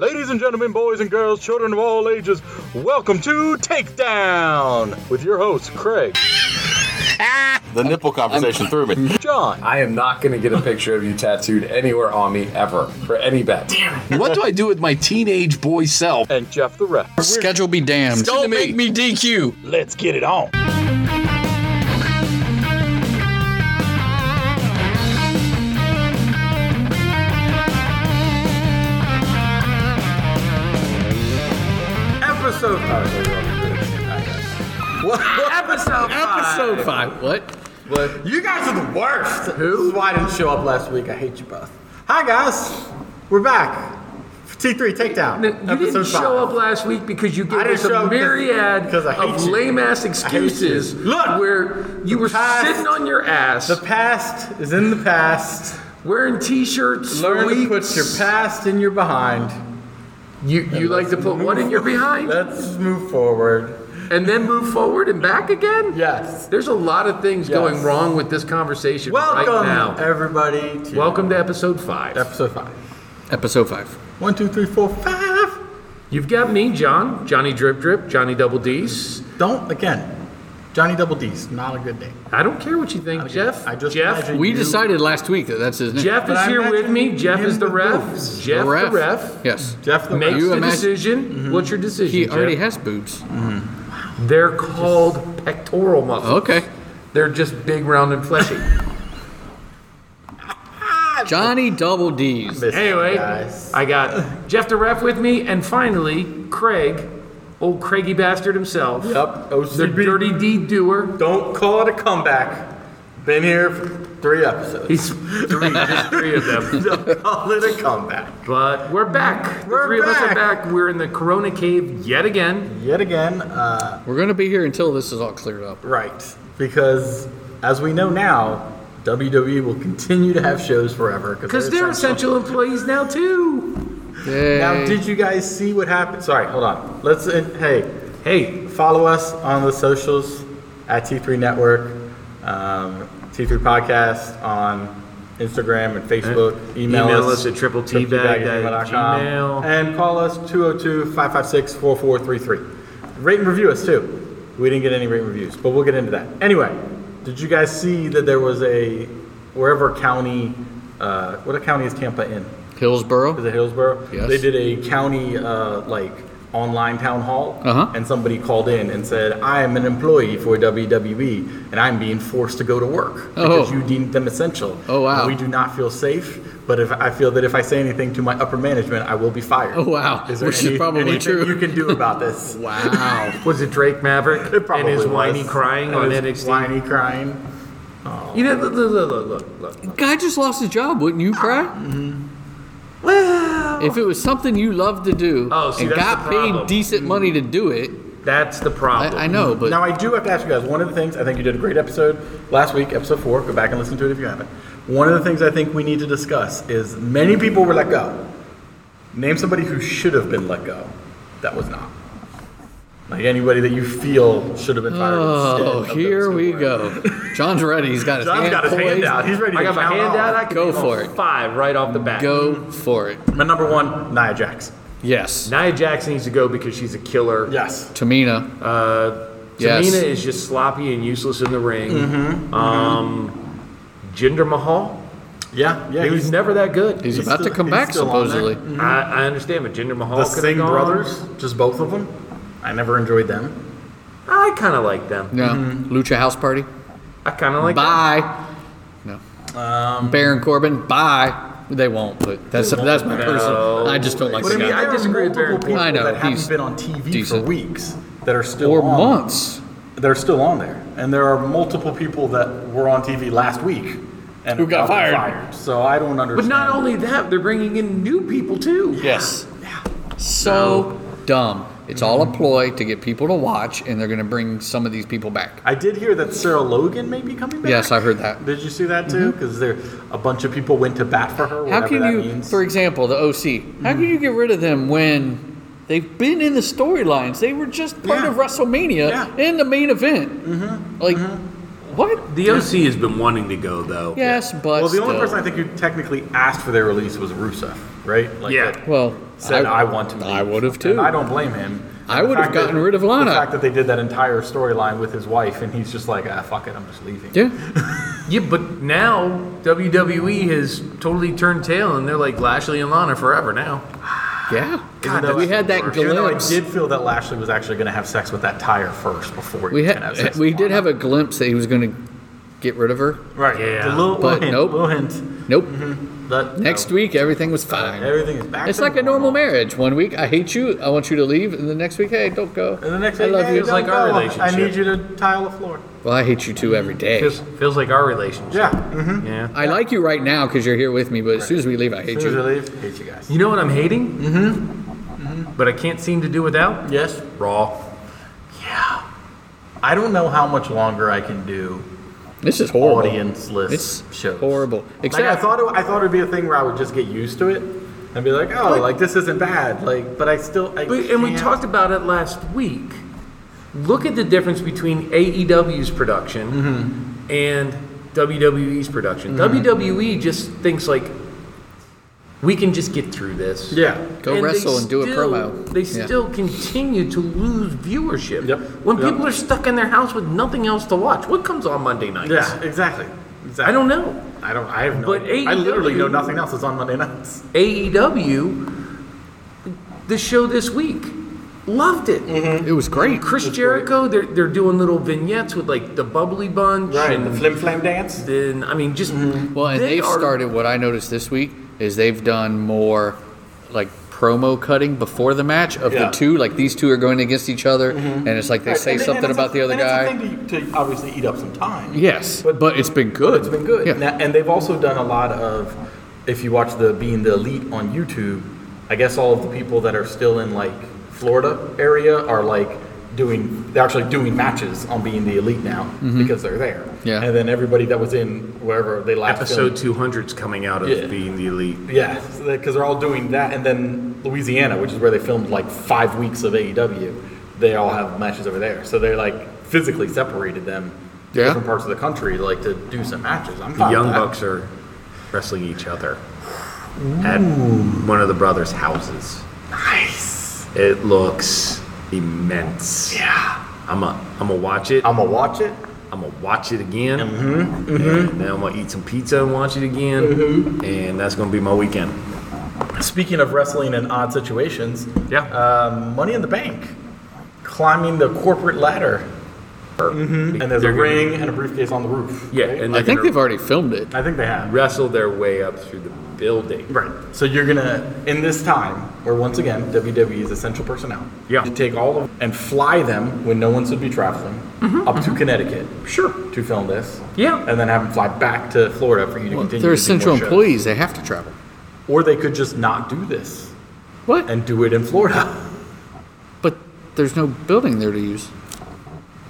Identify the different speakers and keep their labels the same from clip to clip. Speaker 1: gentlemen, boys and girls, children of all ages, welcome to Takedown with your hosts, Craig,
Speaker 2: The nipple conversation threw me.
Speaker 1: John,
Speaker 3: I am not going to get a picture of you tattooed anywhere on me ever for any bet.
Speaker 4: What do I do with my teenage boy self?
Speaker 1: and Jeff the Ref.
Speaker 5: Schedule be damned.
Speaker 4: Don't make me DQ.
Speaker 1: Let's get it on.
Speaker 3: Episode five. Episode
Speaker 4: Episode five. What?
Speaker 3: What? You guys are the worst. Who? This is why I didn't show up last week. I hate you both. Hi guys, we're back. T3 Takedown.
Speaker 6: You didn't show up last week because you gave
Speaker 3: I didn't
Speaker 6: us
Speaker 3: show up
Speaker 6: a
Speaker 3: 'cause-
Speaker 6: myriad
Speaker 3: 'cause I hate
Speaker 6: of
Speaker 3: you.
Speaker 6: lame ass excuses
Speaker 3: Look!
Speaker 6: where you were
Speaker 3: past-
Speaker 6: sitting on your ass
Speaker 3: The past is in the past.
Speaker 6: wearing t-shirts. for
Speaker 3: Learn to put
Speaker 6: weeks.
Speaker 3: your past in your behind.
Speaker 6: You you like to put one in your behind
Speaker 3: Let's move forward.
Speaker 6: and then move forward and back again.
Speaker 3: Yes.
Speaker 6: There's a lot of things
Speaker 3: Yes.
Speaker 6: going wrong with this conversation right
Speaker 3: Welcome
Speaker 6: now.
Speaker 3: everybody to
Speaker 6: Welcome to episode five.
Speaker 3: episode five.
Speaker 4: Episode five.
Speaker 3: One, two, three, four, five.
Speaker 6: You've got me, John, Johnny Drip Drip, Johnny Double D's.
Speaker 3: Don't again. Johnny Double D's not a good day.
Speaker 6: I don't care what you think, Jeff.
Speaker 3: I just
Speaker 6: Jeff.
Speaker 3: imagine
Speaker 4: We
Speaker 3: you-
Speaker 4: decided last week that that's his name.
Speaker 6: Jeff
Speaker 3: But
Speaker 6: is
Speaker 3: I
Speaker 6: here with
Speaker 3: imagine
Speaker 6: me. Jeff
Speaker 3: him
Speaker 6: is the
Speaker 3: with
Speaker 6: ref.
Speaker 3: boobs.
Speaker 6: Jeff the ref.
Speaker 4: Yes.
Speaker 3: Jeff the
Speaker 6: Makes
Speaker 4: You
Speaker 6: the
Speaker 4: imagine-
Speaker 6: decision. What's your decision?
Speaker 4: He already
Speaker 6: Jeff?
Speaker 4: has boobs.
Speaker 6: They're called pectoral muscles.
Speaker 4: Okay.
Speaker 6: They're just big, round, and fleshy.
Speaker 4: Johnny Double D's.
Speaker 3: Miss
Speaker 6: anyway,
Speaker 3: you guys.
Speaker 6: I got Jeff the ref with me, and finally Craig, old Craigy bastard himself,
Speaker 3: Yep,
Speaker 6: the
Speaker 3: OCB.
Speaker 6: dirty deed doer.
Speaker 3: Oh, Don't call it a comeback. Been here for three episodes.
Speaker 6: He's three, just three of them.
Speaker 3: Don't call it a comeback.
Speaker 6: But we're back.
Speaker 3: We're
Speaker 6: the three of us are
Speaker 3: back.
Speaker 6: back. We're in the Corona Cave yet again.
Speaker 3: Yet again, uh,
Speaker 4: We're gonna be here until this is all cleared up.
Speaker 3: right. Because as we know now, WWE will continue to have shows forever.
Speaker 6: Because they're essential employees now too.
Speaker 4: Yay.
Speaker 3: Now, did you guys see what happened? Sorry, hold on. Let's, uh, hey,
Speaker 6: Hey,
Speaker 3: follow us on the socials at T3 Network, um, T3 Podcast on Instagram and Facebook. Email,
Speaker 6: Email us at triple T bag at
Speaker 3: triple-t-bag@gmail.com.
Speaker 6: gmail.
Speaker 3: And call us 202-556-4433. Rate and review us too. We didn't get any rate reviews, but we'll get into that. Anyway, did you guys see that there was a wherever county, uh, what county is Tampa in?
Speaker 4: Hillsboro.
Speaker 3: the Hillsborough.
Speaker 4: Yes.
Speaker 3: They did a county uh, like online town hall,
Speaker 4: Uh-huh.
Speaker 3: and somebody called in and said, "I am an employee for WWE, and I'm being forced to go to work because
Speaker 4: Oh.
Speaker 3: you deemed them essential.
Speaker 4: Oh, wow.
Speaker 3: We do not feel safe." But if I feel that if I say anything to my upper management, I will be fired.
Speaker 4: Oh, wow.
Speaker 3: Is there
Speaker 4: Which is
Speaker 3: any-
Speaker 4: probably
Speaker 3: anything
Speaker 4: true.
Speaker 3: You can do about this.
Speaker 4: Wow.
Speaker 6: Was it Drake Maverick
Speaker 3: It probably
Speaker 6: and his
Speaker 3: was.
Speaker 6: whiny crying
Speaker 3: And
Speaker 6: on
Speaker 3: his
Speaker 6: NXT?
Speaker 3: Whiny crying.
Speaker 6: You know, look, look, look, look, look, look.
Speaker 4: Guy just lost his job. Wouldn't you cry?
Speaker 3: Mm-hmm.
Speaker 4: Well, if it was something you loved to do
Speaker 6: Oh, see,
Speaker 4: and
Speaker 6: that's
Speaker 4: got
Speaker 6: the
Speaker 4: paid
Speaker 6: problem.
Speaker 4: decent money to do it,
Speaker 6: That's the problem.
Speaker 4: I, I know, but
Speaker 3: Mm-hmm. Now I do have to ask you guys. One of the things I think you did a great episode last week, episode four. Go back and listen to it if you haven't. One of the things I think we need to discuss is many people were let go. Name somebody who should have been let go, that was not. Like anybody that you feel should have been fired.
Speaker 4: oh,
Speaker 3: instead of
Speaker 4: here
Speaker 3: those who
Speaker 4: we
Speaker 3: were.
Speaker 4: go. John's ready. He's got his
Speaker 3: John's
Speaker 4: hand
Speaker 3: got his hand
Speaker 4: poised.
Speaker 3: out. He's ready.
Speaker 6: I
Speaker 3: to
Speaker 6: got my
Speaker 3: count
Speaker 6: hand
Speaker 3: off.
Speaker 6: out. I can
Speaker 4: Go
Speaker 6: name
Speaker 4: for
Speaker 6: off
Speaker 4: it.
Speaker 6: Five right off the bat.
Speaker 4: Go for it.
Speaker 3: My number one, Nia Jax.
Speaker 4: Yes.
Speaker 6: Nia Jax needs to go because she's a killer.
Speaker 3: Yes.
Speaker 4: Tamina.
Speaker 6: Uh,
Speaker 4: Yes.
Speaker 6: Tamina is just sloppy and useless in the ring.
Speaker 3: Mm-hmm.
Speaker 6: Um, Jinder Mahal,
Speaker 3: Yeah. Yeah.
Speaker 6: he was never that good.
Speaker 4: He's,
Speaker 3: He's
Speaker 4: about
Speaker 3: still-
Speaker 4: to come
Speaker 3: he's
Speaker 4: back,
Speaker 3: still on there.
Speaker 4: supposedly.
Speaker 6: I, I understand, but Jinder Mahal,
Speaker 3: the
Speaker 6: could've
Speaker 3: Singh
Speaker 6: gone.
Speaker 3: brothers, just both of them. I never enjoyed them.
Speaker 6: I kind of like them.
Speaker 4: No.
Speaker 3: Mm-hmm.
Speaker 4: Lucha House Party.
Speaker 6: I kind of like. them.
Speaker 4: Bye. No.
Speaker 3: Um,
Speaker 4: Baron Corbin. Bye. They won't, but that's that's my personal. I just don't like
Speaker 3: But I
Speaker 4: the
Speaker 3: mean,
Speaker 4: guy.
Speaker 3: I disagree with Baron people
Speaker 4: I know,
Speaker 3: that haven't
Speaker 4: he's
Speaker 3: been on TV
Speaker 4: decent.
Speaker 3: for weeks that are still
Speaker 4: Or
Speaker 3: on.
Speaker 4: months.
Speaker 3: They're still on there, and there are multiple people that were on TV last week and
Speaker 4: Who got
Speaker 3: have been
Speaker 4: fired.
Speaker 3: So I don't
Speaker 6: But
Speaker 3: understand.
Speaker 6: not only that, they're bringing in new people too.
Speaker 4: Yes. So dumb. It's all
Speaker 3: Mm-hmm.
Speaker 4: a ploy to get people to watch, and they're going to bring some of these people back.
Speaker 3: I did hear that Sarah Logan may be coming back.
Speaker 4: Yes, I heard that. Mm-hmm.
Speaker 3: Did you see that too? Because there, a bunch of people went to bat for her.
Speaker 4: How
Speaker 3: Whatever
Speaker 4: can
Speaker 3: that
Speaker 4: you,
Speaker 3: means. Hmm.
Speaker 4: for example, the OC? How can you get rid of them when they've been in the storylines? They were just part
Speaker 3: Yeah. Mm-hmm.
Speaker 4: of WrestleMania
Speaker 3: Yeah.
Speaker 4: in the main event. Like, What?
Speaker 5: The OC has been wanting to go though.
Speaker 4: Yes, but
Speaker 3: Well, the only
Speaker 4: still.
Speaker 3: person I think who technically asked for their release was Rusev, right? Like,
Speaker 6: Yeah.
Speaker 3: that
Speaker 4: well,
Speaker 3: Said I, want to.
Speaker 4: I
Speaker 3: leave."
Speaker 4: would have too.
Speaker 3: And I don't blame him.
Speaker 4: I
Speaker 3: And the
Speaker 4: would have
Speaker 3: fact that-
Speaker 4: gotten rid of Lana.
Speaker 3: The fact that they did that entire storyline with his wife, and he's just like, ah, fuck it, I'm just leaving.
Speaker 4: Yeah,
Speaker 6: Yeah, but now WWE has totally turned tail, and they're like Lashley and Lana forever now.
Speaker 4: yeah.
Speaker 3: Even though
Speaker 4: we
Speaker 3: I-
Speaker 4: had that
Speaker 3: Even though I
Speaker 4: glimpse.
Speaker 3: did feel that Lashley was actually going to have sex with that tire first before he
Speaker 4: We
Speaker 3: was gonna have
Speaker 4: had
Speaker 3: sex
Speaker 4: we
Speaker 3: with
Speaker 4: did
Speaker 3: Lana.
Speaker 4: have a glimpse that he was going to get rid of her.
Speaker 3: right.
Speaker 6: Yeah.
Speaker 3: The little,
Speaker 4: But
Speaker 3: little hint,
Speaker 4: nope.
Speaker 3: little hint.
Speaker 4: Nope.
Speaker 3: That,
Speaker 4: Next week everything was fine.
Speaker 3: Mm-hmm. everything is back.
Speaker 4: It's
Speaker 3: to
Speaker 4: like a normal
Speaker 3: normal.
Speaker 4: marriage. One week I hate you, I want you to leave, and the next week, hey, don't go.
Speaker 3: And the next
Speaker 4: I
Speaker 3: thing
Speaker 4: love
Speaker 3: hey,
Speaker 4: you.
Speaker 3: don't
Speaker 6: like our
Speaker 3: go. I
Speaker 6: relationship.
Speaker 3: need you to tile the floor.
Speaker 4: Well, I hate you too every day.
Speaker 6: Feels, feels like our relationship.
Speaker 3: Yeah. Mm-hmm.
Speaker 6: Yeah.
Speaker 4: I like you right now because you're here with me, but as soon as we leave, I hate you.
Speaker 3: leave, hate you guys.
Speaker 6: You know what I'm hating? Mm-hmm. But I can't seem to do without
Speaker 3: Yes.
Speaker 6: Raw.
Speaker 3: I don't know how much longer I can do
Speaker 4: This is horrible.
Speaker 3: audience-less
Speaker 4: It's
Speaker 3: shows.
Speaker 4: horrible.
Speaker 3: Like, I
Speaker 4: Except
Speaker 3: thought, it, I thought it'd be a thing where I would just get used to it and be like, oh, like this isn't bad. Like, but I still, I
Speaker 6: But, and we
Speaker 3: can't-
Speaker 6: talked about it last week. Look at the difference between AEW's production and WWE's production. WWE just thinks like we can just get through this.
Speaker 3: Yeah.
Speaker 4: Go
Speaker 6: they
Speaker 4: wrestle and do a promo.
Speaker 6: They
Speaker 4: Yeah.
Speaker 6: still continue to lose viewership.
Speaker 3: Yep.
Speaker 6: When
Speaker 3: Yep.
Speaker 6: people are stuck in their house with nothing else to watch, what comes on Monday nights?
Speaker 3: Yeah. Exactly. Exactly.
Speaker 6: I don't know.
Speaker 3: I don't. I have no.
Speaker 6: But E
Speaker 3: idea. I literally know
Speaker 6: AEW
Speaker 3: nothing else. It's on Monday nights.
Speaker 6: AEW, E the show this week, loved it.
Speaker 3: Mm-hmm.
Speaker 4: it was great.
Speaker 6: Chris Jericho, they're, they're doing little vignettes with like the bubbly bunch. And
Speaker 3: flim flam dance.
Speaker 6: then, I mean, just.
Speaker 3: Mm-hmm.
Speaker 4: Well, and
Speaker 6: they
Speaker 4: they've
Speaker 6: are-
Speaker 4: started what I noticed this week is they've done more like promo cutting before the match of
Speaker 3: Yeah.
Speaker 4: the two. Like these two are going against each other, and it's like they say something about the other guy.
Speaker 3: It's a thing to, to obviously eat up some time.
Speaker 4: Yes, but,
Speaker 3: But-
Speaker 4: it's been good.
Speaker 3: It's been good.
Speaker 4: Yeah.
Speaker 3: Now- and they've also done a lot of, if you watch the Being the Elite on YouTube, I guess all of the people that are still in like Florida area are like doing, they're actually doing matches on Being the Elite now because they're there.
Speaker 4: Mm-hmm. Yeah.
Speaker 3: And then everybody that was in wherever they last
Speaker 5: Episode
Speaker 3: filmed-
Speaker 5: 200's coming out of
Speaker 3: Yeah.
Speaker 5: being the elite.
Speaker 3: Yeah, because they're all doing that, and then Louisiana, which is where they filmed like five weeks of AEW, they all have matches over there. So they're like physically separated them, to
Speaker 4: Yeah.
Speaker 3: different parts of the country, like to do some matches. I'm
Speaker 5: The
Speaker 3: fine
Speaker 5: Young
Speaker 3: with that.
Speaker 5: Bucks are wrestling each other at one of the brothers' houses.
Speaker 3: Nice.
Speaker 5: It looks immense.
Speaker 3: Yeah.
Speaker 5: I'm gonna I'm gonna watch it. I'm
Speaker 3: I'm gonna watch it.
Speaker 5: gonna watch it again. Mm-hmm. And then I'm gonna eat some pizza and watch it again. And that's gonna be my weekend.
Speaker 3: Speaking of wrestling and odd situations,
Speaker 6: Yeah.
Speaker 5: Uh,
Speaker 3: um, Money in the Bank, climbing the corporate ladder, and there's
Speaker 5: They're
Speaker 3: a
Speaker 5: gonna-
Speaker 3: ring and a briefcase on the roof.
Speaker 5: Yeah,
Speaker 3: right?
Speaker 5: and
Speaker 4: I
Speaker 5: they're
Speaker 4: think
Speaker 5: gonna
Speaker 4: they've already filmed it.
Speaker 3: I think they have.
Speaker 5: wrestle their way up through the building.
Speaker 3: Right. So you're gonna in this time, where once again WWE is essential personnel.
Speaker 5: Yeah.
Speaker 3: You take all of and fly them when no one should be traveling up to Connecticut. Sure. To film this.
Speaker 6: Yeah.
Speaker 3: And then have them fly back to Florida for you to
Speaker 4: They're
Speaker 3: continue. to do more
Speaker 4: essential
Speaker 3: shows.
Speaker 4: employees. They have to travel.
Speaker 3: Or they could just not do this
Speaker 4: What?
Speaker 3: and do it in Florida.
Speaker 4: but there's no building there to use.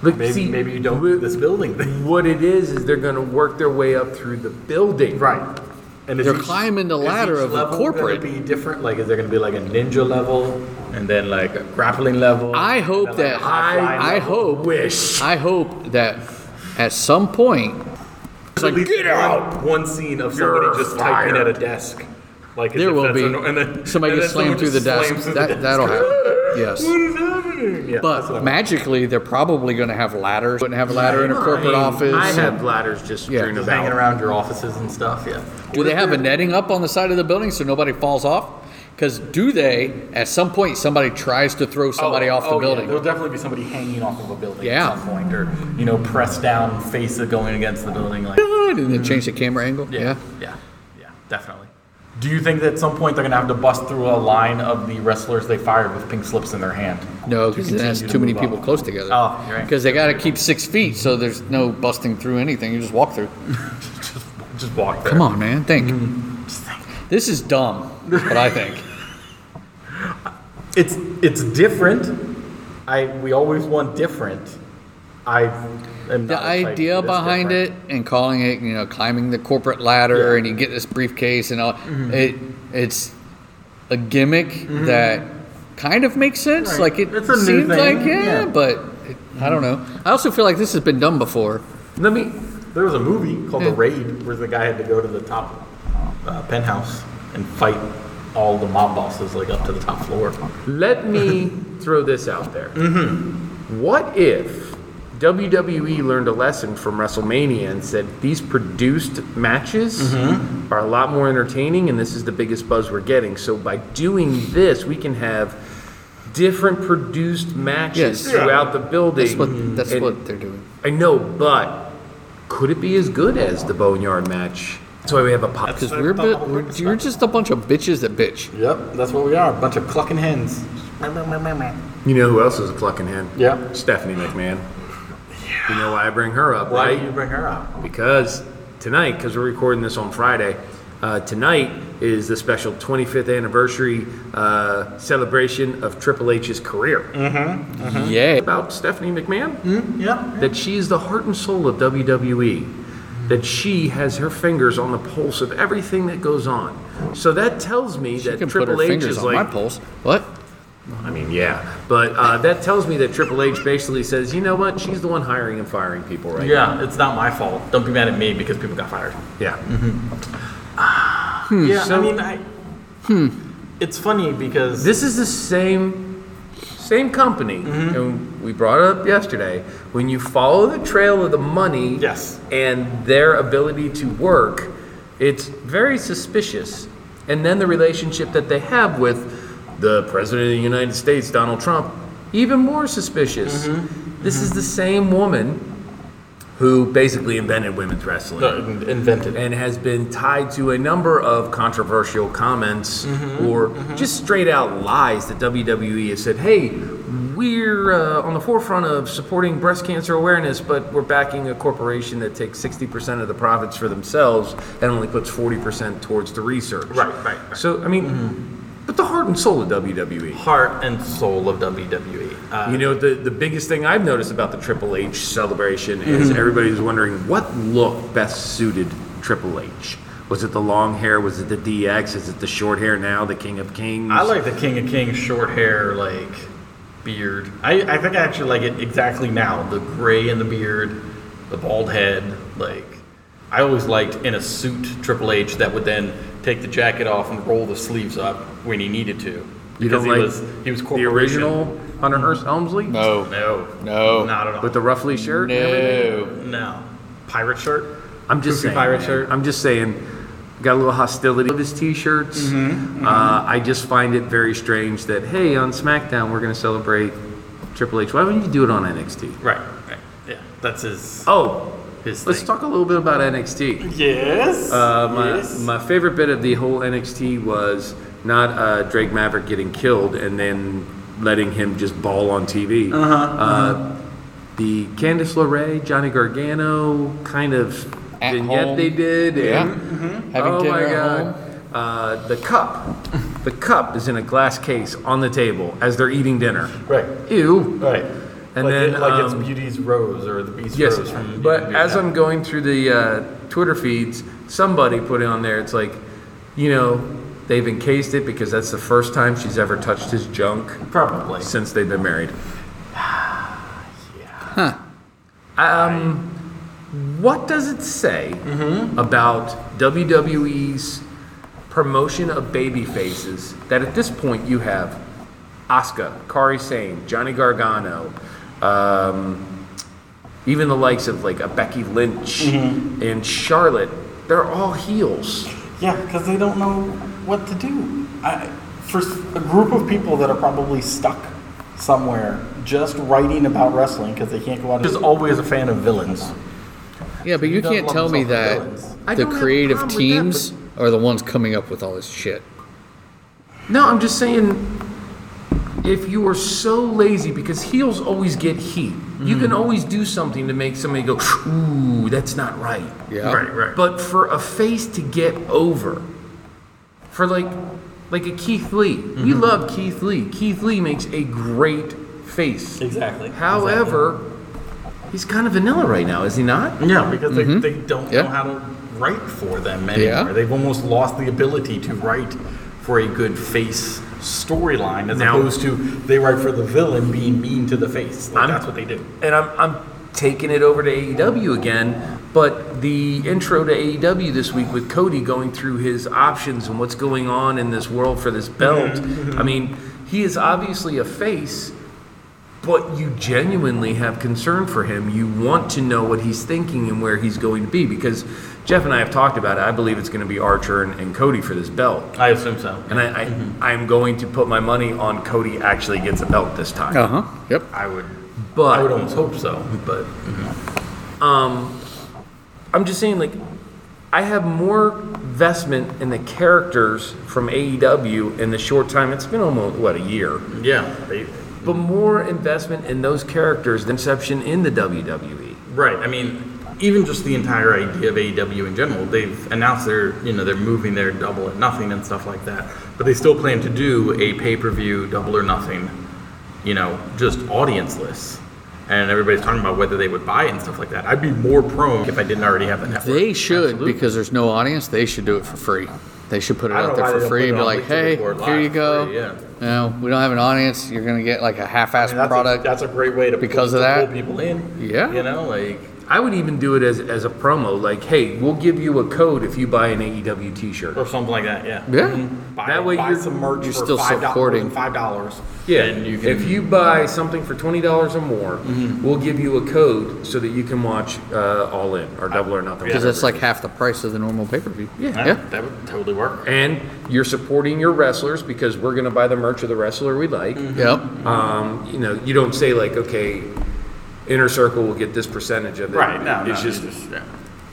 Speaker 6: But
Speaker 3: Maybe
Speaker 6: see,
Speaker 3: maybe you don't do this building thing.
Speaker 6: what it is, is they're going to work their way up through the building.
Speaker 3: Right. And is
Speaker 4: They're climbing the
Speaker 3: is
Speaker 4: ladder
Speaker 3: each
Speaker 4: of the
Speaker 3: level
Speaker 4: corporate.
Speaker 3: Gonna be different. Like, is there going to be like a ninja level, and then like a grappling level?
Speaker 4: I hope
Speaker 3: and then,
Speaker 4: that
Speaker 3: like, a high flying
Speaker 4: I I
Speaker 3: level?
Speaker 4: hope
Speaker 6: Wish.
Speaker 4: I hope that at some point
Speaker 3: It's like, get out! One scene of somebody just typing at a desk. Like, as
Speaker 4: there
Speaker 3: if
Speaker 4: will
Speaker 3: that's
Speaker 4: be
Speaker 3: an- and then,
Speaker 4: somebody
Speaker 3: and then
Speaker 4: gets slammed
Speaker 3: someone
Speaker 4: through the
Speaker 3: just
Speaker 4: desk.
Speaker 3: slams through the
Speaker 4: that
Speaker 3: desk.
Speaker 4: that'll happen. Yes.
Speaker 3: What is happening? Yeah, that's what
Speaker 4: But
Speaker 3: I'm-
Speaker 4: magically, they're probably going to have ladders. Wouldn't have a ladder in a
Speaker 6: I
Speaker 4: corporate
Speaker 6: mean,
Speaker 4: office.
Speaker 6: I have ladders just
Speaker 4: Yeah.
Speaker 6: strewn
Speaker 3: Just
Speaker 6: about.
Speaker 3: hanging around your offices and stuff. Yeah.
Speaker 4: do they have a netting up on the side of the building so nobody falls off? Because do they, at some point, somebody tries to throw somebody
Speaker 3: Oh,
Speaker 4: off the
Speaker 3: oh, yeah,
Speaker 4: building?
Speaker 3: There'll definitely be somebody hanging off of a building
Speaker 4: Yeah.
Speaker 3: at some point, or you know, pressed down, face going against the building, like.
Speaker 4: And then change the camera angle. Yeah.
Speaker 3: Yeah. Yeah. Definitely. Do you think that at some point they're gonna have to bust through a line of the wrestlers they fired with pink slips in their hand?
Speaker 4: No, because it has too
Speaker 3: continue to
Speaker 4: many
Speaker 3: move
Speaker 4: people
Speaker 3: up.
Speaker 4: close together.
Speaker 3: Oh, you're right.
Speaker 4: Because they got to keep six feet, so there's no busting through anything. You just walk through.
Speaker 3: Just, just walk. There.
Speaker 4: Come on, man. Think.
Speaker 3: Mm-hmm.
Speaker 4: This is dumb, but I think.
Speaker 3: It's it's different. I we always want different. I am
Speaker 4: the
Speaker 3: not excited
Speaker 4: idea
Speaker 3: that it's
Speaker 4: behind
Speaker 3: different.
Speaker 4: it and calling it, you know, climbing the corporate ladder
Speaker 3: Yeah. Mm-hmm.
Speaker 4: and you get this briefcase and all it it's a gimmick that kind of makes sense.
Speaker 3: Right.
Speaker 4: Like it
Speaker 3: It's a new
Speaker 4: seems
Speaker 3: thing,
Speaker 4: like yeah,
Speaker 3: yeah.
Speaker 4: but it, I don't know. I also feel like this has been done before
Speaker 6: Let me.
Speaker 3: There was a movie called The Raid where the guy had to go to the top uh, penthouse and fight all the mob bosses like up to the top floor.
Speaker 6: Let me throw this out there.
Speaker 4: Mm-hmm.
Speaker 6: What if WWE learned a lesson from WrestleMania and said these produced matches
Speaker 4: Mm-hmm.
Speaker 6: are a lot more entertaining and this is the biggest buzz we're getting? So by doing this, we can have different produced
Speaker 4: Yes.
Speaker 6: matches
Speaker 4: Yeah.
Speaker 6: throughout the building.
Speaker 4: That's what that's
Speaker 6: And
Speaker 4: what they're doing.
Speaker 6: I know, but could it be as good as the Boneyard match? That's why we have a pop.
Speaker 4: Because we're, bi- we're you're just a bunch of bitches that bitch.
Speaker 3: Yep, that's what we are. A bunch of clucking hens.
Speaker 5: You know who else is a clucking hen?
Speaker 3: Yeah.
Speaker 5: Stephanie McMahon. You know why I bring her up,
Speaker 3: Why
Speaker 5: right?
Speaker 3: do you bring her up?
Speaker 5: because tonight, because we're recording this on Friday, uh, tonight is the special 25th anniversary uh, celebration of Triple H's career.
Speaker 4: Mm. Yeah.
Speaker 6: About Stephanie McMahon?
Speaker 4: Mm,
Speaker 3: Yeah.
Speaker 6: that she is the heart and soul of
Speaker 5: E.
Speaker 6: WWE, that she has her fingers on the pulse of everything that goes on. So that tells me
Speaker 4: She
Speaker 6: that
Speaker 4: can put her
Speaker 6: Triple H
Speaker 4: fingers
Speaker 5: is
Speaker 4: on
Speaker 5: like-
Speaker 4: my pulse. What?
Speaker 5: I mean, yeah, but uh, that tells me that Triple H basically says, you know what, she's the one hiring and firing people right
Speaker 3: Yeah, it's not my fault. Don't be mad at me because people got fired.
Speaker 5: now. Yeah.
Speaker 3: Yeah, I mean, I. Hmm. It's funny because
Speaker 6: This is the same same company, and we brought it up yesterday. When you follow the trail of the money
Speaker 3: Yes.
Speaker 6: and their ability to work, it's very suspicious. And then the relationship that they have with the President of the United States, Donald Trump, even more suspicious. This is the same woman
Speaker 5: Who basically invented women's wrestling.
Speaker 3: uh, in- invented.
Speaker 5: and has been tied to a number of controversial comments
Speaker 3: Mm-hmm.
Speaker 5: or just straight out lies that
Speaker 6: E
Speaker 5: WWE has said, hey,
Speaker 6: we're uh, on the forefront of supporting breast cancer awareness, but we're backing a corporation that takes 60% of the profits for themselves and only puts 40% towards the research.
Speaker 3: Right, right, right. Mm-hmm.
Speaker 6: So, I mean, but the heart and soul of E, WWE.
Speaker 3: Heart and soul of WWE. Uh,
Speaker 5: you know, the, the biggest thing I've noticed about the Triple H celebration is everybody's wondering what look best suited Triple H. Was it the long hair? Was it the DX? Is it the short hair now, the King of Kings?
Speaker 3: I like the King of Kings short hair, like beard. I, I think I actually like it exactly now. The gray and the beard, the bald head. Like I always liked in a suit Triple H that would then take the jacket off and roll the sleeves up when he needed to.
Speaker 5: You
Speaker 3: Because
Speaker 5: don't
Speaker 3: he
Speaker 5: like
Speaker 3: was, he was
Speaker 5: the
Speaker 3: corporation.
Speaker 5: original Hunter Hearst Helmsley?
Speaker 4: No.
Speaker 3: No,
Speaker 4: No.
Speaker 3: not at all.
Speaker 5: With the ruffly shirt? and everything?
Speaker 4: No.
Speaker 3: no pirate shirt.
Speaker 5: I'm just
Speaker 3: Goofy
Speaker 5: saying,
Speaker 3: pirate
Speaker 5: man.
Speaker 3: shirt.
Speaker 5: I'm just saying. Got a little hostility with his T-shirts. Uh, I just find it very strange that hey, on SmackDown we're going to celebrate Triple H. Why wouldn't you do it on NXT?
Speaker 3: Right, right. Yeah, that's his
Speaker 5: Oh,
Speaker 3: his
Speaker 5: let's
Speaker 3: thing.
Speaker 5: talk a little bit about NXT.
Speaker 3: Yes.
Speaker 5: Uh, my, my favorite bit of the whole NXT was not uh, Drake Maverick getting killed and then letting him just ball on TV. Uh-huh, The Candice LeRae, Johnny Gargano kind of
Speaker 4: At
Speaker 5: vignette
Speaker 4: home.
Speaker 5: they did. and-
Speaker 4: Yeah. Having
Speaker 5: oh
Speaker 4: dinner
Speaker 5: my
Speaker 4: at
Speaker 5: god!
Speaker 4: home.
Speaker 5: Uh, the cup, the cup is in a glass case on the table as they're eating dinner.
Speaker 3: right,
Speaker 5: Ew.
Speaker 3: right.
Speaker 5: And
Speaker 3: like
Speaker 5: then,
Speaker 3: it, like it's
Speaker 5: um,
Speaker 3: Beauty's Rose or the Beast
Speaker 5: Yes,
Speaker 3: Rose from
Speaker 5: but as
Speaker 3: Yeah.
Speaker 5: I'm going through the uh, Twitter feeds, somebody put it on there. It's like, you know, they've encased it because that's the first time she's ever touched his junk
Speaker 3: probably
Speaker 5: since they've been married.
Speaker 6: Um, What does it say about WWE's promotion of baby faces that at this point you have Asuka, Kari Sane, Johnny Gargano, um, even the likes of like a Becky Lynch and Charlotte, they're all heels.
Speaker 3: Yeah, because they don't know what to do. I, for s- a group of people that are probably stuck somewhere just writing about wrestling because they can't go out. Just always a fan of villains.
Speaker 4: Yeah, but you
Speaker 3: don't
Speaker 4: can't
Speaker 3: lump
Speaker 4: tell
Speaker 3: us
Speaker 4: me
Speaker 3: all
Speaker 4: that
Speaker 3: villains.
Speaker 6: I
Speaker 4: the
Speaker 6: don't have a
Speaker 4: creative
Speaker 6: problem with that,
Speaker 4: teams are the ones coming up with all this shit.
Speaker 6: No, I'm just saying, if you are so lazy, because heels always get heat, you can always do something to make somebody go, ooh, that's not right.
Speaker 4: Yeah. Right,
Speaker 3: right.
Speaker 6: But for a face to get over, for like, like a Keith Lee, we love Keith Lee. Keith Lee makes a great face.
Speaker 3: Exactly.
Speaker 6: However, he's kind of vanilla right now, is he not?
Speaker 3: yeah, because they, they don't
Speaker 4: Yeah.
Speaker 3: know how to write for them anymore.
Speaker 4: Yeah.
Speaker 3: They've almost lost the ability to write for a good face storyline as
Speaker 5: Now-
Speaker 3: opposed to they write for the villain being mean to the face. Like,
Speaker 5: I'm-
Speaker 3: that's what they do.
Speaker 5: And I'm, I'm
Speaker 6: taking it over to AEW again. But the intro to AEW this week with Cody going through his options and what's going on in this world for this belt. I mean, he is obviously a face, but you genuinely have concern for him. You want to know what he's thinking and where he's going to be because Jeff and I have talked about it. I believe it's going to be Archer and, and Cody for this belt.
Speaker 3: I assume so.
Speaker 6: And I, I, I'm going to put my money on Cody actually gets a belt this time.
Speaker 4: Uh huh. Yep.
Speaker 6: I would.
Speaker 3: I would
Speaker 6: But
Speaker 3: almost hope so, but
Speaker 6: I'm just saying, like, I have more investment in the characters from AEW in the short time. It's been almost, what, a year?
Speaker 3: yeah, they,
Speaker 6: But more investment in those characters than Inception in the E. WWE.
Speaker 3: right. I mean, even just the entire idea of AEW in general, they've announced they're you know they're moving their double or nothing and stuff like that, but they still plan to do a pay per view double or nothing, you know, just audienceless. And everybody's talking about whether they would buy it and stuff like that. I'd be more prone if I didn't already have the network.
Speaker 4: They should because there's no audience. They should do it for free. They should put it
Speaker 3: I don't
Speaker 4: out
Speaker 3: know
Speaker 4: there
Speaker 3: why they
Speaker 4: for
Speaker 3: don't put
Speaker 4: free
Speaker 3: it
Speaker 4: and be
Speaker 3: on
Speaker 4: like,
Speaker 3: Bleacher
Speaker 4: "Hey,
Speaker 3: Report live
Speaker 4: here you
Speaker 3: for
Speaker 4: go."
Speaker 3: free, yeah.
Speaker 4: No, we don't have an audience. You're gonna get like a half-assed
Speaker 3: And that's
Speaker 4: product.
Speaker 3: A, that's a great way to
Speaker 4: because
Speaker 3: pull,
Speaker 4: of
Speaker 3: to
Speaker 4: that.
Speaker 3: pull people in.
Speaker 4: Yeah.
Speaker 3: you know, like
Speaker 6: I would even do it as, as a promo, like, hey, we'll give you a E code if you buy an AEW t shirt.
Speaker 3: or something like that. Yeah.
Speaker 4: Yeah.
Speaker 3: Buy,
Speaker 6: That way
Speaker 3: buy
Speaker 6: you're-
Speaker 3: some merch
Speaker 4: you're
Speaker 3: for
Speaker 4: still
Speaker 3: $5,
Speaker 4: supporting.
Speaker 3: five dollars.
Speaker 6: Yeah,
Speaker 3: and you can. Mm-hmm.
Speaker 6: if you buy something for twenty dollars or more, we'll give you a code so that you can watch uh, All In or Double or Nothing.
Speaker 4: Because
Speaker 6: whatever
Speaker 4: that's like
Speaker 6: it is.
Speaker 4: half the price of the normal pay-per-view.
Speaker 3: that,
Speaker 4: Yeah.
Speaker 3: that would totally work.
Speaker 6: and you're supporting your wrestlers because we're going to buy the merch of the wrestler we like.
Speaker 3: Mm.
Speaker 4: Yep.
Speaker 6: Um, you know, you don't say like, okay, Inner Circle will get this percentage of it. it's just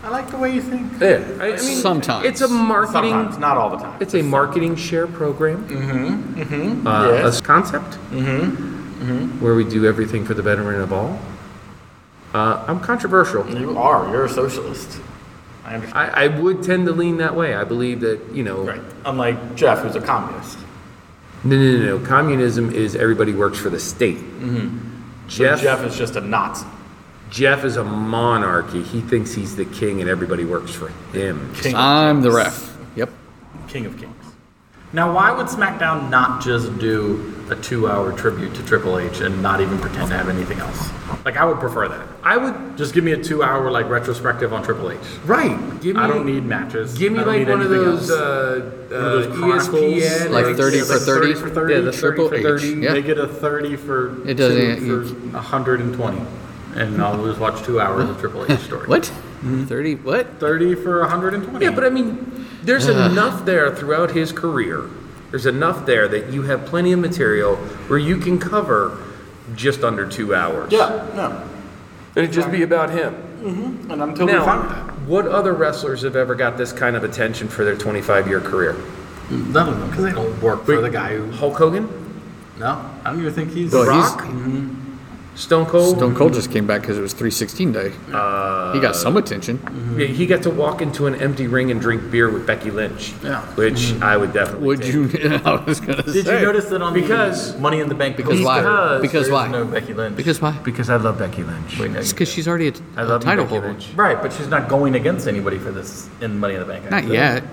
Speaker 3: I like the way you think.
Speaker 6: yeah. I, I mean,
Speaker 4: Sometimes.
Speaker 6: it's a marketing.
Speaker 3: Sometimes, not all the time.
Speaker 6: It's a marketing share program. Mm-hmm. Mm-hmm. Uh, A concept. Mm-hmm. Where we do everything for the betterment of all. Uh, I'm controversial.
Speaker 3: You are. You're a socialist. I understand.
Speaker 6: I, I would tend to lean that way. I believe that you know,
Speaker 3: Right. Unlike Jeff, who's a communist.
Speaker 6: no, no, no, no. Communism is everybody works for the state. Jeff,
Speaker 3: Jeff
Speaker 6: Jeff,
Speaker 3: is just a Nazi.
Speaker 6: is a monarchy. He thinks he's the king, and everybody works for him.
Speaker 3: King
Speaker 4: I'm the ref. Yep.
Speaker 3: King of Kings. Now, why would SmackDown not just do a two-hour tribute to Triple H and not even pretend to have anything else? Like, I would prefer that.
Speaker 6: I would
Speaker 3: Just give me a two-hour like retrospective on Triple H.
Speaker 6: right. Give me,
Speaker 3: I don't need matches.
Speaker 6: Give me
Speaker 3: I don't
Speaker 6: like
Speaker 3: need
Speaker 6: one of
Speaker 3: anything
Speaker 6: those,
Speaker 3: else.
Speaker 6: uh, uh,
Speaker 3: One of those chronicles.
Speaker 6: ESPN,
Speaker 4: Like 30 for
Speaker 3: Like
Speaker 4: 30.
Speaker 3: for 30.
Speaker 6: Yeah, the 30
Speaker 4: Triple
Speaker 6: for
Speaker 4: H.
Speaker 6: 30.
Speaker 4: Yeah.
Speaker 3: They get a 30 for
Speaker 4: It doesn't-
Speaker 3: two for 120, and I'll just watch two hours of Triple H story.
Speaker 4: What? Thirty? What?
Speaker 3: 30 for 120.
Speaker 6: Yeah, but I mean, there's enough there throughout his career. There's enough there that you have plenty of material where you can cover just under two hours.
Speaker 3: yeah, no,
Speaker 6: And it'd just be about him.
Speaker 3: and I'm totally fine with
Speaker 6: Now,
Speaker 3: that.
Speaker 6: what other wrestlers have ever got this kind of attention for their 25 year career?
Speaker 3: None of them, because they don't work for
Speaker 6: Wait.
Speaker 3: the guy who.
Speaker 6: Hulk Hogan?
Speaker 3: No, I don't even think he's.
Speaker 4: No, he's-
Speaker 6: Rock? Stone Cold?
Speaker 4: Stone Cold just came back because it was 316 day. he got some attention.
Speaker 6: Yeah, he got to walk into an empty ring and drink beer with Becky Lynch.
Speaker 3: Yeah.
Speaker 6: Which I would definitely.
Speaker 4: Would
Speaker 6: take.
Speaker 4: you? I was gonna
Speaker 3: Did
Speaker 4: say.
Speaker 3: you notice that on
Speaker 6: Because-
Speaker 3: the Money in the Bank?
Speaker 4: Because why?
Speaker 6: Because
Speaker 4: Because
Speaker 3: there
Speaker 4: why?
Speaker 3: is no Becky Lynch.
Speaker 4: Because why?
Speaker 6: Because I love Becky Lynch.
Speaker 3: Wait, no,
Speaker 4: It's
Speaker 3: you
Speaker 4: because
Speaker 3: don't.
Speaker 4: she's already a,
Speaker 6: I
Speaker 4: a
Speaker 6: love you,
Speaker 4: title
Speaker 6: Becky
Speaker 4: holder.
Speaker 6: Lynch.
Speaker 3: Right, but she's not going against anybody for this in Money in the Bank. I
Speaker 4: Not
Speaker 3: think.
Speaker 4: yet.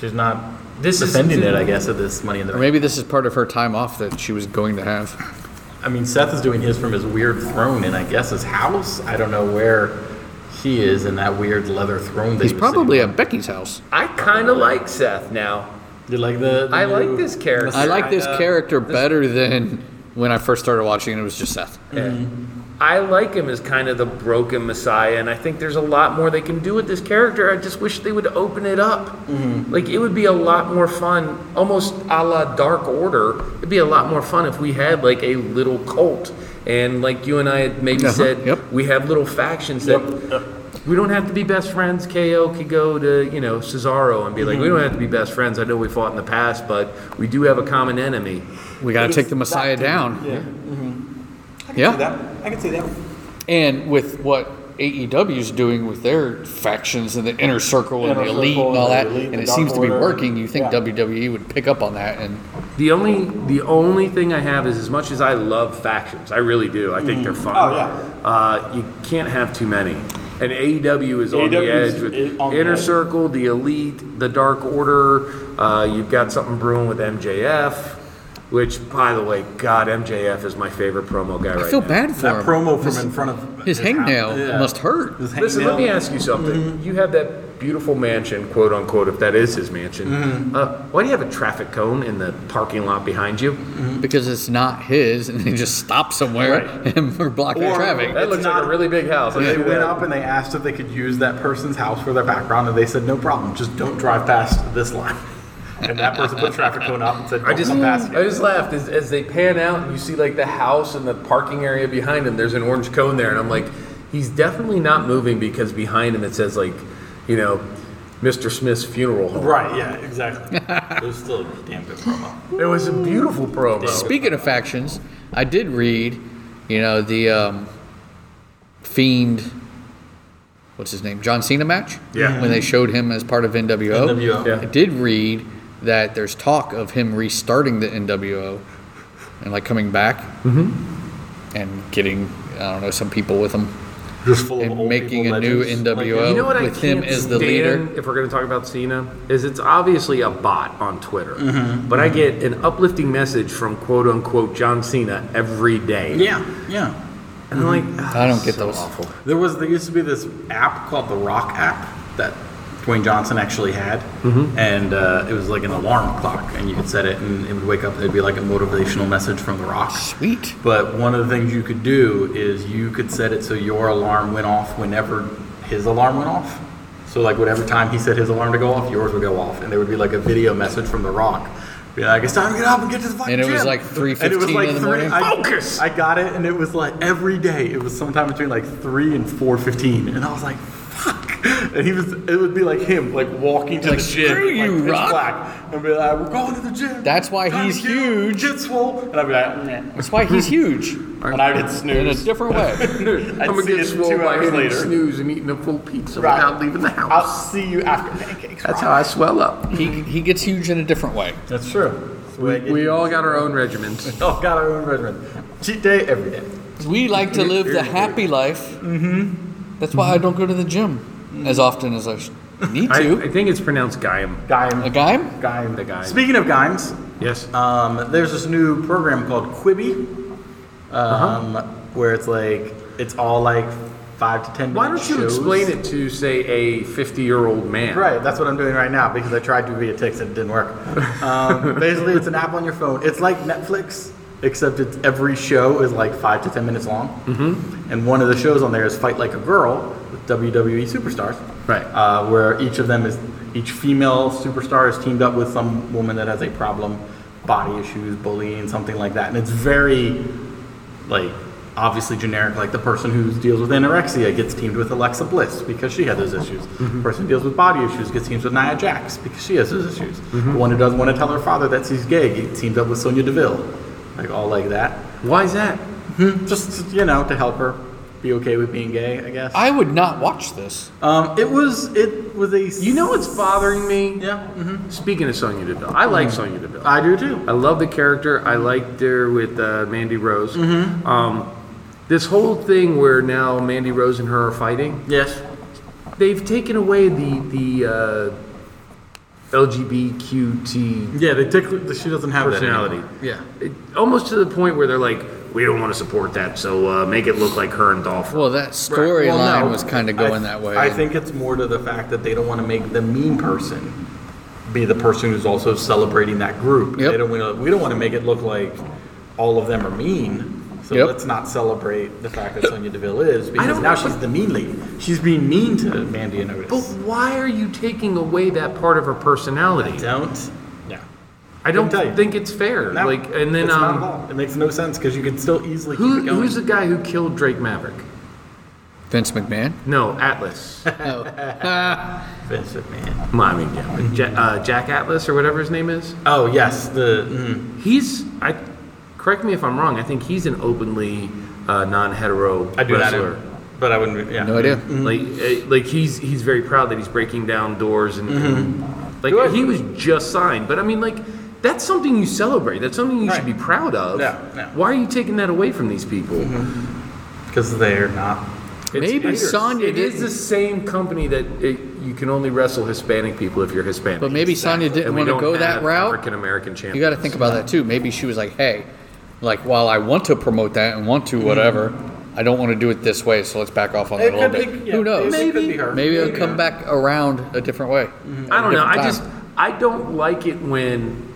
Speaker 3: She's not
Speaker 6: This is-
Speaker 3: defending it, I guess, at this Money in
Speaker 4: Or
Speaker 3: the Bank.
Speaker 4: maybe this is part of her time off that she was going to have.
Speaker 3: I mean, Seth is doing his from his weird throne in, I guess, his house. I don't know where he is in that weird leather throne. That
Speaker 4: He's
Speaker 3: he was
Speaker 4: probably
Speaker 3: sitting
Speaker 4: at Becky's house.
Speaker 6: I kind of like Seth now.
Speaker 3: on. You like the? the
Speaker 6: I like
Speaker 3: new-
Speaker 6: this character.
Speaker 4: I like this
Speaker 6: I, uh,
Speaker 4: character better than when I first started watching. and It was just Seth.
Speaker 6: I like him as kind of the broken messiah, and I think there's a lot more they can do with this character. I just wish they would open it up.
Speaker 4: Mm-hmm.
Speaker 6: Like it would be a lot more fun, almost a la Dark Order. It'd be a lot more fun if we had like a little cult, and like you and I had maybe
Speaker 4: Uh-huh,
Speaker 6: said,
Speaker 4: yep.
Speaker 6: we have little factions that. We don't have to be best friends. KO could go to you know Cesaro and be like, we
Speaker 4: Mm-hmm.
Speaker 6: don't have to be best friends. I know we fought in the past, but we do have a common enemy.
Speaker 4: We got to take the Messiah down. Yeah.
Speaker 7: See
Speaker 4: Yeah.
Speaker 7: that? I can see that.
Speaker 4: And with what AEW is doing with their factions and the inner circle and
Speaker 3: Inner
Speaker 4: the elite
Speaker 3: Circle
Speaker 4: and all
Speaker 3: and
Speaker 4: that,
Speaker 3: the Elite,
Speaker 4: and
Speaker 3: the
Speaker 4: it seems to be
Speaker 3: Dark Order.
Speaker 4: working, you think
Speaker 3: Yeah.
Speaker 4: WWE would pick up on that. And
Speaker 6: The only the only thing I have is as much as I love factions, I really do. I think they're fun.
Speaker 7: Oh, yeah.
Speaker 6: Uh, you can't have too many. And AEW is on the
Speaker 7: AEW E is
Speaker 6: edge with
Speaker 7: i- on the
Speaker 6: Inner
Speaker 7: edge.
Speaker 6: Circle, the Elite, the Dark Order. Uh, you've got something brewing with MJF. Which, by the way, God, MJF is my favorite promo guy
Speaker 4: I
Speaker 6: right
Speaker 4: feel
Speaker 6: now.
Speaker 4: bad for
Speaker 3: That
Speaker 4: him.
Speaker 3: promo from in front of
Speaker 4: His hangnail
Speaker 3: Yeah.
Speaker 4: must hurt.
Speaker 3: His
Speaker 6: Listen, let
Speaker 3: hangnail.
Speaker 6: me ask you something. You have that beautiful mansion, quote unquote, if that is his mansion. Uh, why do you have a traffic cone in the parking lot behind you?
Speaker 4: because it's not his, and they just stop somewhere and we're blocking
Speaker 3: Or-
Speaker 4: traffic.
Speaker 6: That
Speaker 3: It's
Speaker 6: looks like
Speaker 3: not-
Speaker 6: a really big house. I'll
Speaker 3: They
Speaker 6: tell you
Speaker 3: went
Speaker 6: that.
Speaker 3: up and they asked if they could use that person's house for their background, and they said no problem. Just don't drive past this line. And that person put a traffic cone up and said,
Speaker 6: I just,
Speaker 3: come past
Speaker 6: I
Speaker 3: it.
Speaker 6: just laughed as, as they pan out. You see like the house and the parking area behind him. There's an orange cone there, and I'm like, he's definitely not moving because behind him it says like, you know, Mr. Smith's funeral home.
Speaker 3: Right? Yeah, exactly. it was still a damn good promo.
Speaker 6: It was a beautiful promo.
Speaker 4: Speaking of factions, I did read, you know, the um, Fiend, what's his name? John Cena match?
Speaker 3: Yeah.
Speaker 6: Mm-hmm.
Speaker 4: When they showed him as part of NWO.
Speaker 3: NWO. Yeah.
Speaker 4: I did read that there's talk of him restarting the NWO and like coming back
Speaker 6: Mm-hmm.
Speaker 4: and getting, I don't know, some people with him
Speaker 3: Just full
Speaker 4: and making a new NWO
Speaker 6: You know what
Speaker 4: Oh, with
Speaker 6: I
Speaker 4: him
Speaker 6: can't
Speaker 4: as the
Speaker 6: stand,
Speaker 4: leader.
Speaker 6: If we're going to talk about Cena, is it's obviously a bot on Twitter,
Speaker 4: Mm-hmm.
Speaker 6: but I get an uplifting message from quote unquote John Cena every day.
Speaker 3: Yeah, yeah.
Speaker 6: and I'm like, "Ah,
Speaker 4: I don't get
Speaker 6: so
Speaker 4: those.
Speaker 6: Awful.
Speaker 3: There was there used to be this app called the Rock app that Dwayne Johnson actually had, and uh, it was like an alarm clock, and you could set it, and it would wake up. There'd be like a motivational message from the Rock.
Speaker 4: Sweet.
Speaker 3: But one of the things you could do is you could set it so your alarm went off whenever his alarm went off. So like whatever time he set his alarm to go off, yours would go off, and there would be like a video message from the Rock. Be like, it's time to get up and get to the fucking
Speaker 4: And it was
Speaker 3: gym."
Speaker 4: like
Speaker 3: And it was
Speaker 4: 3:15
Speaker 3: like
Speaker 4: in the
Speaker 3: three-
Speaker 4: morning?
Speaker 3: I,
Speaker 6: Focus!
Speaker 3: I got it, and it was like every day. It was sometime between like three and four fifteen, and I was like, "Fuck!" And he was. It would be like him, like walking to
Speaker 4: Like,
Speaker 3: the gym,
Speaker 4: "Screw
Speaker 3: like
Speaker 4: you,
Speaker 3: pitch
Speaker 4: Rock."
Speaker 3: black, and be like, "We're going to the gym."
Speaker 4: That's why
Speaker 3: Time to
Speaker 4: he's
Speaker 3: get up,
Speaker 4: huge.
Speaker 3: Get swole, and I'd be like, "Meh."
Speaker 4: That's why he's huge
Speaker 3: and I did
Speaker 4: in a
Speaker 3: snooze.
Speaker 4: different way.
Speaker 3: I'd
Speaker 6: I'm gonna
Speaker 3: see
Speaker 6: get
Speaker 3: it
Speaker 6: swole
Speaker 3: two
Speaker 6: by
Speaker 3: hours
Speaker 6: hitting
Speaker 3: later.
Speaker 6: snooze and eating a full pizza
Speaker 3: Right.
Speaker 6: without leaving the house.
Speaker 3: I'll see you after pancakes.
Speaker 6: That's how I swell up.
Speaker 4: He, he gets huge in a different way.
Speaker 3: That's true.
Speaker 6: We all got our own regimens.
Speaker 3: all got our own regimen. Cheat day every day.
Speaker 4: We like to live the happy life. Mm-hmm. That's why I don't go to the gym
Speaker 3: Mm-hmm.
Speaker 4: as often as I sh- need
Speaker 6: I,
Speaker 4: to.
Speaker 6: I think it's pronounced Gaim.
Speaker 4: A
Speaker 3: Gaim.
Speaker 4: guy?
Speaker 3: Gaim.
Speaker 6: The Gaim.
Speaker 3: Speaking of Gaims,
Speaker 6: Yes.
Speaker 3: um, there's this new program called Quibi,
Speaker 6: Uh-huh.
Speaker 3: um, where it's like it's all like five to ten.
Speaker 6: Why
Speaker 3: minute
Speaker 6: don't you
Speaker 3: shows.
Speaker 6: explain it to say a 50 year old man?
Speaker 3: Right, that's what I'm doing right now because I tried to via text and it didn't work. Um, basically, it's an app on your phone. It's like Netflix, except it's every show is like five to ten minutes long. Mm-hmm. And one of the shows on there is Fight Like a Girl with WWE superstars.
Speaker 6: Right.
Speaker 3: Uh, where each of them is each female superstar is teamed up with some woman that has a problem, body issues, bullying, something like that. And it's very like obviously generic like the person who deals with anorexia gets teamed with alexa bliss because she had those issues
Speaker 6: Mm-hmm.
Speaker 3: the person who deals with body issues gets teamed with nia jax because she has those issues
Speaker 6: Mm-hmm.
Speaker 3: the one who doesn't want to tell her father that she's gay gets teamed up with sonia deville like all like that
Speaker 6: Why is that?
Speaker 3: just you know to help her be okay with being gay i guess
Speaker 4: I would not watch this.
Speaker 3: um, it was it was a
Speaker 6: You know what's bothering me?
Speaker 3: yeah mhm.
Speaker 6: Speaking of Sonya Deville, I like
Speaker 4: Mm-hmm.
Speaker 6: Sonya Deville. I,
Speaker 3: i do too
Speaker 6: love the character. I liked her with uh, Mandy Rose.
Speaker 4: Mm-hmm.
Speaker 6: Um, this whole thing where now Mandy Rose and her are fighting,
Speaker 3: yes
Speaker 6: they've taken away the the uh, LGBTQT
Speaker 3: yeah they took she doesn't have
Speaker 6: personality.
Speaker 3: that anymore. yeah
Speaker 6: It- almost to the point where they're like, we don't want to support that, so uh, make it look like her and Dolph.
Speaker 4: Well, that storyline
Speaker 3: Well, no.
Speaker 4: was kind of
Speaker 3: I-
Speaker 4: going that way.
Speaker 3: I
Speaker 4: and
Speaker 3: think it's more to the fact that they don't want to make the mean person be the person who's also celebrating that group.
Speaker 4: Yep.
Speaker 3: They don't want to, we don't want to make it look like all of them are mean. So
Speaker 4: Yep.
Speaker 3: let's not celebrate the fact that Sonya Deville is because
Speaker 6: don't
Speaker 3: now
Speaker 6: know,
Speaker 3: she's
Speaker 6: but-
Speaker 3: the mean lady. She's being mean to Mandy and Otis.
Speaker 6: But why are you taking away that part of her personality?
Speaker 3: don't. Yeah.
Speaker 6: I don't
Speaker 3: Couldn't tell you.
Speaker 6: think it's fair.
Speaker 3: No,
Speaker 6: like, and then
Speaker 3: it's not
Speaker 6: um,
Speaker 3: at all. it makes no sense because you can still easily
Speaker 6: who,
Speaker 3: keep it going.
Speaker 6: who's the guy who killed Drake Maverick?
Speaker 4: Vince McMahon.
Speaker 6: No, Atlas.
Speaker 3: Vince McMahon.
Speaker 6: Well, I mean, yeah, but Ja- uh, Jack Atlas or whatever his name is.
Speaker 3: Oh yes, the mm,
Speaker 6: He's I. Correct me if I'm wrong. I think he's an openly uh, non-hetero
Speaker 3: I do that,
Speaker 6: wrestler.
Speaker 3: but I wouldn't. Yeah.
Speaker 4: No idea.
Speaker 3: Mm-hmm.
Speaker 6: Like, uh, like he's he's very proud that he's breaking down doors and,
Speaker 3: Mm-hmm.
Speaker 6: and like he was just signed. But I mean, like that's something you celebrate. That's something you should be
Speaker 3: Right.
Speaker 6: proud of.
Speaker 3: Yeah, yeah. Mm-hmm.
Speaker 6: Why are you taking that away from these people?
Speaker 3: because they're not
Speaker 6: It's
Speaker 4: Maybe
Speaker 6: haters.
Speaker 4: Sonya
Speaker 6: It is
Speaker 4: didn't-
Speaker 6: the same company that it you can only wrestle Hispanic people if you're Hispanic.
Speaker 4: But maybe Sonya didn't
Speaker 6: And we
Speaker 4: wanna
Speaker 6: don't
Speaker 4: go that
Speaker 6: have
Speaker 4: route.
Speaker 6: African American champions.
Speaker 4: You got to think about that too. Maybe she was like, "Hey, like while I want to promote that and want to whatever, I don't want to do it this way. So let's back off on that
Speaker 3: Mm-hmm. It
Speaker 4: a little
Speaker 3: could
Speaker 4: bit.
Speaker 3: be- yeah,
Speaker 4: Who knows?
Speaker 3: it could be her.
Speaker 4: Maybe it'll
Speaker 3: Yeah.
Speaker 4: come back around a different way.
Speaker 6: I don't know.
Speaker 4: different
Speaker 6: I
Speaker 4: time.
Speaker 6: just I don't like it when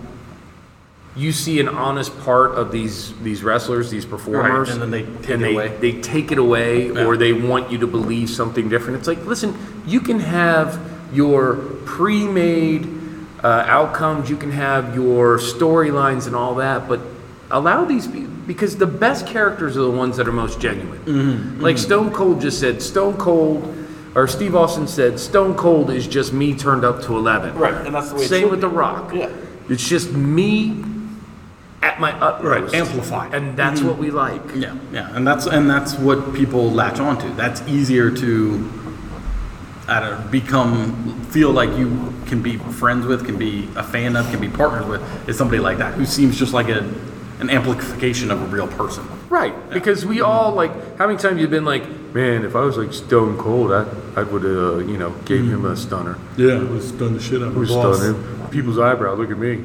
Speaker 6: you see an honest part of these these wrestlers, these performers,
Speaker 3: and then they take
Speaker 6: and
Speaker 3: it
Speaker 6: they-
Speaker 3: away.
Speaker 6: They take it away, or they want you to believe something different. It's like, listen, you can have your pre-made uh, outcomes, you can have your storylines and all that, but allow these people because the best characters are the ones that are most genuine.
Speaker 3: Mm-hmm.
Speaker 6: Like Stone Cold just said, Stone Cold. Or Steve Austin said, "Stone Cold is just me turned up to 11."
Speaker 3: Right, and that's the way it
Speaker 6: Same
Speaker 3: should
Speaker 6: with The Rock.
Speaker 3: Yeah.
Speaker 6: it's just me at my utmost,
Speaker 3: amplified. Mm-hmm.
Speaker 6: and that's what we like.
Speaker 3: Yeah, yeah, and that's and that's what people latch onto. That's easier to, I don't know, become feel like you can be friends with, can be a fan of, can be partnered with is somebody like that who seems just like a an amplification of a real person.
Speaker 6: Right, because we
Speaker 3: Mm-hmm.
Speaker 6: all like. How many times you've been like, man, if I was like Stone Cold, I I would uh, you know gave him a stunner.
Speaker 3: Yeah, it was done the shit out
Speaker 6: I would stun him. People's eyebrow. Look at me.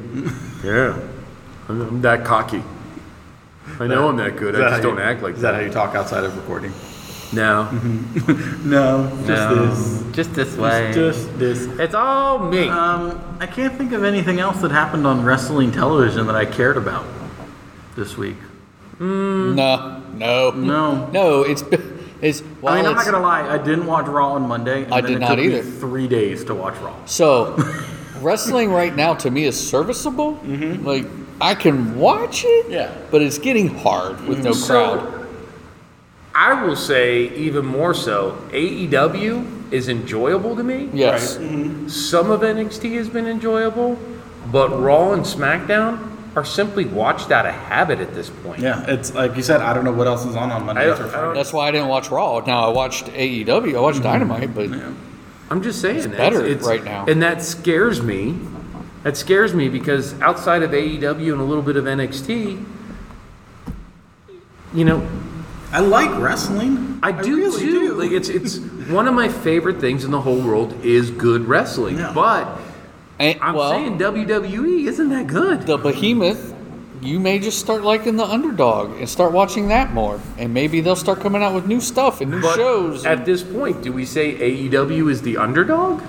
Speaker 6: yeah, I'm, I'm that cocky. I know I'm that good. I just don't act like
Speaker 3: Is that
Speaker 6: that.
Speaker 3: how you talk outside of recording?
Speaker 6: No,
Speaker 3: No, just
Speaker 8: No, just this way.
Speaker 3: Just this.
Speaker 6: it's all me.
Speaker 3: Um, I can't think of anything else that happened on wrestling television that I cared about this week. Mm-hmm.
Speaker 4: No, no,
Speaker 3: No.
Speaker 4: no. It's it's. Well,
Speaker 3: I mean, I'm not
Speaker 4: it's-
Speaker 3: gonna lie. I didn't watch Raw on Monday. And
Speaker 4: I
Speaker 3: then
Speaker 4: did
Speaker 3: it
Speaker 4: not
Speaker 3: took me
Speaker 4: either.
Speaker 3: three days to watch Raw.
Speaker 4: So, wrestling right now to me is serviceable. Mm-hmm. Like I can watch it.
Speaker 3: Yeah. Mm-hmm.
Speaker 4: But it's getting hard with no crowd.
Speaker 6: I will say even more so. E AEW is enjoyable to me.
Speaker 4: Yes.
Speaker 6: Some of NXT has been enjoyable, but Raw and SmackDown are simply watched out of habit at this point.
Speaker 3: Yeah, it's like you said. I don't know what else is on on Monday.
Speaker 6: I don't- I don't-
Speaker 4: That's why I didn't watch Raw. Now I watched AEW. I watched
Speaker 3: Mm-hmm.
Speaker 4: Dynamite, but
Speaker 6: I'm just saying, it's
Speaker 4: better right now.
Speaker 6: and that scares me. That scares me because outside of AEW and a little bit of NXT, you know,
Speaker 3: I like wrestling.
Speaker 6: I do
Speaker 3: really
Speaker 6: too.
Speaker 3: do.
Speaker 6: Like it's it's one of my favorite things in the whole world is good wrestling,
Speaker 3: Yeah.
Speaker 6: but
Speaker 4: and,
Speaker 6: I'm
Speaker 4: eh, well,
Speaker 6: saying WWE isn't that good.
Speaker 4: the behemoth. You may just start liking the underdog and start watching that more, and maybe they'll start coming out with new stuff and new
Speaker 6: But
Speaker 4: shows.
Speaker 6: at this point, do we say AEW is the underdog?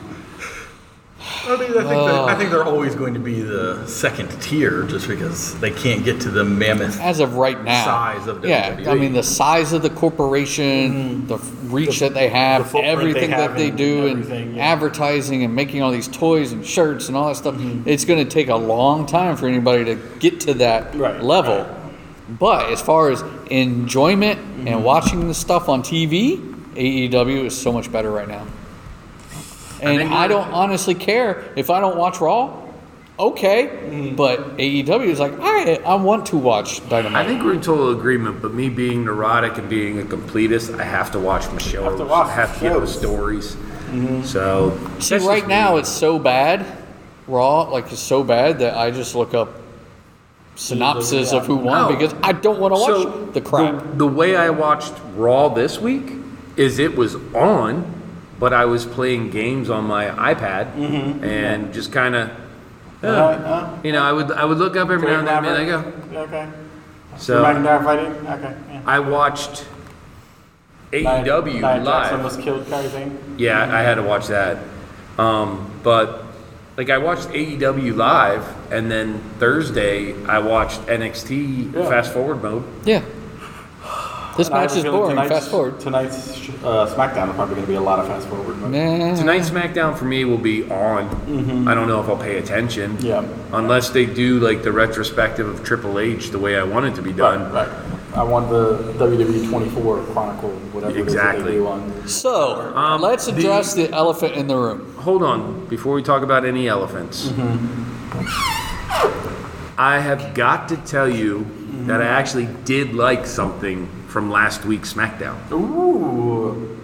Speaker 3: I mean, I think, that, I think they're always going to be the second tier, just because they can't get to the mammoth.
Speaker 4: as of right now,
Speaker 3: Size of
Speaker 4: yeah, I
Speaker 8: E.
Speaker 3: WWE.
Speaker 4: mean the size of the corporation, the f- reach that they have,
Speaker 8: Mm-hmm. footprint they
Speaker 4: everything that
Speaker 8: have
Speaker 4: they
Speaker 8: and
Speaker 4: do,
Speaker 8: everything,
Speaker 4: and
Speaker 8: yeah.
Speaker 4: advertising and making all these toys and shirts and all that stuff.
Speaker 8: Mm-hmm.
Speaker 4: It's going to take a long time for anybody to get to that
Speaker 8: Right,
Speaker 4: level. But as far as enjoyment
Speaker 8: Mm-hmm.
Speaker 4: and watching the stuff on TV, AEW E is so much better right now. And I don't honestly care if I don't watch Raw. Okay,
Speaker 8: Mm-hmm.
Speaker 4: but AEW is like I I want to watch Dynamite.
Speaker 6: I think we're in total agreement, but me being neurotic and being a completist, I have to watch my shows.
Speaker 8: to watch
Speaker 6: I have to get the
Speaker 8: shows. Mm-hmm.
Speaker 6: stories. So
Speaker 4: See,
Speaker 6: that's
Speaker 4: right
Speaker 6: just
Speaker 4: now
Speaker 6: me.
Speaker 4: it's so bad, raw, like it's so bad that I just look up synopsis of who won
Speaker 6: Oh.
Speaker 4: because I don't want to watch
Speaker 6: so
Speaker 4: the crap.
Speaker 6: The, the way I watched Raw this week is it was on, but I was playing games on my iPad and just kind of. you know, I would I would look up every now and then and be like, oh.
Speaker 8: Okay.
Speaker 6: so
Speaker 8: McIntyre fighting? Okay. yeah.
Speaker 6: I watched AEW
Speaker 8: Nia
Speaker 6: live.
Speaker 8: Jackson was killed, kind of thing.
Speaker 6: Yeah, I had to watch that. Um, but like I watched AEW live, and then Thursday I watched NXT
Speaker 8: Yeah.
Speaker 6: fast forward mode.
Speaker 4: Yeah. This
Speaker 8: And I have
Speaker 4: match
Speaker 8: a
Speaker 4: is
Speaker 8: feeling
Speaker 4: boring.
Speaker 8: tonight's-
Speaker 4: Fast forward.
Speaker 8: Tonight's sh- uh, SmackDown is probably going to be a lot of fast forward. but-
Speaker 4: Nah.
Speaker 6: Tonight's SmackDown for me will be on. I don't know if I'll pay attention.
Speaker 8: Mm-hmm. Yeah.
Speaker 6: Unless they do like the retrospective of Triple H the way I want it to be done.
Speaker 8: Right. I want the WWE 24 Chronicle, whatever it is that
Speaker 6: Exactly.
Speaker 8: they do on.
Speaker 4: So
Speaker 8: um,
Speaker 4: let's address the, elephant in the room.
Speaker 6: Hold on, before we talk about any elephants. I have got to tell you
Speaker 8: Mm-hmm.
Speaker 6: that I actually did like something from last week's SmackDown.
Speaker 8: Ooh.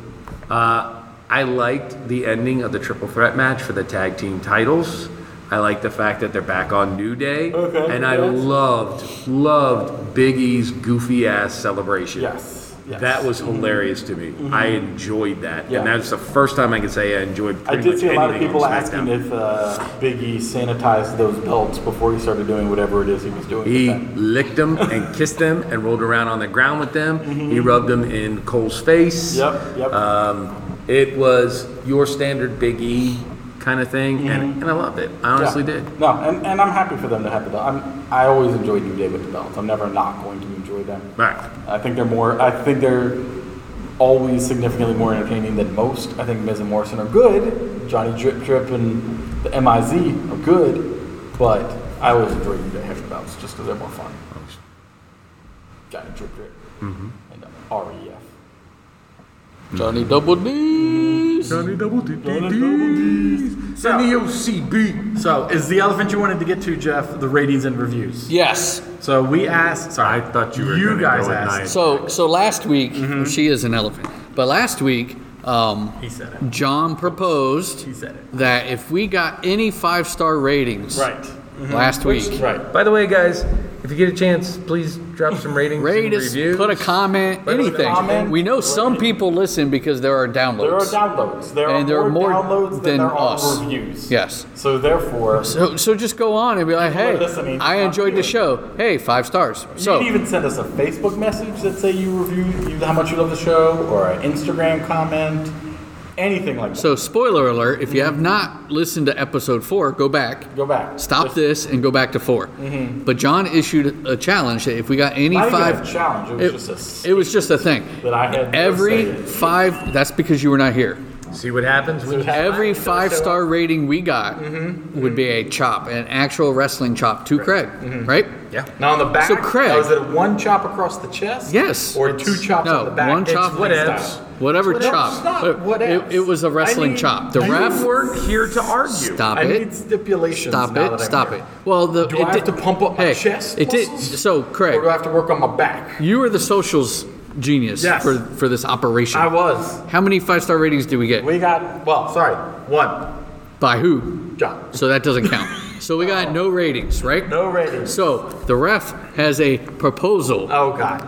Speaker 6: I liked the ending of the triple threat match for the tag team titles. I like the fact that they're back on New Day.
Speaker 8: Okay,
Speaker 6: and I
Speaker 8: yes.
Speaker 6: loved, loved Big E's goofy ass celebration.
Speaker 8: Yes.
Speaker 5: That was hilarious to me.
Speaker 8: Mm-hmm.
Speaker 5: I enjoyed that,
Speaker 8: Yeah.
Speaker 5: and that's the first time I can say I enjoyed.
Speaker 8: I
Speaker 5: Pretty
Speaker 8: did
Speaker 5: much
Speaker 8: see a lot of
Speaker 5: anything on
Speaker 8: people
Speaker 5: SmackDown.
Speaker 8: asking if uh, Big E sanitized those belts before he started doing whatever it is he was doing. with
Speaker 5: He
Speaker 8: them.
Speaker 5: licked them and kissed them and rolled around on the ground with them. He rubbed them in Cole's face.
Speaker 8: Mm-hmm. Yep, yep.
Speaker 5: Um, it was your standard Big E kind of thing,
Speaker 3: Mm-hmm.
Speaker 5: and, and I loved it. I honestly
Speaker 8: Yeah.
Speaker 5: did.
Speaker 8: No, and, and I'm happy for them to have the belt. I'm, I always enjoy New Day with the belts. I'm never not going to enjoy them.
Speaker 5: Right.
Speaker 8: I think they're more. I think they're always significantly more entertaining than most. I think Miz and Morrison are good. Johnny Drip Drip and the Miz are good, but I always enjoy New Day heavy belts just because they're more fun. Johnny Drip Drip and REF.
Speaker 4: Johnny Double
Speaker 8: Mm-hmm.
Speaker 4: D's.
Speaker 3: Send the OCB. So, is the elephant you wanted to get to, Jeff, the ratings and reviews?
Speaker 4: Yes.
Speaker 3: So we asked. Sorry, I thought you were. You guys asked.
Speaker 4: So so last week
Speaker 8: Mm-hmm.
Speaker 4: she is an elephant. But last week, um,
Speaker 3: He said it.
Speaker 4: John proposed
Speaker 3: He said it.
Speaker 4: that if we got any five star ratings
Speaker 3: Right.
Speaker 8: Mm-hmm.
Speaker 4: last week,
Speaker 3: Right.
Speaker 6: By the way, guys, if you get a chance, please drop some ratings,
Speaker 4: rate
Speaker 6: and
Speaker 4: us,
Speaker 6: reviews.
Speaker 4: put a comment,
Speaker 6: Put us a
Speaker 4: anything.
Speaker 8: comment.
Speaker 4: we know some people listen because there are
Speaker 8: There are
Speaker 4: downloads.
Speaker 8: downloads. There
Speaker 4: And there
Speaker 8: are
Speaker 4: are
Speaker 8: more,
Speaker 4: more
Speaker 8: downloads than,
Speaker 4: than
Speaker 8: there are
Speaker 4: us.
Speaker 8: reviews.
Speaker 4: yes.
Speaker 8: So therefore,
Speaker 4: So, so just go on and be like,
Speaker 8: People are
Speaker 4: hey,
Speaker 8: listening.
Speaker 4: I enjoyed the show. Hey, five stars.
Speaker 8: you
Speaker 4: So,
Speaker 8: can even send us a Facebook message that say you review you, how much you love the show, or an Instagram comment, anything like that.
Speaker 4: so spoiler alert: if you have not listened to episode four, go back,
Speaker 8: Go back.
Speaker 4: stop this, and go back to 4 But John issued a challenge that if we got any
Speaker 8: Not even
Speaker 4: five,
Speaker 8: a challenge. It was just a s-
Speaker 4: it was just a thing.
Speaker 8: that I had. to
Speaker 4: Every
Speaker 8: say.
Speaker 4: five. That's because you were not here.
Speaker 6: See what happens when you
Speaker 4: Every five star rating we got would be a chop, an actual wrestling chop to Craig, right?
Speaker 3: Now on the back.
Speaker 4: So, Craig-
Speaker 3: now, is it one chop across the chest?
Speaker 4: Yes.
Speaker 3: Or two chops
Speaker 4: no,
Speaker 3: on the back.
Speaker 4: one chop,
Speaker 3: It's whatever.
Speaker 4: whatever chop.
Speaker 3: It's not
Speaker 4: It-
Speaker 3: what
Speaker 4: it,
Speaker 3: ifs.
Speaker 4: it was a wrestling
Speaker 3: I need-
Speaker 4: chop. The
Speaker 3: I need
Speaker 4: ref.
Speaker 3: work here to argue.
Speaker 4: Stop
Speaker 3: I
Speaker 4: it.
Speaker 3: need stipulations.
Speaker 4: Stop
Speaker 3: now
Speaker 4: it!
Speaker 3: that I'm
Speaker 4: Stop
Speaker 3: here.
Speaker 4: it! Well, the
Speaker 3: Do
Speaker 4: it
Speaker 3: I have
Speaker 4: did-
Speaker 3: to pump up my
Speaker 4: hey,
Speaker 3: chest
Speaker 4: It did.
Speaker 3: muscles?
Speaker 4: So,
Speaker 8: Or do I
Speaker 4: Craig,
Speaker 8: have to work on my back?
Speaker 4: you were the socials genius
Speaker 3: Yes.
Speaker 4: for for this operation.
Speaker 3: I was.
Speaker 4: How many five star ratings did we get?
Speaker 8: We got
Speaker 3: Well, sorry. One
Speaker 4: By who?
Speaker 8: John.
Speaker 4: So that doesn't count. so we got no ratings, right?
Speaker 3: No ratings.
Speaker 4: So the ref has a proposal.
Speaker 3: Oh God.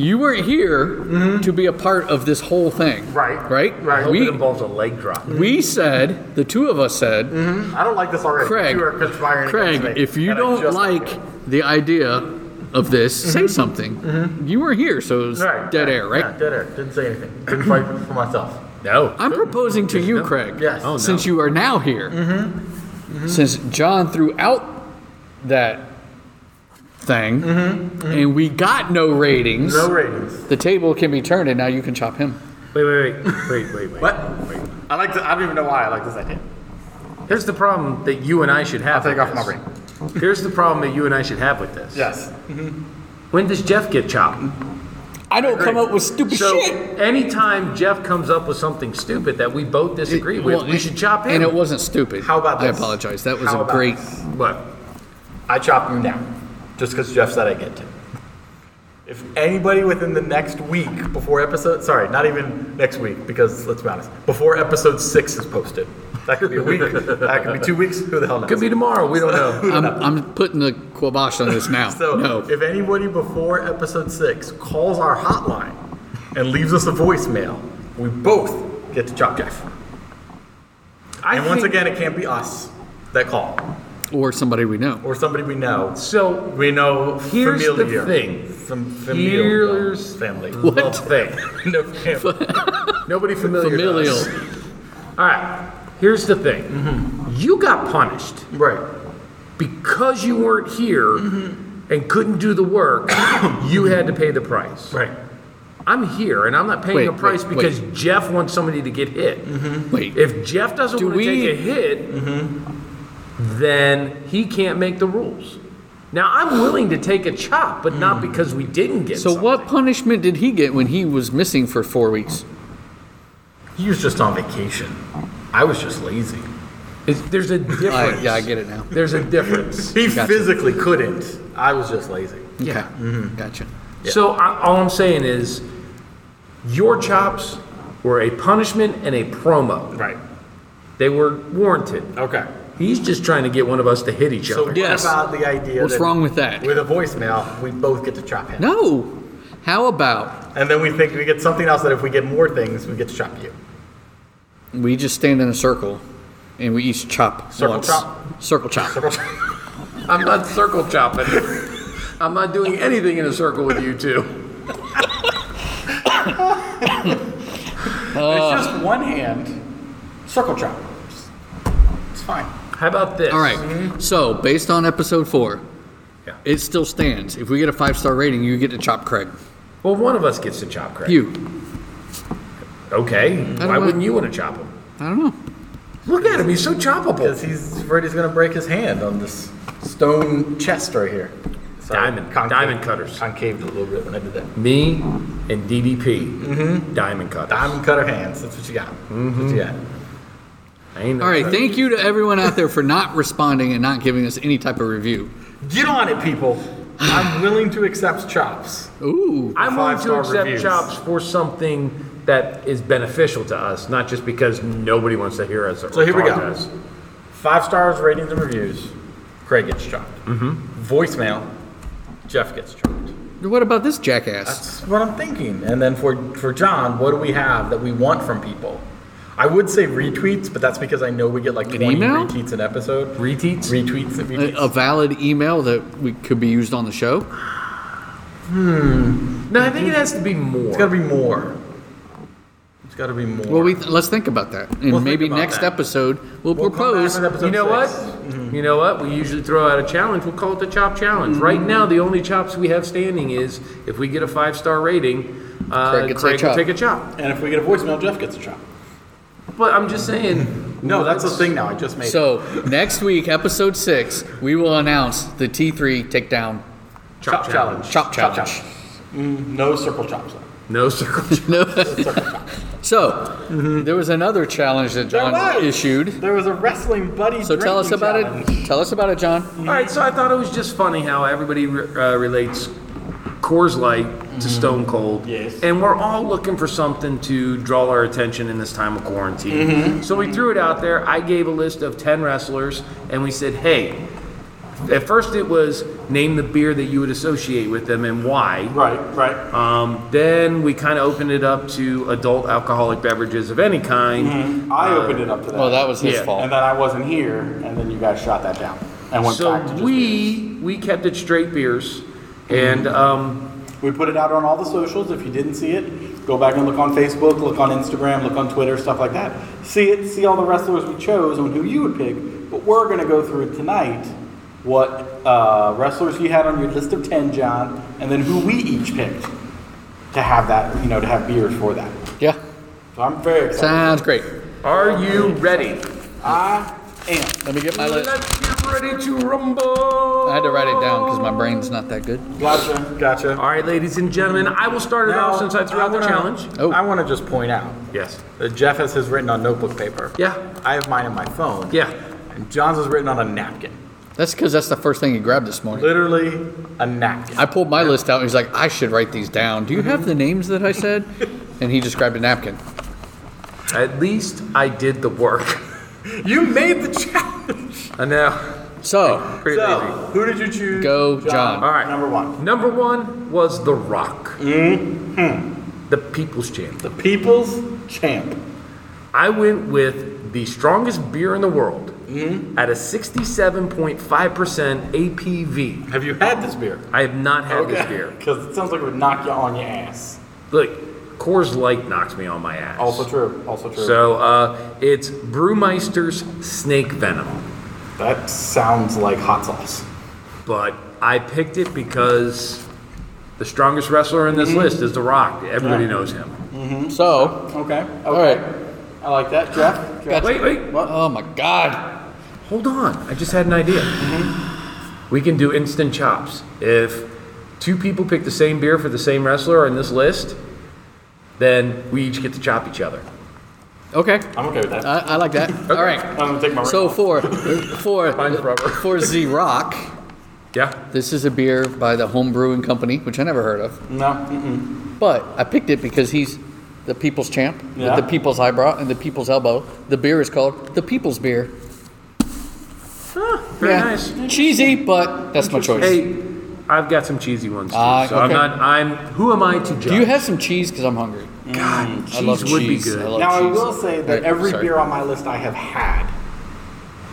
Speaker 4: You weren't here to be a part of this whole thing,
Speaker 3: Right.
Speaker 4: Right?
Speaker 3: Right.
Speaker 6: it
Speaker 4: We
Speaker 6: involves a leg drop.
Speaker 4: we said the two of us said,
Speaker 3: I don't like this already.
Speaker 4: Craig,
Speaker 3: you are conspiring
Speaker 4: Craig,
Speaker 3: against me,
Speaker 4: if you
Speaker 3: and I
Speaker 4: don't
Speaker 3: just-
Speaker 4: like the idea of this, say something. You were here, so it was
Speaker 3: Mm-hmm. Right,
Speaker 4: dead
Speaker 3: right,
Speaker 4: air, right?
Speaker 3: yeah, dead air. Didn't say anything. Didn't fight for myself.
Speaker 6: No.
Speaker 4: I'm proposing to you, Craig.
Speaker 3: Yes. Mm-hmm. Oh, no.
Speaker 4: Since you are now here, since John threw out that thing, and we got no ratings,
Speaker 3: Mm-hmm. No ratings.
Speaker 4: the table can be turned, and now you can chop him.
Speaker 6: Wait, wait, wait, wait, wait, wait.
Speaker 3: What? I like. To, I don't even know why I like this idea.
Speaker 6: Here's the problem that you and I should have.
Speaker 3: I'll take
Speaker 6: with
Speaker 3: off my
Speaker 6: this. Here's the problem that you and I should have with this.
Speaker 3: Yes.
Speaker 6: When does Jeff get chopped?
Speaker 4: I don't come up with stupid
Speaker 6: So
Speaker 4: shit.
Speaker 6: anytime Jeff comes up with something stupid that we both disagree with,
Speaker 4: Well,
Speaker 6: we should chop him.
Speaker 4: And it wasn't stupid.
Speaker 3: How about
Speaker 4: I
Speaker 3: this?
Speaker 4: apologize. That was
Speaker 3: How
Speaker 4: a
Speaker 3: about
Speaker 4: great.
Speaker 3: this?
Speaker 6: what?
Speaker 3: I chop him down, just because Jeff said I get to. If anybody within the next week before episode, sorry, not even next week, because let's be honest, before episode six is posted, that could be a week, that could be two weeks, who the hell knows?
Speaker 6: Could be tomorrow. We don't know.
Speaker 4: I'm, I'm putting the kibosh on this now.
Speaker 3: So
Speaker 4: no.
Speaker 3: if anybody before episode six calls our hotline and leaves us a voicemail, we both get to chop Jeff. and once
Speaker 6: think-
Speaker 3: again, it can't be us that call
Speaker 4: or somebody we know.
Speaker 3: or somebody we know.
Speaker 6: So
Speaker 3: We know
Speaker 6: Here's the
Speaker 3: familiar.
Speaker 6: thing.
Speaker 3: Some familial
Speaker 6: Here's-
Speaker 3: family.
Speaker 6: the
Speaker 4: What?
Speaker 6: thing.
Speaker 3: no family.
Speaker 6: Nobody familiar. to
Speaker 4: Familial.
Speaker 6: us. All right. Here's the thing.
Speaker 4: Mm-hmm.
Speaker 6: You got punished
Speaker 3: right.
Speaker 6: because you weren't here
Speaker 4: Mm-hmm.
Speaker 6: and couldn't do the work. you had to pay the price.
Speaker 3: Right.
Speaker 6: I'm here and I'm not paying
Speaker 4: Wait,
Speaker 6: a price
Speaker 4: wait,
Speaker 6: because Jeff wants somebody to get hit.
Speaker 4: Wait.
Speaker 6: If Jeff doesn't
Speaker 4: Do
Speaker 6: want to
Speaker 4: we- Mm-hmm.
Speaker 6: take a hit, then he can't make the rules. Now I'm willing to take a chop, but not because we didn't get.
Speaker 4: Mm. so
Speaker 6: something.
Speaker 4: what punishment did he get when he was missing for four weeks?
Speaker 3: He was just on vacation. I was just lazy.
Speaker 6: Is- there's a
Speaker 4: I,
Speaker 6: difference.
Speaker 4: yeah, I get it now.
Speaker 6: There's a difference.
Speaker 3: He
Speaker 4: Gotcha.
Speaker 3: physically couldn't. I was just lazy.
Speaker 4: Okay. Gotcha.
Speaker 6: So I, all I'm saying is, your chops were a punishment and a promo.
Speaker 3: Right.
Speaker 6: They were warranted.
Speaker 3: Okay.
Speaker 6: He's just trying to get one of us to hit each
Speaker 3: So
Speaker 6: other.
Speaker 4: Yes.
Speaker 3: what about the idea
Speaker 4: What's
Speaker 3: that
Speaker 4: wrong with that?
Speaker 3: with a voicemail, we both get to chop him?
Speaker 4: No. How about
Speaker 3: And then we think we get something else that if we get more things, we get to chop you.
Speaker 4: we just stand in a circle and we each chop
Speaker 3: Circle
Speaker 4: once?
Speaker 3: chop.
Speaker 4: Circle chop.
Speaker 6: I'm not circle chopping. I'm not doing anything in a circle with you two.
Speaker 8: it's just one hand, circle chop. It's fine.
Speaker 6: How about this?
Speaker 4: All right. So based on episode four,
Speaker 6: Yeah.
Speaker 4: it still stands. If we get a five star rating, you get to chop Craig.
Speaker 6: Well, one of us gets to chop Craig.
Speaker 4: You.
Speaker 6: Okay. Why
Speaker 4: wanna-
Speaker 6: wouldn't you want to chop him?
Speaker 4: I don't know.
Speaker 6: Look at him. He's so choppable.
Speaker 3: Because he's afraid he's going to break his hand on this stone chest right here. Sorry,
Speaker 6: Diamond. Diamond cutters.
Speaker 3: Concaved a little bit when I did that.
Speaker 6: Me and DDP.
Speaker 4: Mm-hmm.
Speaker 6: Diamond cut.
Speaker 3: Diamond cutter hands. That's what you got. That's what you got.
Speaker 6: I ain't no
Speaker 4: All right.
Speaker 6: cutter.
Speaker 4: Thank you to everyone out there for not responding and not giving us any type of review.
Speaker 3: Get on it, people. I'm willing to accept chops.
Speaker 4: Ooh.
Speaker 6: I'm willing to
Speaker 3: Five-star
Speaker 6: accept
Speaker 3: reviews.
Speaker 6: chops for something that is beneficial to us, not just because nobody wants to hear us.
Speaker 3: So here we go. Five stars, ratings, and reviews. Craig gets chopped.
Speaker 4: Mm-hmm.
Speaker 3: Voicemail. Jeff gets chopped.
Speaker 4: What about this jackass?
Speaker 3: That's what I'm thinking. And then for, for John, what do we have that we want from people? I would say retweets, but that's because I know we get like 20
Speaker 4: email? uh,
Speaker 3: retweets an episode.
Speaker 6: Reteats?
Speaker 3: Retweets.
Speaker 4: A,
Speaker 3: retweets.
Speaker 4: a valid email that we could be used on the show.
Speaker 6: No, I think
Speaker 4: Mm-hmm.
Speaker 6: it has to be more.
Speaker 3: It's got to be more. It's got to be more.
Speaker 4: Well, we let's think about that, and
Speaker 3: We'll
Speaker 4: maybe
Speaker 3: think about
Speaker 4: next
Speaker 3: that.
Speaker 4: episode we'll,
Speaker 3: We'll come back
Speaker 4: propose.
Speaker 3: with episode
Speaker 6: you know what? Mm-hmm.
Speaker 3: six.
Speaker 6: You know what? We usually throw out a challenge. We'll call it the Chop Challenge.
Speaker 4: Mm-hmm.
Speaker 6: Right now, the only chops we have standing is if we get a five star rating, uh,
Speaker 4: Craig
Speaker 6: Craig,
Speaker 4: gets a
Speaker 6: will
Speaker 4: chop.
Speaker 6: take a chop.
Speaker 3: And if we get a voicemail, Jeff gets a chop.
Speaker 6: But I'm just saying.
Speaker 3: No, that's the thing now. I just made it.
Speaker 4: So next week, episode six, we will announce the T three takedown
Speaker 3: Chop, challenge.
Speaker 4: chop challenge.
Speaker 3: No circle chops.
Speaker 6: No circle.
Speaker 4: So there was another challenge that John
Speaker 3: was.
Speaker 4: issued.
Speaker 3: There was a wrestling buddy.
Speaker 4: So tell us about it. Tell us about it, John.
Speaker 6: All right, so I thought it was just funny how everybody re- uh, relates Coors Light to Stone Cold.
Speaker 8: Mm-hmm. Yes.
Speaker 6: And we're all looking for something to draw our attention in this time of quarantine.
Speaker 8: Mm-hmm.
Speaker 6: So we threw it out there. I gave a list of 10 wrestlers, and we said, hey, at first it was name the beer that you would associate with them and why.
Speaker 8: Right, right.
Speaker 6: Um, then we kind of opened it up to adult alcoholic beverages of any kind.
Speaker 8: I opened it up to that.
Speaker 4: Well, that was his
Speaker 6: Yeah.
Speaker 8: And
Speaker 4: fault.
Speaker 8: then I wasn't here, and then you guys shot that down. And went
Speaker 6: So
Speaker 8: back to just
Speaker 6: we
Speaker 8: beers.
Speaker 6: we kept it straight beers, and um,
Speaker 8: we put it out on all the socials. If you didn't see it, go back and look on Facebook, look on Instagram, look on Twitter, stuff like that. See it, see all the wrestlers we chose and who you would pick. But we're gonna go through tonight what uh, wrestlers you had on your list of ten, John, and then who we each picked to have that, you know, to have beers for that.
Speaker 4: Yeah,
Speaker 8: So I'm very excited.
Speaker 4: sounds great.
Speaker 6: Are you ready?
Speaker 8: I am.
Speaker 4: Let me get my list.
Speaker 6: Let's get ready to rumble.
Speaker 4: I had to write it down because my brain's not that good.
Speaker 8: Gotcha.
Speaker 3: Gotcha.
Speaker 6: All right, ladies and gentlemen, I will start it off since I threw out the challenge.
Speaker 4: Oh.
Speaker 3: I want to just point out
Speaker 6: Yes.
Speaker 3: that Uh, Jeff has his written on notebook paper.
Speaker 6: Yeah.
Speaker 3: I have mine on my phone.
Speaker 6: Yeah.
Speaker 3: And John's is written on a napkin.
Speaker 4: That's because that's the first thing you grabbed this morning.
Speaker 3: Literally a napkin.
Speaker 4: I pulled my list out and he's like, I should write these down. Do you have the names that I said? And he just grabbed a napkin.
Speaker 6: At least I did the work.
Speaker 3: You made the challenge.
Speaker 6: I know.
Speaker 4: So
Speaker 6: Pretty
Speaker 3: So,
Speaker 6: lazy.
Speaker 3: who did you choose?
Speaker 4: go, John.
Speaker 6: All right.
Speaker 8: Number one.
Speaker 6: Number one was The Rock. The People's Champ.
Speaker 8: The People's Champ.
Speaker 6: I went with the strongest beer in the world at a 67.5% APV.
Speaker 3: Have you had this beer?
Speaker 6: I have not had this beer.
Speaker 8: Because it sounds like it would knock you on your ass.
Speaker 6: Look, Coors Light knocks me on my ass.
Speaker 8: Also true. Also true.
Speaker 6: So uh, it's Brewmeister's Snake Venom,
Speaker 8: that sounds like hot sauce.
Speaker 6: but I picked it because the strongest wrestler in this list is The Rock. Everybody knows him.
Speaker 4: So,
Speaker 8: Okay. Okay.
Speaker 4: all right.
Speaker 8: I like that, Jeff. Jeff.
Speaker 6: Wait, wait,
Speaker 4: Oh my God.
Speaker 6: hold on. I just had an idea.
Speaker 4: Mm-hmm.
Speaker 6: We can do instant chops. If two people pick the same beer for the same wrestler on this list, then we each get to chop each other.
Speaker 4: Okay.
Speaker 8: I'm okay with that.
Speaker 4: I, I like that. All right.
Speaker 8: I'm gonna take my ring
Speaker 4: So
Speaker 8: off.
Speaker 4: for for
Speaker 6: Mine's rubber.
Speaker 4: for Z Rock,
Speaker 6: Yeah.
Speaker 4: this is a beer by the Home Brewing Company, which I never heard of.
Speaker 8: no, mm-mm.
Speaker 4: But I picked it because he's the people's champ, with
Speaker 8: Yeah.
Speaker 4: the people's eyebrow, and the people's elbow. The beer is called the People's Beer.
Speaker 6: Very
Speaker 4: Yeah.
Speaker 6: nice.
Speaker 4: Cheesy, but that's my choice.
Speaker 6: Hey, I've got some cheesy ones too.
Speaker 4: Ah,
Speaker 6: so I'm
Speaker 4: okay.
Speaker 6: not. I'm. Who am I to judge?
Speaker 4: Do you have some cheese? Because I'm hungry.
Speaker 6: God, cheese
Speaker 4: I love
Speaker 6: would
Speaker 4: cheese.
Speaker 6: be good.
Speaker 4: I love
Speaker 3: Now, I
Speaker 4: cheese.
Speaker 3: will say that
Speaker 4: Right,
Speaker 3: every
Speaker 4: sorry.
Speaker 3: beer on my list I have had.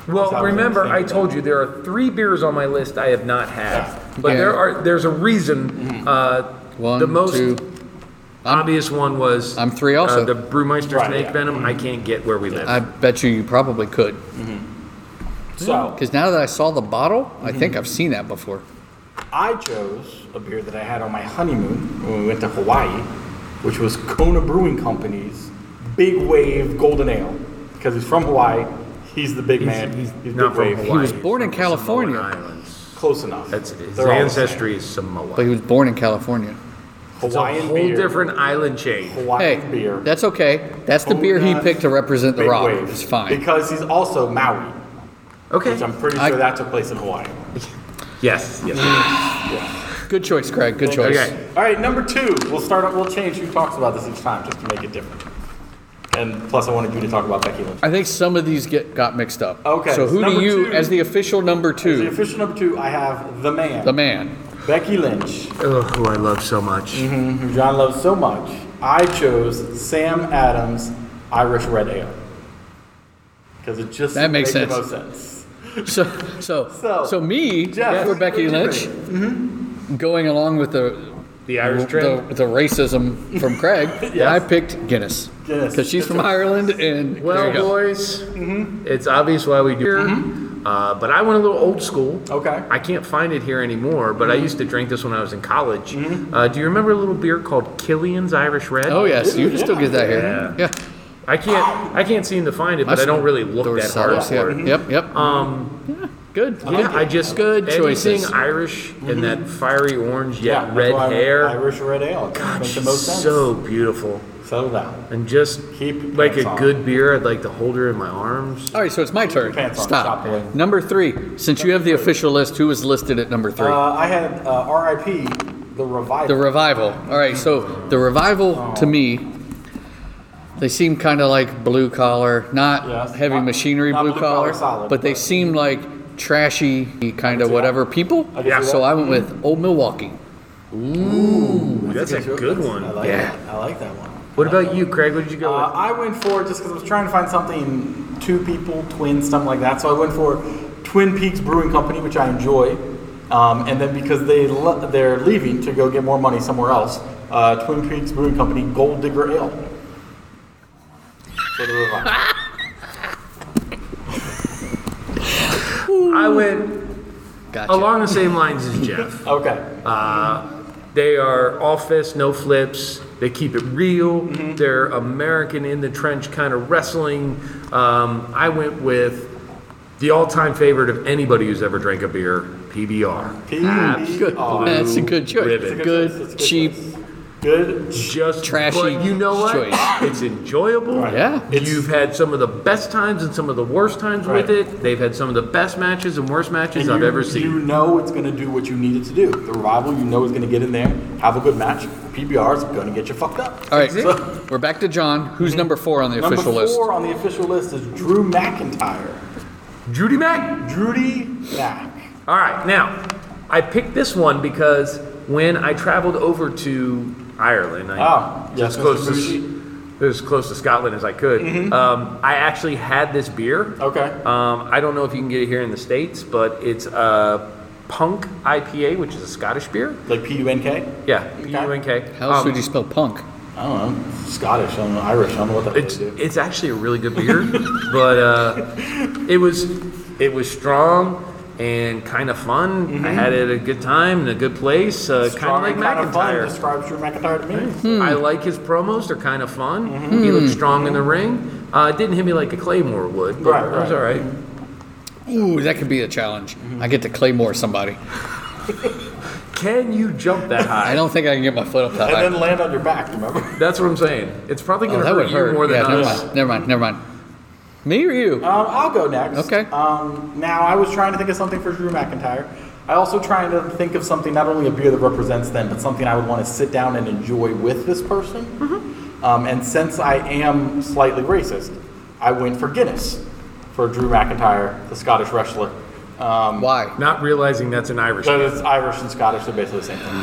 Speaker 6: Well,
Speaker 3: Sounds
Speaker 6: remember, I
Speaker 3: insane.
Speaker 6: told you there are three beers on my list I have not had, but
Speaker 4: Yeah.
Speaker 6: there are there's a
Speaker 4: Mm-hmm.
Speaker 6: reason. Uh,
Speaker 4: One,
Speaker 6: the most
Speaker 4: two. I'm-
Speaker 6: obvious one was
Speaker 4: I'm three
Speaker 6: uh,
Speaker 4: also. Uh,
Speaker 6: the Brewmeister
Speaker 3: Right,
Speaker 6: Snake
Speaker 3: yeah.
Speaker 6: Venom. I can't get where we live.
Speaker 4: I bet you you probably could.
Speaker 3: So
Speaker 4: Because now that I saw the bottle, I
Speaker 3: Mm-hmm.
Speaker 4: think I've seen that before.
Speaker 3: I chose a beer that I had on my honeymoon when we went to Hawaii, which was Kona Brewing Company's Big Wave Golden Ale. Because he's from Hawaii, he's the big man. He's,
Speaker 6: not
Speaker 3: Big
Speaker 6: from
Speaker 3: Wave.
Speaker 6: Hawaii.
Speaker 4: was born in
Speaker 6: He's from Samoan
Speaker 4: California.
Speaker 6: Islands.
Speaker 3: Close enough.
Speaker 6: That's his
Speaker 3: They're all the same.
Speaker 6: ancestry is Samoa.
Speaker 4: But he was born in California.
Speaker 6: It's a
Speaker 3: Hawaiian
Speaker 6: whole
Speaker 3: beer.
Speaker 6: different island chain.
Speaker 3: Hawaiian
Speaker 4: Hey,
Speaker 3: beer.
Speaker 4: that's okay. That's the beer he
Speaker 3: Coconut,
Speaker 4: picked to represent the
Speaker 3: Big
Speaker 4: rock.
Speaker 3: Wave.
Speaker 4: It's fine.
Speaker 3: Because he's also Maui,
Speaker 6: Okay.
Speaker 3: which I'm pretty
Speaker 4: I-
Speaker 3: sure that took place in Hawaii.
Speaker 6: Yes. Yes.
Speaker 4: Good choice, Craig. Good choice.
Speaker 6: okay.
Speaker 3: All right, number two. We'll start. We'll change who talks about this each time, just to make it different. And plus, I wanted you to talk about Becky Lynch.
Speaker 4: I think some of these get got mixed up.
Speaker 3: Okay,
Speaker 4: So who do
Speaker 3: number
Speaker 4: you,
Speaker 3: two-
Speaker 4: as the official number
Speaker 3: The
Speaker 4: two,
Speaker 3: official number two, I have the man,
Speaker 4: the man?
Speaker 3: Becky Lynch,
Speaker 6: Oh, who I love so much.
Speaker 3: who John loves so much. I chose Sam Adams Irish Red Ale because it just
Speaker 4: That makes
Speaker 3: made the
Speaker 4: sense.
Speaker 3: most sense.
Speaker 4: So so so,
Speaker 3: So,
Speaker 4: me
Speaker 3: Jeff,
Speaker 4: for Becky
Speaker 3: what do you
Speaker 4: Lynch,
Speaker 6: Mm-hmm.
Speaker 4: going along with the
Speaker 6: The Irish
Speaker 4: the,
Speaker 6: trend?
Speaker 4: the racism from Craig. I picked Guinness
Speaker 3: Guinness.
Speaker 4: because she's from Ireland and there
Speaker 6: Well,
Speaker 4: you go.
Speaker 6: boys, it's obvious why we do here,
Speaker 4: Mm-hmm.
Speaker 6: uh, but I went a little old school.
Speaker 3: Okay.
Speaker 6: I can't find it here anymore, but
Speaker 3: Mm-hmm.
Speaker 6: I used to drink this when I was in college. Uh, do you remember a little beer called Killian's Irish Red?
Speaker 4: Oh yes, you can still get that here.
Speaker 6: Yeah.
Speaker 4: Yeah,
Speaker 6: I can't. I can't seem to find it, but I don't really look
Speaker 4: Doors
Speaker 6: that hard
Speaker 4: sours,
Speaker 6: for
Speaker 4: yeah.
Speaker 6: it.
Speaker 4: Yep, yep.
Speaker 6: Um,
Speaker 4: Good.
Speaker 6: yeah, I just
Speaker 4: Good
Speaker 6: anything
Speaker 4: choices.
Speaker 6: Irish
Speaker 3: Mm-hmm.
Speaker 6: and that fiery orange yet
Speaker 3: that's
Speaker 6: red
Speaker 3: why I went
Speaker 6: hair.
Speaker 3: Irish Red Ale. God, the
Speaker 6: She's
Speaker 3: most sense.
Speaker 6: so beautiful,
Speaker 3: settle down.
Speaker 6: and just
Speaker 3: Keep your
Speaker 6: like
Speaker 3: pants
Speaker 6: a
Speaker 3: on.
Speaker 6: good beer. I'd like to hold her in my arms.
Speaker 4: All right, so it's my turn.
Speaker 3: pants on,
Speaker 4: Stop.
Speaker 3: stop, boy.
Speaker 4: Number three. Since you have the official list, who was listed at number three?
Speaker 3: Uh, I had uh, R.I.P. the revival.
Speaker 4: The revival. All right, so the revival to me, they seem kind of like blue collar, not
Speaker 3: Yes.
Speaker 4: heavy
Speaker 3: Not-
Speaker 4: machinery
Speaker 3: not
Speaker 4: blue,
Speaker 3: blue
Speaker 4: collar,
Speaker 3: collar solid,
Speaker 4: but they
Speaker 3: but-
Speaker 4: seem like trashy kind of whatever people.
Speaker 3: can Yeah. see
Speaker 4: So
Speaker 3: that.
Speaker 4: I went with Old Milwaukee.
Speaker 6: Ooh, that's a good
Speaker 3: I
Speaker 6: one.
Speaker 3: like
Speaker 6: Yeah.
Speaker 3: that. I like that one.
Speaker 6: What about you, Craig? What did you go
Speaker 3: Uh,
Speaker 6: with?
Speaker 3: I went for just because I was trying to find something two people, twins, something like that. So I went for Twin Peaks Brewing Company, which I enjoy. Um, and then because they le- they're leaving to go get more money somewhere else, uh, Twin Peaks Brewing Company Gold Digger Ale. For the revival.
Speaker 6: I went
Speaker 4: Gotcha.
Speaker 6: along the same lines as Jeff.
Speaker 3: okay.
Speaker 6: They are office, no flips. They keep it real.
Speaker 3: Mm-hmm.
Speaker 6: They're American in the trench kind of wrestling. Um, I went with the all-time favorite of anybody who's ever drank a beer, PBR.
Speaker 3: P-
Speaker 4: Good.
Speaker 3: R.
Speaker 4: That's a good choice.
Speaker 6: ribbon. That's a
Speaker 4: Good, cheap.
Speaker 3: Good.
Speaker 6: Just
Speaker 4: Trashy
Speaker 6: but you know what?
Speaker 4: choice.
Speaker 6: It's enjoyable.
Speaker 4: Yeah.
Speaker 6: You've had some of the best times and some of the worst times with
Speaker 3: Right.
Speaker 6: it. They've had some of the best matches and worst matches
Speaker 3: And
Speaker 6: I've
Speaker 3: you,
Speaker 6: ever seen.
Speaker 3: You know it's going to do what you need it to do. The revival, you know, is going to get in there, have a good match. PBR is going to get you fucked up.
Speaker 4: All right,
Speaker 3: So-
Speaker 4: we're back to John. Who's number four on the
Speaker 3: Number
Speaker 4: official
Speaker 3: four
Speaker 4: list?
Speaker 3: on the official list is Drew McIntyre.
Speaker 6: Judy Mack.
Speaker 3: Drudy Mac.
Speaker 6: All right, now I picked this one because when I traveled over to Ireland, I
Speaker 3: Oh,
Speaker 6: as
Speaker 3: yes, Mm-hmm.
Speaker 6: close
Speaker 3: Mr.
Speaker 6: to as close to Scotland as I could. Um, I actually had this beer.
Speaker 3: Okay.
Speaker 6: Um, I don't know if you can get it here in the states, but it's a Punk IPA, which is a Scottish beer.
Speaker 3: Like P U N K?
Speaker 6: Yeah, P-U-N-K.
Speaker 4: How else
Speaker 6: Um,
Speaker 4: would you spell punk?
Speaker 3: I don't know. Scottish. I don't know. Irish. I don't know what that
Speaker 6: It's
Speaker 3: is. do.
Speaker 6: it's actually a really good beer, but uh, it was it was strong and kind of fun. I had it at a good time in a good place, uh, kind of
Speaker 3: Mm-hmm. Strong
Speaker 6: like
Speaker 3: and kinda fun
Speaker 6: McIntyre.
Speaker 3: describes Drew McIntyre to me.
Speaker 6: I like his promos; they're kind of fun.
Speaker 3: Mm-hmm.
Speaker 6: He looks strong in the ring. Uh, it didn't hit me like a Claymore would, but
Speaker 3: Right,
Speaker 6: it was
Speaker 3: right.
Speaker 6: all right.
Speaker 4: Ooh, that could be a challenge. I get to claymore somebody.
Speaker 6: Can you jump that high?
Speaker 4: I don't think I can get my foot up that
Speaker 3: And
Speaker 4: high.
Speaker 3: then land on your back, remember?
Speaker 6: That's what I'm saying. It's probably
Speaker 4: Oh,
Speaker 6: going to
Speaker 4: that
Speaker 6: hurt
Speaker 4: would
Speaker 6: you
Speaker 4: hurt.
Speaker 6: more than
Speaker 4: yeah, never
Speaker 6: us.
Speaker 4: mind. Never mind. Never mind. Me or you?
Speaker 3: Um, I'll go next.
Speaker 4: Okay.
Speaker 3: Um, now, I was trying to think of something for Drew McIntyre. I also trying to think of something, not only a beer that represents them, but something I would want to sit down and enjoy with this person. Um, and since I am slightly racist, I went for Guinness for Drew McIntyre, the Scottish wrestler,
Speaker 4: Why?
Speaker 5: Not realizing that's an Irish.
Speaker 3: So it's Irish and Scottish, they're basically the same thing.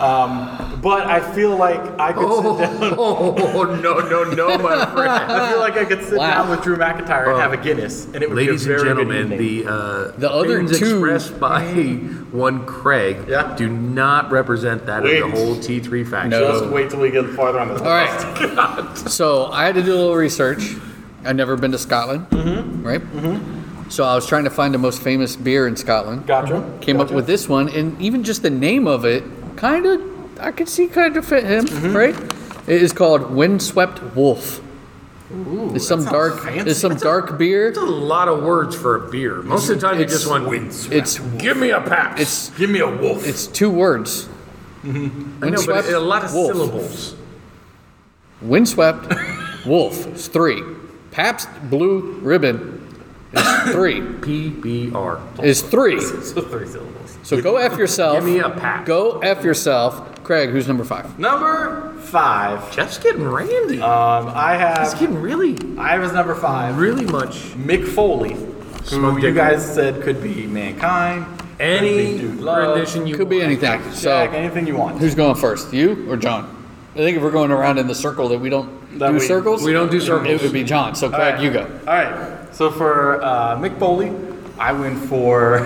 Speaker 3: Um, but I feel like I could sit down.
Speaker 5: Oh no no no, my friend!
Speaker 9: I feel like I could sit
Speaker 4: Wow.
Speaker 9: down with Drew McIntyre and have a Guinness, and it would
Speaker 5: Ladies
Speaker 9: be a
Speaker 5: and
Speaker 9: very
Speaker 5: gentlemen,
Speaker 9: good evening.
Speaker 5: the uh,
Speaker 4: The other
Speaker 5: opinions
Speaker 4: two-
Speaker 5: expressed by one Craig
Speaker 9: Yeah.
Speaker 5: do not represent that of
Speaker 3: Wait.
Speaker 5: the whole T three faction.
Speaker 4: No.
Speaker 3: Just wait till we get farther on this.
Speaker 4: All right. So I had to do a little research. I've never been to Scotland, right? So I was trying to find the most famous beer in Scotland.
Speaker 3: Gotcha.
Speaker 4: Came up with this one, and even just the name of it, kind of, I could see kind of fit him, right? It is called Windswept Wolf. it's some dark, it's some dark beer.
Speaker 5: That's a lot of words for a beer. Most of the time, you
Speaker 4: it's-
Speaker 5: just want wins.
Speaker 4: It's
Speaker 5: Give me a pack.
Speaker 4: it's
Speaker 9: Give me a wolf.
Speaker 4: it's two words.
Speaker 5: I know, but
Speaker 4: Windswept
Speaker 5: it- a lot of
Speaker 4: Wolf.
Speaker 5: syllables.
Speaker 4: Windswept Wolf is three. Pabst Blue Ribbon is three.
Speaker 5: PBR.
Speaker 4: Is three.
Speaker 3: So three syllables.
Speaker 4: So go F yourself.
Speaker 5: Give me a pack.
Speaker 4: Go F yourself. Craig, who's number five?
Speaker 3: Number five.
Speaker 5: Jeff's getting randy.
Speaker 3: Um, I
Speaker 5: He's
Speaker 3: have.
Speaker 5: getting really,
Speaker 3: I have as number five.
Speaker 5: really much.
Speaker 3: Mick Foley, who
Speaker 5: Smoke
Speaker 3: you
Speaker 5: Dick.
Speaker 3: guys said could be mankind.
Speaker 5: Any
Speaker 3: Big dude love.
Speaker 5: rendition you
Speaker 4: Could be anything.
Speaker 3: Jack,
Speaker 4: So
Speaker 3: anything you want.
Speaker 4: who's going first? You or John? I think if we're going around in the circle that we don't
Speaker 3: That
Speaker 4: do
Speaker 3: we-
Speaker 4: circles,
Speaker 5: we don't do
Speaker 4: It
Speaker 5: circles.
Speaker 4: would be John. So Craig, you go.
Speaker 3: All right. So for uh, Mick Foley, I went for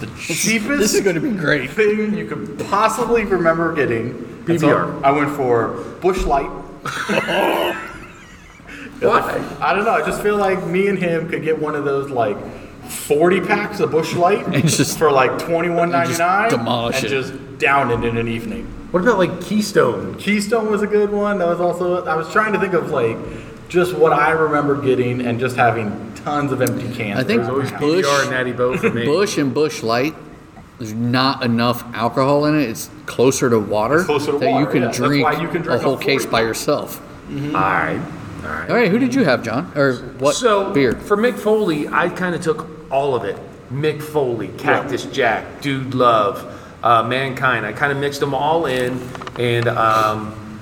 Speaker 3: the cheapest.
Speaker 4: This is going to be great.
Speaker 3: thing you could possibly remember getting. And
Speaker 5: PBR.
Speaker 3: I went for Bush Light.
Speaker 5: Why?
Speaker 3: I don't know. I just feel like me and him could get one of those like 40 packs of Bush Light
Speaker 4: And just-
Speaker 3: for like 21.99
Speaker 4: demolish
Speaker 3: and
Speaker 4: it.
Speaker 3: just down it in an evening.
Speaker 5: What about like Keystone?
Speaker 3: Keystone was a good one. That was also I was trying to think of like just what I remember getting and just having tons of empty cans.
Speaker 4: I think
Speaker 3: around my house.
Speaker 4: Bush,
Speaker 5: PBR and Natty Bow for me.
Speaker 4: Bush and Bush Light. There's not enough alcohol in it. It's closer to water
Speaker 3: closer to
Speaker 4: that you
Speaker 3: water,
Speaker 4: can
Speaker 3: yeah. That's
Speaker 4: drink
Speaker 3: why you can
Speaker 4: a
Speaker 3: drink a
Speaker 4: whole case
Speaker 3: 40.
Speaker 4: by yourself.
Speaker 5: All right. All right.
Speaker 4: All right, who did you have, John? Or what
Speaker 5: so
Speaker 4: beer?
Speaker 5: for Mick Foley, I kind of took all of it. Mick Foley, Cactus Jack, Dude Love, uh, Mankind. I kind of mixed them all in, and um,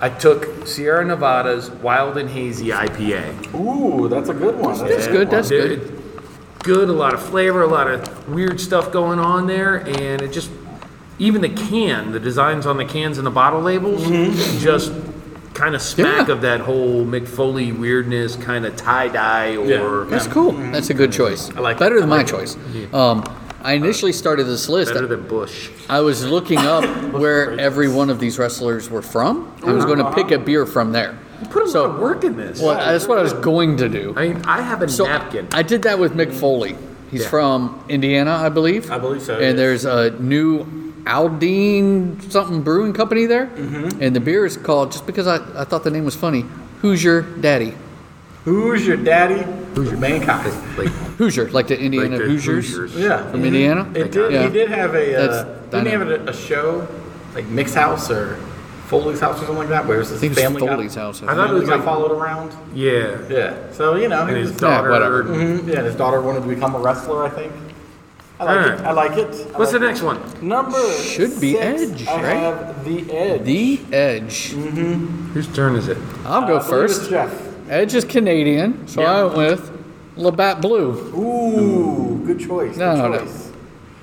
Speaker 5: I took Sierra Nevada's Wild and Hazy IPA.
Speaker 3: Ooh, that's a good one. That's
Speaker 4: That's good. That's good.
Speaker 5: Dude, good. A lot of flavor, a lot of weird stuff going on there, and it just even the can, the designs on the cans and the bottle labels, just kind of smack
Speaker 4: Mm-hmm. Yeah.
Speaker 5: of that whole Mick Foley weirdness, kind of tie dye or.
Speaker 4: That's cool. That's a good choice. I
Speaker 5: like
Speaker 4: Better
Speaker 5: it.
Speaker 4: than my choice. Um, I initially started this list.
Speaker 5: Better than Bush.
Speaker 4: I was looking up where every one of these wrestlers were from. I was going to pick a beer from there.
Speaker 5: Put a lot
Speaker 4: So,
Speaker 5: of work in this.
Speaker 4: well, that's what I was going to do.
Speaker 5: I mean, I have a
Speaker 4: So
Speaker 5: napkin.
Speaker 4: I did that with Mick Foley. He's
Speaker 5: Yeah.
Speaker 4: from Indiana, I believe. I
Speaker 9: believe so,
Speaker 4: And
Speaker 9: yes.
Speaker 4: there's a new Aldine something brewing company there, and the beer is called just because I, I thought the name was funny. Hoosier Daddy.
Speaker 9: Who's your daddy? Who's your mankind?
Speaker 5: like,
Speaker 4: Hoosier, like the Indiana
Speaker 5: like the
Speaker 4: Hoosiers.
Speaker 5: Hoosiers.
Speaker 9: Yeah,
Speaker 4: From Indiana?
Speaker 9: It did.
Speaker 4: Yeah.
Speaker 9: He did have a.
Speaker 4: uh, That's
Speaker 9: Uh, didn't he have
Speaker 4: dynamite.
Speaker 9: a, a show like Mix House or Foley's House or something like that? Where it was his
Speaker 4: I think it's
Speaker 9: family got-
Speaker 4: Foley's house. I
Speaker 5: I
Speaker 4: think.
Speaker 5: thought it was
Speaker 9: family got
Speaker 5: like,
Speaker 9: followed around.
Speaker 5: yeah.
Speaker 9: Yeah. So you know, he
Speaker 5: And
Speaker 9: was,
Speaker 5: his
Speaker 4: Yeah,
Speaker 5: daughter.
Speaker 4: whatever.
Speaker 9: Mhm, yeah, his
Speaker 3: His daughter wanted to become a wrestler, I think. I like
Speaker 5: Alright.
Speaker 3: it. I like it. I
Speaker 5: What's the
Speaker 3: like
Speaker 5: next one?
Speaker 3: it. number?
Speaker 4: Should be
Speaker 3: six,
Speaker 4: Edge,
Speaker 3: I
Speaker 4: right?
Speaker 3: have the Edge.
Speaker 4: The Edge.
Speaker 5: Whose turn is it?
Speaker 4: I'll go
Speaker 3: I believe it's
Speaker 4: first.
Speaker 3: Jeff.
Speaker 4: Edge is Canadian, so I went with Labatt Blue.
Speaker 3: Ooh, good choice.
Speaker 4: No, no, no.
Speaker 3: good choice.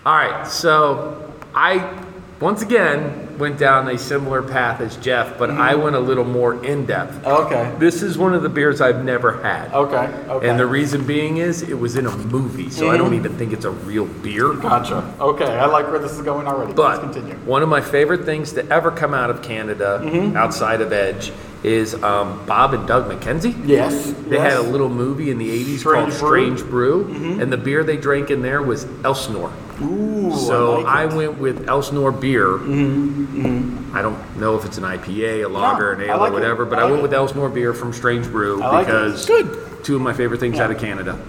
Speaker 5: All right. So I, once again, went down a similar path as Jeff, but I went a little more in depth.
Speaker 3: Okay.
Speaker 5: This is one of the beers I've never had.
Speaker 3: Okay. Okay.
Speaker 5: And the reason being is it was in a movie, so I
Speaker 3: Mm.
Speaker 5: don't even think it's a real beer.
Speaker 3: gotcha. Okay, I like where this is going already.
Speaker 5: But
Speaker 3: Let's continue.
Speaker 5: one of my favorite things to ever come out of Canada,
Speaker 3: Mm-hmm.
Speaker 5: outside of Edge, is um, Bob and Doug McKenzie.
Speaker 3: Yes.
Speaker 5: They had a little movie in the 80s called
Speaker 3: Strange Brew. Mm-hmm.
Speaker 5: Strange Brew, and the beer they drank in there was Elsinore.
Speaker 3: Ooh,
Speaker 5: so
Speaker 3: I, like
Speaker 5: I,
Speaker 3: it. Mm-hmm,
Speaker 5: went with Elsinore beer. I don't know if it's an IPA, a lager, an
Speaker 3: I
Speaker 5: ale,
Speaker 3: like it.
Speaker 5: or whatever, but
Speaker 3: I
Speaker 5: I,
Speaker 3: like
Speaker 5: went
Speaker 3: it.
Speaker 5: with Elsinore beer from Strange Brew
Speaker 3: I like it.
Speaker 5: because two of my favorite things out of Canada.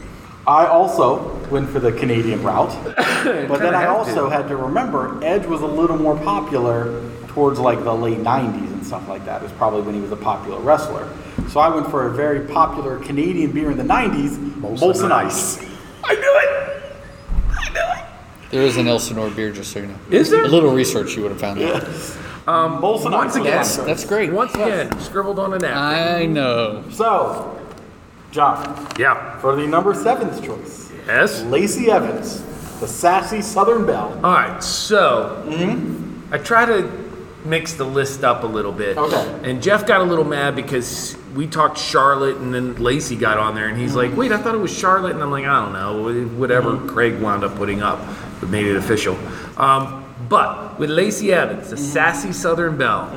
Speaker 3: I also went for the Canadian route, but then
Speaker 5: kinda
Speaker 3: I
Speaker 5: have
Speaker 3: also
Speaker 5: to.
Speaker 3: had to remember Edge was a little more popular towards like the late 90s and stuff like that. It was probably when he was a popular wrestler. So I went for a very popular Canadian beer in the 90s, Molson, Ice. I knew it!
Speaker 4: There is an Elsinore beer, just so you know.
Speaker 5: Is there?
Speaker 4: A little research you would have found out.
Speaker 3: Molson
Speaker 5: Um, once
Speaker 3: Ice. was
Speaker 5: again-
Speaker 3: my choice.
Speaker 4: That's great.
Speaker 5: Once again, scribbled on a napkin.
Speaker 4: I know.
Speaker 3: So, John,
Speaker 5: yeah.
Speaker 3: for the number seventh choice,
Speaker 5: Uh, Yes.
Speaker 3: Lacey Evans. the sassy Southern Belle.
Speaker 5: All right, so
Speaker 3: Mm-hmm.
Speaker 5: I try to mix the list up a little bit.
Speaker 3: Okay.
Speaker 5: And Jeff got a little mad because we talked Charlotte, and then Lacey got on there, and he's
Speaker 3: Mm-hmm.
Speaker 5: like, "Wait, I thought it was Charlotte," and I'm like, "I don't know, whatever Craig wound up putting up, but made it official." Um, but with Lacey Evans, the sassy Southern belle,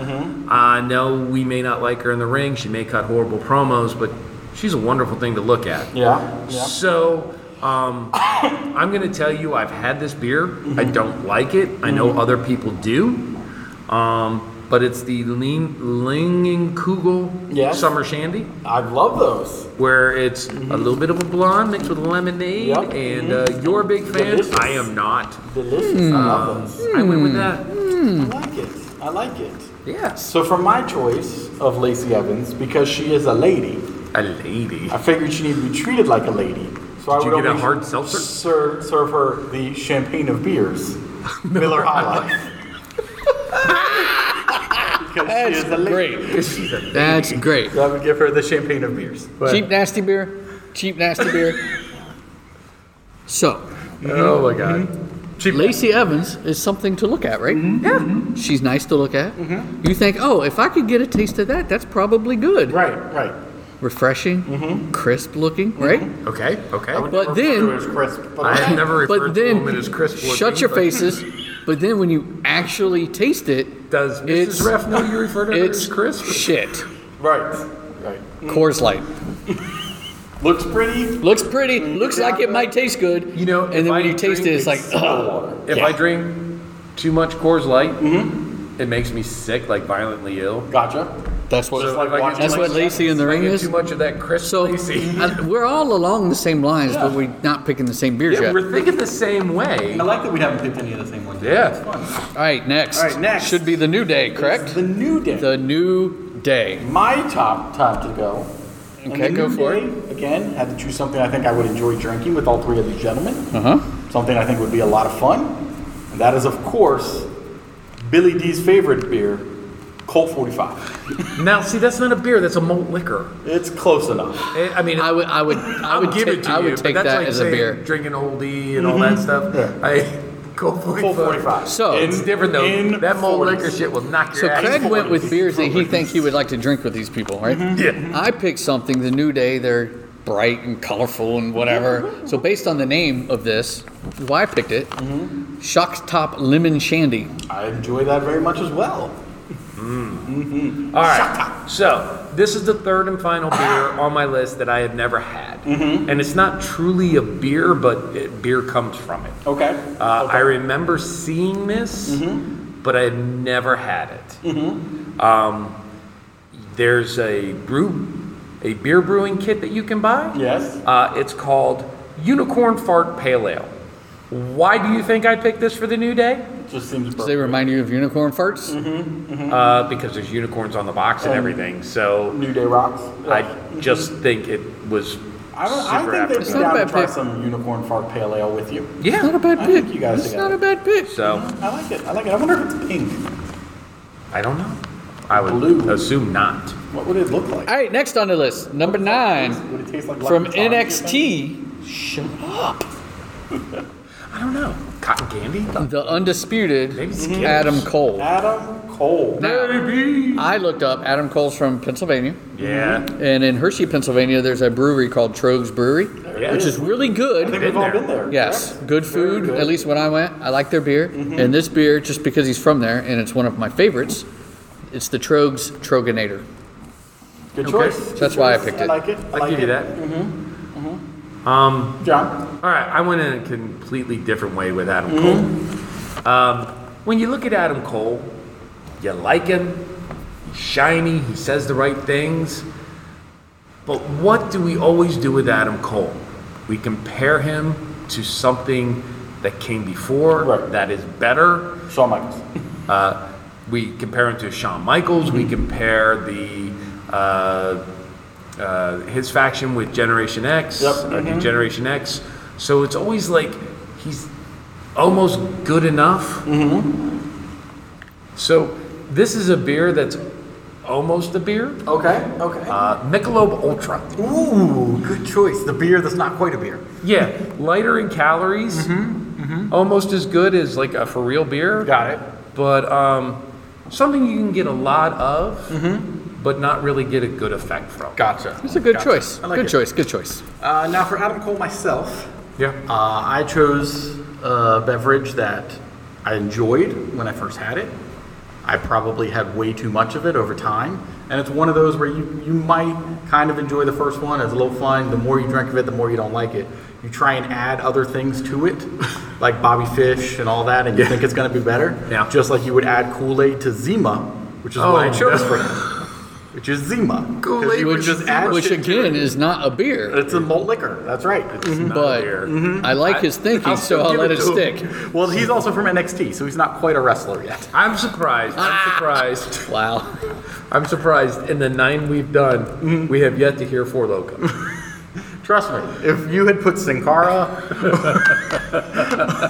Speaker 5: I know we may not like her in the ring. She may cut horrible promos, but she's a wonderful thing to look at.
Speaker 3: Yeah. Yeah.
Speaker 5: So, um, I'm going to tell you, I've had this beer. I don't like it. I know other people do. Um, but it's the Ling- Lingenkugel
Speaker 3: Yes.
Speaker 5: Summer Shandy,
Speaker 3: I love those.
Speaker 5: where it's a little bit of a blonde mixed with lemonade.
Speaker 3: Yep. Mm-hmm.
Speaker 5: And
Speaker 6: Mm-hmm.
Speaker 5: uh, you're a big fan.
Speaker 3: Delicious.
Speaker 5: I am not.
Speaker 3: Delicious. I love those.
Speaker 5: I went with that.
Speaker 3: I like it. I like it.
Speaker 5: Yes.
Speaker 3: So for my choice of Lacey Evans, because she is a lady,
Speaker 5: A lady.
Speaker 3: I figured she needed to be treated like a lady. So
Speaker 5: Did
Speaker 3: I
Speaker 5: you
Speaker 3: would
Speaker 5: get a
Speaker 3: only
Speaker 5: hard seltzer?
Speaker 3: Serve, serve her the champagne of beers, Miller High Life. because she is a lady.
Speaker 4: Great.
Speaker 5: She's a
Speaker 4: That's great.
Speaker 3: I would give her the champagne of beers. But
Speaker 4: Cheap nasty beer. Cheap nasty beer. So,
Speaker 10: Oh my
Speaker 5: Mm-hmm.
Speaker 10: god.
Speaker 4: Lacey Evans is something to look at, right?
Speaker 5: Mm-hmm.
Speaker 4: Yeah. She's nice to look at. You think, oh, if I could get a taste of that, that's probably good.
Speaker 3: Right, right.
Speaker 4: Refreshing,
Speaker 5: Mm-hmm.
Speaker 4: crisp looking, right?
Speaker 5: Okay, okay.
Speaker 4: But
Speaker 3: It
Speaker 4: then,
Speaker 3: was crisp. But
Speaker 5: I have never referred
Speaker 4: but
Speaker 5: to them
Speaker 4: then,
Speaker 5: as Chris.
Speaker 4: shut your faces. But then when you actually taste it,
Speaker 5: Does
Speaker 4: It's-
Speaker 5: Mrs. Ref know you refer to her
Speaker 4: it's
Speaker 5: as Chris?
Speaker 4: shit.
Speaker 3: right, right.
Speaker 4: Coors Light.
Speaker 3: Looks pretty.
Speaker 4: Looks pretty. Looks like it might taste good.
Speaker 11: You know,
Speaker 4: and
Speaker 11: if
Speaker 4: then when
Speaker 11: I
Speaker 4: you taste it,
Speaker 11: drink
Speaker 4: it's like,
Speaker 11: ex-
Speaker 4: ugh.
Speaker 11: If I drink too much Coors Light, it makes me sick, like violently ill.
Speaker 3: Gotcha.
Speaker 4: That's what.
Speaker 11: Like, I get
Speaker 4: that's
Speaker 11: too
Speaker 4: what
Speaker 11: much-
Speaker 4: Lacey in the
Speaker 11: I
Speaker 4: ring
Speaker 11: get
Speaker 4: is.
Speaker 11: too much of that crisp
Speaker 4: So
Speaker 11: Lacey.
Speaker 4: uh, we're all along the same lines, but we're not picking the same beers
Speaker 11: Yeah,
Speaker 4: yet.
Speaker 11: we're thinking the same way.
Speaker 12: I like that we haven't picked any of the same ones.
Speaker 11: Yeah.
Speaker 4: All right, next.
Speaker 3: All right, next.
Speaker 4: should be the new day, correct?
Speaker 3: The new day.
Speaker 4: The new day.
Speaker 3: my top time to go. And
Speaker 4: Okay,
Speaker 3: the
Speaker 4: go
Speaker 3: new
Speaker 4: for
Speaker 3: day, Again, had to choose something I think I would enjoy drinking with all three of these gentlemen.
Speaker 4: Uh huh.
Speaker 3: something I think would be a lot of fun. And that is, of course, Billy D's favorite beer, Colt 45.
Speaker 5: Now, see, that's not a beer. That's a malt liquor.
Speaker 3: It's close enough.
Speaker 5: uh, I I mean,
Speaker 4: I would, I would, I
Speaker 5: I'll
Speaker 4: would
Speaker 5: give
Speaker 4: take,
Speaker 5: it to
Speaker 4: I would
Speaker 5: you, but
Speaker 4: take
Speaker 5: that's
Speaker 4: that
Speaker 5: like
Speaker 4: as a
Speaker 5: saying
Speaker 4: beer.
Speaker 5: Drinking Old E and all
Speaker 11: Mm-hmm.
Speaker 5: that stuff. I go for
Speaker 3: Colt 45.
Speaker 4: So-
Speaker 5: It's different though.
Speaker 3: in
Speaker 5: that malt
Speaker 3: 40s.
Speaker 5: liquor shit will knock your
Speaker 4: So
Speaker 5: ass.
Speaker 4: Craig went with beers that he thinks he would like to drink with these people, right?
Speaker 3: Mm-hmm.
Speaker 4: Yeah. I picked something. The new day. They're bright and colorful and whatever. So based on the name of this, why I picked it,
Speaker 3: Mm-hmm.
Speaker 4: Shock Top Lemon Shandy.
Speaker 3: I enjoy that very much as well.
Speaker 5: All right. So this is the third and final beer on my list that I have never had,
Speaker 3: Mm-hmm.
Speaker 5: and it's not truly a beer, but it, beer comes from it.
Speaker 3: Okay.
Speaker 5: Uh, I remember seeing this, but I had never had it. Um, there's a brew, a beer brewing kit that you can buy.
Speaker 3: Yes.
Speaker 5: Uh, it's called Unicorn Fart Pale Ale. Why do you think I picked this for the new day?
Speaker 3: It just seems
Speaker 4: Does they
Speaker 3: perfect.
Speaker 4: remind you of unicorn farts?
Speaker 3: Mm-hmm.
Speaker 5: Uh, because there's unicorns on the box and everything. So
Speaker 3: New Day rocks.
Speaker 5: I just think it was.
Speaker 3: I, don't, I
Speaker 5: super
Speaker 3: think they'd
Speaker 5: apposite.
Speaker 3: be
Speaker 4: It's not a
Speaker 3: down to
Speaker 4: bad
Speaker 3: try
Speaker 4: pick.
Speaker 3: some unicorn fart pale ale with you.
Speaker 4: It's not a bad
Speaker 3: I
Speaker 4: pick.
Speaker 3: think you guys
Speaker 4: it's
Speaker 3: together.
Speaker 4: not a bad pick.
Speaker 5: So
Speaker 3: I like it. I like it. I wonder if it's pink.
Speaker 5: I don't know. I would
Speaker 3: Blue.
Speaker 5: assume not.
Speaker 3: What would it look like?
Speaker 4: All right, next on the list, number nine
Speaker 3: Would it taste like
Speaker 4: from
Speaker 3: leprechaun, do you think?
Speaker 4: NXT. Shut up.
Speaker 5: I don't know. Cotton candy.
Speaker 4: The undisputed
Speaker 3: Mm-hmm.
Speaker 5: Maybe Skittles.
Speaker 4: Adam Cole.
Speaker 3: Adam Cole.
Speaker 4: Now, I looked up Adam Cole's from Pennsylvania,
Speaker 5: Yeah.
Speaker 4: and in Hershey, Pennsylvania, there's a brewery called Trogues Brewery,
Speaker 5: Yeah.
Speaker 4: which is really
Speaker 3: I think
Speaker 4: good.
Speaker 3: we've all
Speaker 5: there.
Speaker 3: been there.
Speaker 4: Yes,
Speaker 3: correct?
Speaker 4: good
Speaker 3: Very
Speaker 4: food.
Speaker 3: good. Mm-hmm.
Speaker 4: At least when I went, I like their beer. And this beer, just because he's from there, and it's one of my favorites. It's the Trogues Troganator.
Speaker 3: Good choice. Good
Speaker 4: That's why I
Speaker 3: choice.
Speaker 4: picked
Speaker 3: I
Speaker 4: it.
Speaker 3: like it. I
Speaker 5: I'll
Speaker 3: like
Speaker 5: give you
Speaker 3: it.
Speaker 5: that.
Speaker 3: John.
Speaker 5: All right, I went in a completely different way with Adam Cole. Um, when you look at Adam Cole, you like him. He's shiny. He says the right things. But what do we always do with Adam Cole? We compare him to something that came before
Speaker 3: Right.
Speaker 5: that is better.
Speaker 3: Shawn Michaels.
Speaker 5: Uh, we compare him to Shawn Michaels.
Speaker 6: Mm-hmm.
Speaker 5: We compare the uh, uh, his faction with Generation X,
Speaker 3: Yep.
Speaker 5: uh,
Speaker 6: Mm-hmm.
Speaker 5: New Generation X. So it's always like he's almost good enough.
Speaker 6: Mm-hmm.
Speaker 5: So this is a beer that's almost a beer.
Speaker 3: Okay. Okay.
Speaker 5: Uh, Michelob Ultra.
Speaker 3: Ooh, good choice. The beer that's not quite a beer.
Speaker 5: Yeah, lighter in calories,
Speaker 6: Almost as good as like a for real beer.
Speaker 8: Got it.
Speaker 6: But um, something you can get a lot of, but not really get a good effect from.
Speaker 8: Gotcha.
Speaker 4: It's a good choice.
Speaker 3: I like
Speaker 4: good
Speaker 3: it.
Speaker 4: choice. Good choice.
Speaker 3: Uh, now for Adam Cole myself,
Speaker 6: Yeah.
Speaker 3: uh, I chose a beverage that I enjoyed when I first had it. I probably had way too much of it over time, and it's one of those where you, you might kind of enjoy the first one. It's a little fun. The more you drink of it, the more you don't like it. You try and add other things to it, like Bobby Fish and all that, and you think it's going to be better.
Speaker 6: Yeah.
Speaker 3: Just like you would add Kool Aid to Zima, which is what I
Speaker 6: Oh,
Speaker 3: chose for him, which is Zima. Kool-Aid
Speaker 4: Which, which again is not a beer,
Speaker 3: It's a malt liquor. That's right.
Speaker 4: but I like
Speaker 3: Mm-hmm.
Speaker 4: his thinking, Mm-hmm. so I'll let it, stick.
Speaker 3: Well, he's also from NXT, so he's not quite a wrestler yet.
Speaker 6: I'm surprised. I'm surprised.
Speaker 4: Wow.
Speaker 6: I'm surprised. In the nine we've done, we have yet to hear Four Loco.
Speaker 3: Trust me, if you had put Sin Cara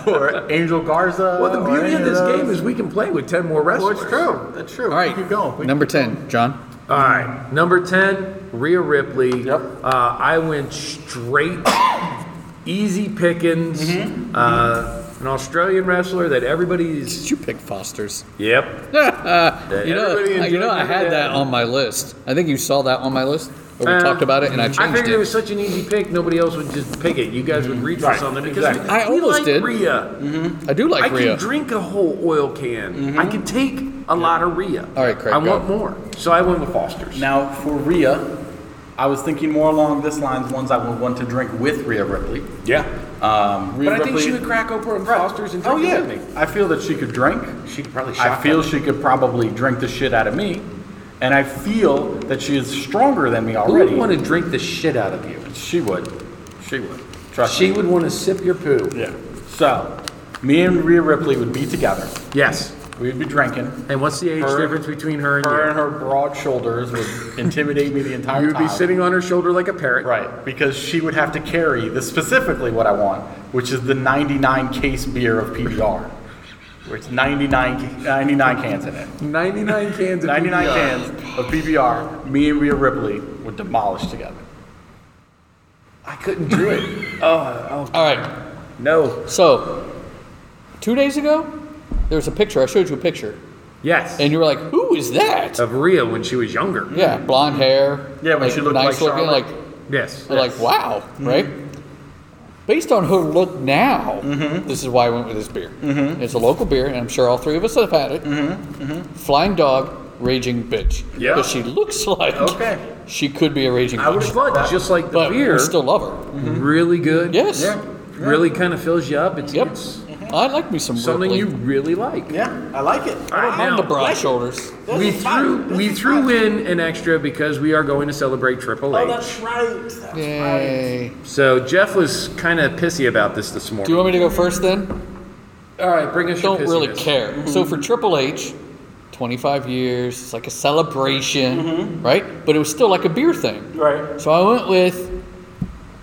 Speaker 3: or Angel Garza,
Speaker 6: Well, the
Speaker 3: or
Speaker 6: beauty
Speaker 3: any
Speaker 6: of this
Speaker 3: those-
Speaker 6: game is we can play with ten more
Speaker 3: Well,
Speaker 6: wrestlers.
Speaker 3: it's true. That's true.
Speaker 4: All right.
Speaker 3: keep going. We-
Speaker 4: Number 10, John.
Speaker 6: All right, number ten, Rhea Ripley.
Speaker 8: Yep.
Speaker 6: Uh, I went straight, easy pickings. Uh, an Australian wrestler that everybody's.
Speaker 4: Did you pick Foster's?
Speaker 6: Yep.
Speaker 4: you know,
Speaker 6: everybody
Speaker 4: I- you know, I
Speaker 6: enjoyed
Speaker 4: had
Speaker 6: it.
Speaker 4: that on my list. I think you saw that on my list. Or we
Speaker 6: Uh,
Speaker 4: talked about it, and I
Speaker 6: I
Speaker 4: changed
Speaker 6: figured it Mm-hmm. was
Speaker 4: it.
Speaker 6: such an easy pick, nobody else would just pick it. You guys would reach for something because
Speaker 8: exactly.
Speaker 6: we,
Speaker 4: I
Speaker 6: we
Speaker 4: almost
Speaker 6: like
Speaker 4: did.
Speaker 6: Rhea.
Speaker 4: I do
Speaker 6: I
Speaker 4: like Rhea.
Speaker 6: can drink a whole oil can. I can take a lot of Rhea.
Speaker 4: All right, Craig,
Speaker 6: I
Speaker 4: go.
Speaker 6: want more, so I went with Foster's.
Speaker 7: Now for Rhea,
Speaker 3: I was thinking more along this lines, ones I would want to drink with Rhea Ripley.
Speaker 6: yeah.
Speaker 3: Um, Rhea
Speaker 6: But I think
Speaker 3: Ripley-
Speaker 6: she would crack open Foster's and
Speaker 3: Oh
Speaker 6: drink it
Speaker 3: yeah,
Speaker 6: with me.
Speaker 3: I feel that she could drink.
Speaker 6: She could probably shock
Speaker 3: I feel she could probably drink the shit out of me, and I feel that she is stronger than me
Speaker 6: Who would
Speaker 3: already.
Speaker 6: want to drink the shit out of you?
Speaker 3: She would. She would. Trust
Speaker 6: She
Speaker 3: me.
Speaker 6: would want to sip your poo.
Speaker 3: Yeah. So, me and Rhea Ripley would be together.
Speaker 6: Yes.
Speaker 3: We'd be drinking.
Speaker 6: And what's the age
Speaker 3: Her-
Speaker 6: difference between her and
Speaker 3: Her
Speaker 6: you?
Speaker 3: and her broad shoulders would intimidate me the entire
Speaker 6: You would
Speaker 3: time.
Speaker 6: be sitting on her shoulder like a parrot.
Speaker 3: Right, because she would have to carry the specifically what I want, which is the 99 case beer of PBR, where it's 99, ca- 99 cans in it.
Speaker 6: 99 cans of
Speaker 3: 99
Speaker 6: PBR.
Speaker 3: cans of PBR. Me and Rhea Ripley would demolish together.
Speaker 6: I couldn't do it. oh,
Speaker 4: All right.
Speaker 6: oh, no.
Speaker 4: So, two days ago, there was a picture. I showed you a picture.
Speaker 6: Yes.
Speaker 4: And you were like, who is that?
Speaker 6: of Rhea when she was younger.
Speaker 4: Yeah, blonde hair.
Speaker 3: Yeah, when she looked
Speaker 4: nice
Speaker 3: like
Speaker 4: looking,
Speaker 3: Charlotte.
Speaker 4: like
Speaker 6: Yes. Mm-hmm.
Speaker 4: We're like, wow, right? Based on her look now,
Speaker 6: Mm-hmm.
Speaker 4: this is why I went with this beer. It's a local beer, and I'm sure all three of us have had it. Flying Dog, Raging Bitch.
Speaker 6: Mm-hmm. Yeah.
Speaker 4: Because she looks like
Speaker 3: Okay.
Speaker 4: she could be a Raging
Speaker 6: I would
Speaker 4: Bitch.
Speaker 6: have thought just like the
Speaker 4: But
Speaker 6: beer. Mm-hmm.
Speaker 4: we still Mm-hmm. love her.
Speaker 6: really good.
Speaker 4: Yes.
Speaker 6: Really kind of fills you up. It's,
Speaker 4: Yep.
Speaker 6: it's
Speaker 4: I like me some
Speaker 6: something
Speaker 4: Ripley.
Speaker 6: you really like.
Speaker 7: yeah, I like it.
Speaker 6: All right,
Speaker 4: and
Speaker 6: now,
Speaker 4: the broad shoulders.
Speaker 6: we threw we threw in an extra because we are going to celebrate Triple
Speaker 7: Oh,
Speaker 6: H.
Speaker 7: that's right. That's right.
Speaker 4: Yay.
Speaker 6: So Jeff was kind of pissy about this this morning.
Speaker 4: Do you want me to go first then?
Speaker 6: All right, bring us your
Speaker 4: Don't really
Speaker 6: pissiness.
Speaker 4: care. So
Speaker 8: Mm-hmm.
Speaker 4: for Triple H, 25 years, it's like a celebration, right? But it was still like a beer thing.
Speaker 8: Mm-hmm. Right.
Speaker 4: So I went with.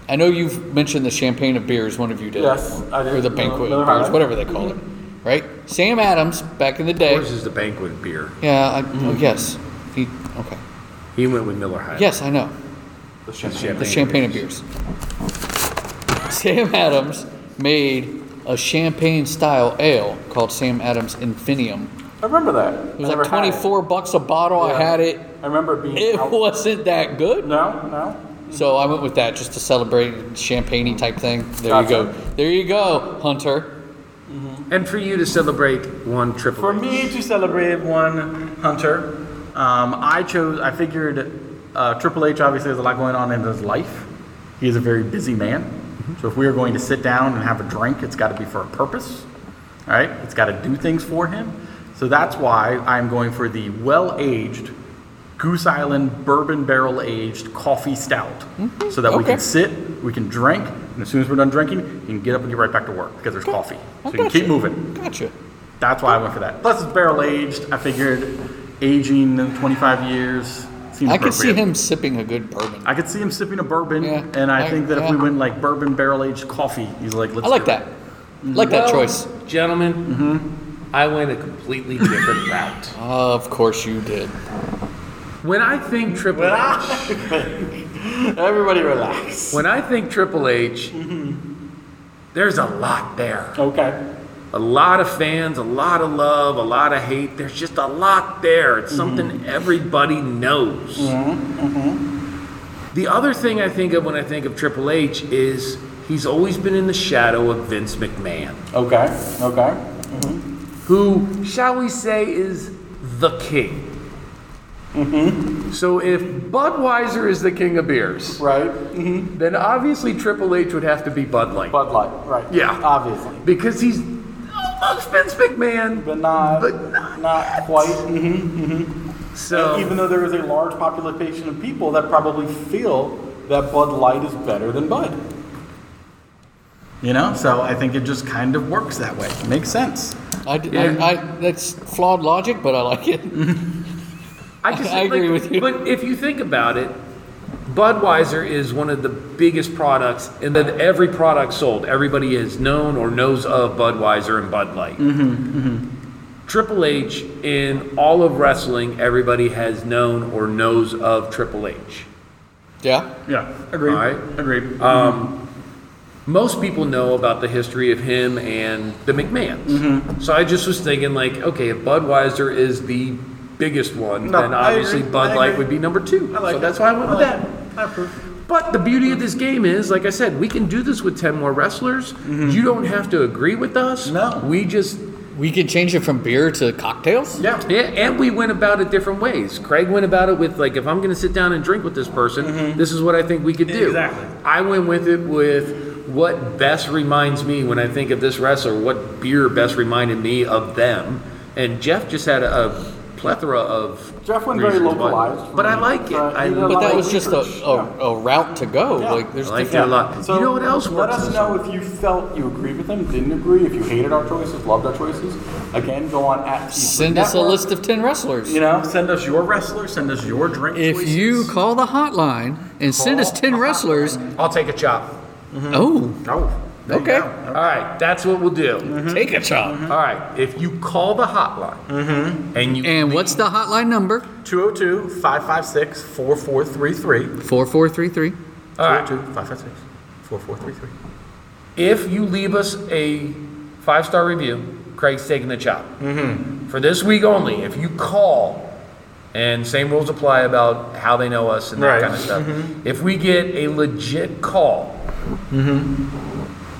Speaker 4: I know you've mentioned the champagne of beers. One of you did.
Speaker 8: Yes, I did.
Speaker 4: Or the banquet
Speaker 8: Miller High. Mm-hmm.
Speaker 4: beers, whatever they call it, right? Sam Adams back in the day.
Speaker 6: Yours is the banquet beer.
Speaker 4: Yeah. I, oh, yes. He. Okay.
Speaker 6: Mm-hmm. He went with Miller High.
Speaker 4: Yes, I know.
Speaker 8: The champagne.
Speaker 6: Champagne.
Speaker 4: The champagne of beers. Sam Adams made a champagne style ale called Sam Adams Infinium.
Speaker 8: I remember that.
Speaker 4: It was like 24 bucks a bottle. I had it.
Speaker 8: I remember it being.
Speaker 4: It
Speaker 8: out-
Speaker 4: wasn't that good.
Speaker 8: No, no.
Speaker 4: So I went with that just to celebrate champagne type thing. There you go.
Speaker 8: Gotcha.
Speaker 4: There you go, Hunter.
Speaker 6: And for you to celebrate one Triple
Speaker 3: For
Speaker 6: H.
Speaker 3: me to celebrate one hunter, um, I chose. I figured uh, Triple H obviously has a lot going on in his life. He is a very busy man. So if we are going to sit down and have a drink, it's got to be for a purpose. All right, it's got to do things for him. So that's why I'm going for the well-aged Goose Island bourbon barrel-aged coffee stout, so that we
Speaker 4: okay.
Speaker 3: can sit, we can drink, and as soon as we're done drinking, you can get up and get right back to work because there's coffee.
Speaker 4: I
Speaker 3: So you can
Speaker 4: gotcha.
Speaker 3: keep moving.
Speaker 4: Gotcha.
Speaker 3: That's why I went for that. Plus, it's barrel aged. I figured aging in 25 years seems
Speaker 4: I could see
Speaker 3: appropriate.
Speaker 4: him sipping a good bourbon.
Speaker 3: I could see him sipping a bourbon,
Speaker 4: Yeah,
Speaker 3: and I,
Speaker 4: I-
Speaker 3: think that if we
Speaker 4: yeah.
Speaker 3: went like bourbon barrel aged coffee, he's like, let's.
Speaker 4: I like
Speaker 3: do it.
Speaker 4: that. Like that choice.
Speaker 6: Gentlemen,
Speaker 5: Mm-hmm.
Speaker 6: I went a completely different route.
Speaker 4: Of course you did.
Speaker 6: When I think Triple H,
Speaker 7: Everybody relax. Mm-hmm.
Speaker 6: when I think Triple H, There's a lot there.
Speaker 8: Okay.
Speaker 6: A lot of fans, a lot of love, a lot of hate. There's just a lot there. It's
Speaker 8: Mm-hmm.
Speaker 6: something everybody knows.
Speaker 8: Mm-hmm.
Speaker 6: The other thing I think of when I think of Triple H is he's always been in the shadow of Vince McMahon,
Speaker 8: Okay. Okay. Mm-hmm.
Speaker 6: who, shall we say, is the king.
Speaker 8: Mm-hmm.
Speaker 6: So if Budweiser is the king of beers,
Speaker 8: Right. Mm-hmm.
Speaker 6: then obviously Triple H would have to be Bud Light.
Speaker 8: Bud Light. Right.
Speaker 6: Yeah.
Speaker 8: Obviously.
Speaker 6: because he's almost Vince McMahon.
Speaker 8: But not.
Speaker 6: But not yet.
Speaker 8: quite. Mhm.
Speaker 3: Um,
Speaker 6: So
Speaker 8: Even though there is a large population of people that probably feel that Bud Light is better than Bud.
Speaker 3: You know, so I think it just kind of works that way. Makes sense.
Speaker 4: I, d- I- I- that's flawed logic, but I like it.
Speaker 6: I, just,
Speaker 4: I agree
Speaker 6: like,
Speaker 4: with you.
Speaker 6: But if you think about it, Budweiser is one of the biggest products, and that every product sold, everybody is known or knows of Budweiser and Bud Light.
Speaker 4: Mm-hmm,
Speaker 6: Triple H in all of wrestling, everybody has known or knows of Triple H.
Speaker 4: Yeah.
Speaker 3: Yeah, agreed.
Speaker 6: All right.
Speaker 3: Agreed.
Speaker 6: most people know about the history of him and the McMahons.
Speaker 3: Mm-hmm.
Speaker 6: So I just was thinking, like, okay, if Budweiser is the biggest one,
Speaker 3: No,
Speaker 6: then
Speaker 3: I agree.
Speaker 6: obviously
Speaker 3: I
Speaker 6: Bud Light
Speaker 3: agree.
Speaker 6: would be number two.
Speaker 3: I like
Speaker 6: so
Speaker 3: that.
Speaker 6: that's why I went
Speaker 3: I
Speaker 6: with
Speaker 3: like
Speaker 6: that.
Speaker 3: I approve.
Speaker 6: But the beauty of this game is, like I said, we can do this with 10 more wrestlers. You don't have to agree with us.
Speaker 3: Mm-hmm. No.
Speaker 6: We just,
Speaker 4: We could change it from beer to cocktails.
Speaker 3: Yeah.
Speaker 6: yeah, and we went about it different ways. Craig went about it with, like, if I'm going to sit down and drink with this person, this is what I think we could do.
Speaker 3: Exactly.
Speaker 6: I went with it with what best reminds me when I think of this wrestler, what beer best reminded me of them. And Jeff just had a, a plethora of.
Speaker 8: Jeff went very
Speaker 6: reasons why.
Speaker 8: localized for
Speaker 6: But I
Speaker 8: me.
Speaker 6: like it.
Speaker 8: Uh,
Speaker 6: I,
Speaker 8: he did a
Speaker 6: I
Speaker 4: But
Speaker 8: lot
Speaker 4: that
Speaker 8: of
Speaker 4: was just a,
Speaker 8: research.
Speaker 4: a,
Speaker 8: Yeah.
Speaker 4: a route to go.
Speaker 8: Yeah.
Speaker 4: Like there's
Speaker 6: like
Speaker 4: different.
Speaker 6: that a lot.
Speaker 8: So
Speaker 6: you know what else
Speaker 8: Let
Speaker 6: works?
Speaker 8: us
Speaker 6: is-
Speaker 8: know if you felt you agreed with them, didn't agree, if you hated our choices, loved our choices. Again, go on at T3
Speaker 4: Send us a
Speaker 8: Network.
Speaker 4: list of ten wrestlers.
Speaker 3: You know, send us your wrestler, send us your drink.
Speaker 4: If
Speaker 3: choices.
Speaker 4: you call the hotline and send us ten wrestlers,
Speaker 6: I'll take a chop.
Speaker 4: oh,
Speaker 3: Oh, there you
Speaker 4: Okay.
Speaker 3: go.
Speaker 6: All right, that's what we'll do.
Speaker 4: take a chop.
Speaker 6: All right, if you call the hotline and you
Speaker 4: Mm-hmm. And what's the hotline number?
Speaker 3: 202 556 4433.
Speaker 4: Four four three three.
Speaker 6: all right,
Speaker 3: 202 556 4433.
Speaker 6: if you leave us a five star review, Craig's taking the chop for this week only. If you call, and same rules apply about how they know us and that
Speaker 3: Right.
Speaker 6: kind of stuff. If we get a legit call, Mm-hmm.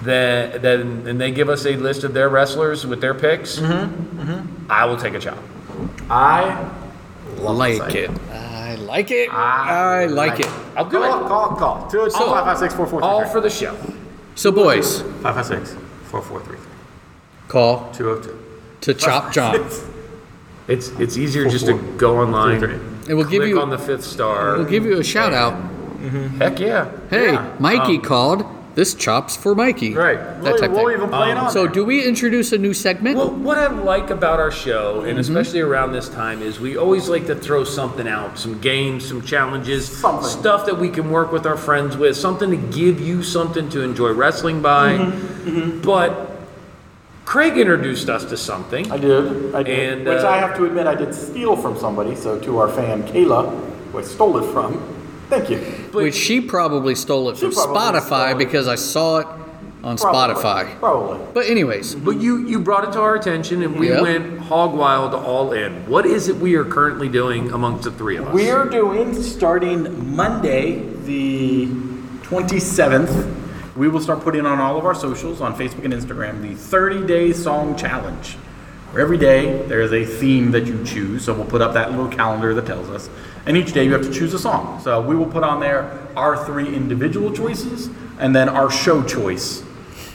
Speaker 6: then then and they give us a list of their wrestlers with their picks, Mm-hmm. I will take a chop.
Speaker 3: I
Speaker 4: Like it. I like it. I, like it.
Speaker 6: I'll do
Speaker 3: call,
Speaker 6: it.
Speaker 3: call, call. 202 556
Speaker 6: All for
Speaker 3: 4433.
Speaker 6: the show.
Speaker 4: So boys,
Speaker 3: 556 4433.
Speaker 4: call
Speaker 3: 202.
Speaker 4: to Chop John.
Speaker 6: It's it's easier just to go online.
Speaker 3: Three, three.
Speaker 4: It will give
Speaker 6: click
Speaker 4: you.
Speaker 6: on the fifth star.
Speaker 4: We'll give you a shout out.
Speaker 6: Heck yeah.
Speaker 4: Hey, Mikey called. This chops for Mikey.
Speaker 3: Right.
Speaker 4: That
Speaker 3: We'll,
Speaker 4: type
Speaker 3: we'll
Speaker 4: thing. Um,
Speaker 3: even play it on.
Speaker 4: So,
Speaker 3: there.
Speaker 4: do we introduce a new segment?
Speaker 6: Well, what I like about our show, and especially around this time, is we always like to throw something out some games, some challenges,
Speaker 8: Something.
Speaker 6: stuff that we can work with our friends with, something to give you something to enjoy wrestling by. But Craig introduced us to something.
Speaker 8: I did. I did.
Speaker 6: And,
Speaker 8: which
Speaker 6: uh,
Speaker 8: I have to admit, I did steal from somebody. So to our fan Kayla, who I stole it from. Thank you.
Speaker 4: Which she probably stole it
Speaker 8: She
Speaker 4: from
Speaker 8: probably
Speaker 4: Spotify
Speaker 8: stole it.
Speaker 4: because I saw it on
Speaker 8: Probably.
Speaker 4: Spotify.
Speaker 8: Probably.
Speaker 4: But, anyways,
Speaker 6: But you, you brought it to our attention, and we
Speaker 4: Yep.
Speaker 6: went hog wild all in. What is it we are currently doing amongst the three of us?
Speaker 3: We're doing starting Monday, the 27th. We will start putting on all of our socials on Facebook and Instagram the 30 day song challenge. Where every day there is a theme that you choose. So we'll put up that little calendar that tells us. And each day you have to choose a song. So we will put on there our three individual choices and then our show choice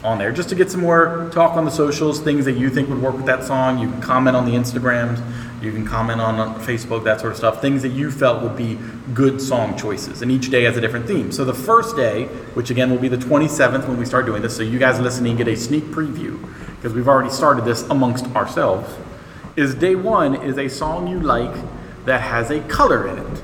Speaker 3: on there just to get some more talk on the socials, things that you think would work with that song. You can comment on the Instagrams, you can comment on uh, Facebook, that sort of stuff. Things that you felt would be good song choices. And each day has a different theme. So the first day, which again will be the 27th when we start doing this, so you guys listening get a sneak preview because we've already started this amongst ourselves, is day one is a song you like that has a color in it.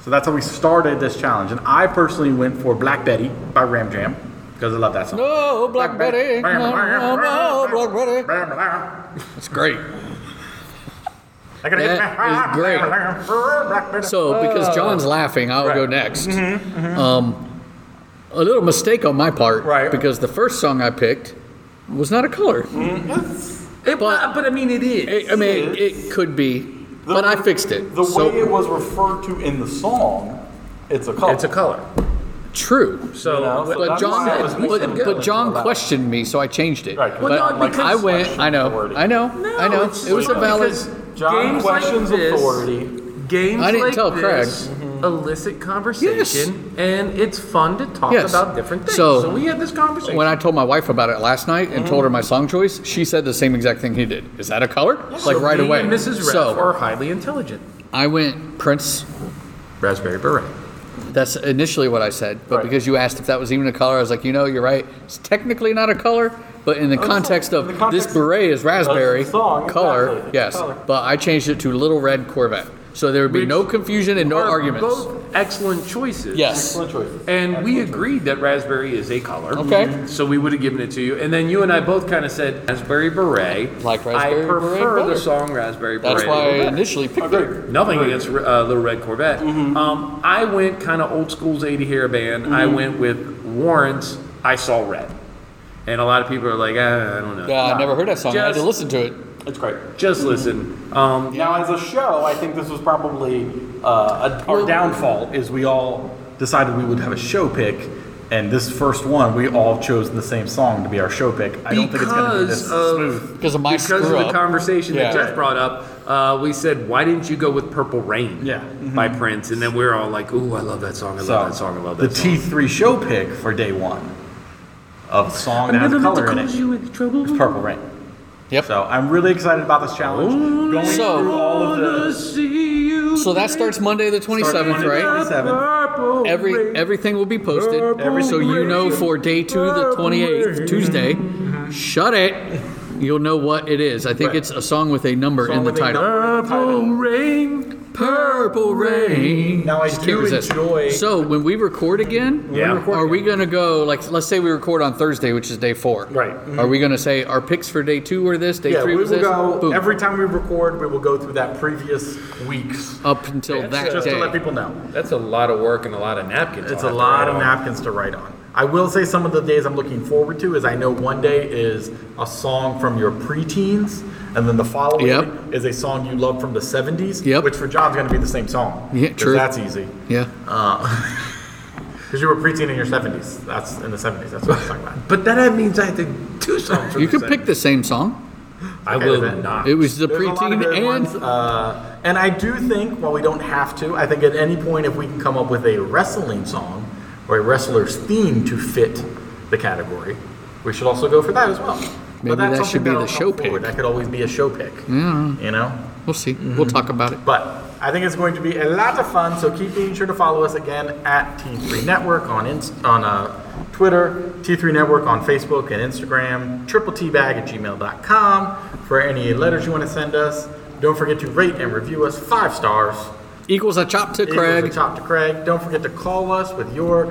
Speaker 3: So that's how we started this challenge. And I personally went for Black Betty by Ram Jam because I love that song.
Speaker 4: no, Black Betty. No, no, no, Black Betty. It's great. That is
Speaker 8: Uh, Mm-hmm,
Speaker 4: great. So, because John's laughing, I'll go next. Um, a little mistake on my part,
Speaker 3: Right.
Speaker 4: Because the first song I picked was not a color.
Speaker 8: Mm-hmm.
Speaker 6: It- but, I mean, it is.
Speaker 4: I- I mean, it could be, but I fixed it.
Speaker 8: The
Speaker 4: so
Speaker 8: way it was referred to in the song, it's a color.
Speaker 6: it's a color.
Speaker 4: true.
Speaker 6: So,
Speaker 8: You know, so
Speaker 4: But
Speaker 8: that's why it was
Speaker 4: John, but,
Speaker 8: mixed in.
Speaker 4: but John questioned me, so I changed it.
Speaker 8: Right, 'cause
Speaker 4: But
Speaker 6: John, because-
Speaker 4: I went. I know. I know. I know.
Speaker 6: it's
Speaker 4: It was a
Speaker 6: just
Speaker 4: valid.
Speaker 6: because
Speaker 8: John
Speaker 6: games
Speaker 8: questions
Speaker 6: like this,
Speaker 8: authority.
Speaker 6: Games
Speaker 4: I didn't
Speaker 6: like
Speaker 4: tell Craig.
Speaker 6: this elicit conversation, and it's fun to talk
Speaker 4: Yes.
Speaker 6: about different things.
Speaker 4: So-
Speaker 6: So, we had this conversation.
Speaker 4: When I told my wife about it last night and told her my song choice, she said the same exact thing he did. Is that a color? Like right
Speaker 6: Me
Speaker 4: away.
Speaker 6: and Mrs. Raff
Speaker 4: so
Speaker 6: are highly intelligent.
Speaker 4: I went Prince.
Speaker 6: Raspberry beret.
Speaker 4: That's initially what I said, but because you asked if that was even a color, I was like, you know, you're right. It's technically not a color, but in the context of
Speaker 8: in the context
Speaker 4: this beret is raspberry
Speaker 8: of the song,
Speaker 4: color,
Speaker 8: exactly.
Speaker 4: yes.
Speaker 8: Color.
Speaker 4: But I changed it to little red Corvette, so there would be no confusion and no
Speaker 6: are
Speaker 4: arguments.
Speaker 6: Both excellent choices.
Speaker 4: yes.
Speaker 8: Excellent choice.
Speaker 6: And we agreed that raspberry is a color.
Speaker 4: Okay.
Speaker 6: So we would have given it to you. And then you and I both kind of said raspberry beret.
Speaker 4: Like Raspberry
Speaker 6: I
Speaker 4: Beret
Speaker 6: prefer
Speaker 4: better.
Speaker 6: the song raspberry
Speaker 4: That's
Speaker 6: beret.
Speaker 4: why I initially picked it.
Speaker 6: Nothing against uh, Little Red Corvette. Um, I went kind of old school Zadie Haraban. I went with Warren's I Saw Red. And a lot of people are like, ah, I don't know.
Speaker 4: Yeah, I never heard that song. I had to
Speaker 6: Just-
Speaker 4: listen to it.
Speaker 8: It's great.
Speaker 6: Just listen. Um,
Speaker 8: Now, as a show, I think this was probably uh, a,
Speaker 3: Our downfall is we all decided we would have a show pick, and this first one we all chose the same song to be our show pick. I don't think it's going to be this
Speaker 6: Because of-
Speaker 3: smooth.
Speaker 4: Because of my
Speaker 6: because
Speaker 4: screw
Speaker 6: of the
Speaker 4: up.
Speaker 6: conversation
Speaker 4: Yeah.
Speaker 6: that Jeff brought up, uh, we said, "Why didn't you go with Purple Rain?" Mm-hmm.
Speaker 3: Yeah.
Speaker 6: by Prince, and then we are all like, "Ooh, I love that song! I love that song! I love
Speaker 3: the
Speaker 6: that song!"
Speaker 3: T3 show pick for day one of song that has color in it
Speaker 6: you into trouble.
Speaker 3: is Purple Rain.
Speaker 4: Yep.
Speaker 3: So I'm really excited about this challenge.
Speaker 6: Oh,
Speaker 3: Going
Speaker 4: So-
Speaker 3: through all of the
Speaker 6: See you.
Speaker 4: So that starts Monday the 27th, right?
Speaker 3: 27.
Speaker 6: Purple
Speaker 4: Every
Speaker 6: Rain.
Speaker 4: everything will be posted. so you know for day two, the 28th, Tuesday. Shut it. You'll know what it is. I think it's a song with a number in the
Speaker 3: with a
Speaker 4: title.
Speaker 6: Purple Rain.
Speaker 4: Purple rain.
Speaker 3: Now I
Speaker 4: Just
Speaker 3: do enjoy-
Speaker 4: So when we record again,
Speaker 6: Yeah.
Speaker 4: are we gonna go like let's say we record on Thursday, which is day four.
Speaker 3: Right.
Speaker 4: Are we gonna say our picks for day two were this, day
Speaker 3: Yeah,
Speaker 4: three
Speaker 3: we will
Speaker 4: was this?
Speaker 3: go
Speaker 4: Boom.
Speaker 3: every time we record. We will go through that previous week's
Speaker 4: up until that
Speaker 3: just
Speaker 4: day.
Speaker 3: to let people know.
Speaker 6: That's a lot of work and a lot of napkins.
Speaker 3: It's
Speaker 6: I'll
Speaker 3: a
Speaker 6: have to
Speaker 3: lot
Speaker 6: write
Speaker 3: of
Speaker 6: on.
Speaker 3: napkins to write on. I will say some of the days I'm looking forward to is I know one day is a song from your preteens, and then the following
Speaker 4: Yep.
Speaker 3: is a song you love from the 70s,
Speaker 4: Yep.
Speaker 3: which for John's going to be the same song.
Speaker 4: Yeah,
Speaker 3: 'cause
Speaker 4: true.
Speaker 3: That's easy.
Speaker 4: yeah.
Speaker 3: Because you were preteen in your 70s. That's in the 70s. That's what I'm talking about.
Speaker 6: But then that means I have to two songs.
Speaker 4: You could pick the same song.
Speaker 6: I
Speaker 3: Okay,
Speaker 6: will
Speaker 3: then.
Speaker 6: not.
Speaker 4: It was the
Speaker 3: There's a lot of
Speaker 4: preteen
Speaker 3: good
Speaker 4: and
Speaker 3: ones, uh, and I do think while we don't have to, I think at any point if we can come up with a wrestling song or a wrestler's theme to fit the category, we should also go for that as well.
Speaker 4: Maybe that
Speaker 3: something
Speaker 4: should be
Speaker 3: that'll
Speaker 4: the show
Speaker 3: come forward.
Speaker 4: pick.
Speaker 3: That could always be a show pick. You know.
Speaker 4: we'll see. We'll talk about it.
Speaker 3: But I think it's going to be a lot of fun. So keep being sure to follow us again at T3 Network on Inst- on uh, Twitter, T3 Network on Facebook and Instagram, triple tbag at gmail.com for any letters you want to send us. Don't forget to rate and review us five stars.
Speaker 4: Equals a chop to
Speaker 3: Equals a
Speaker 4: Craig.
Speaker 3: Talk to Craig. Don't forget to call us with your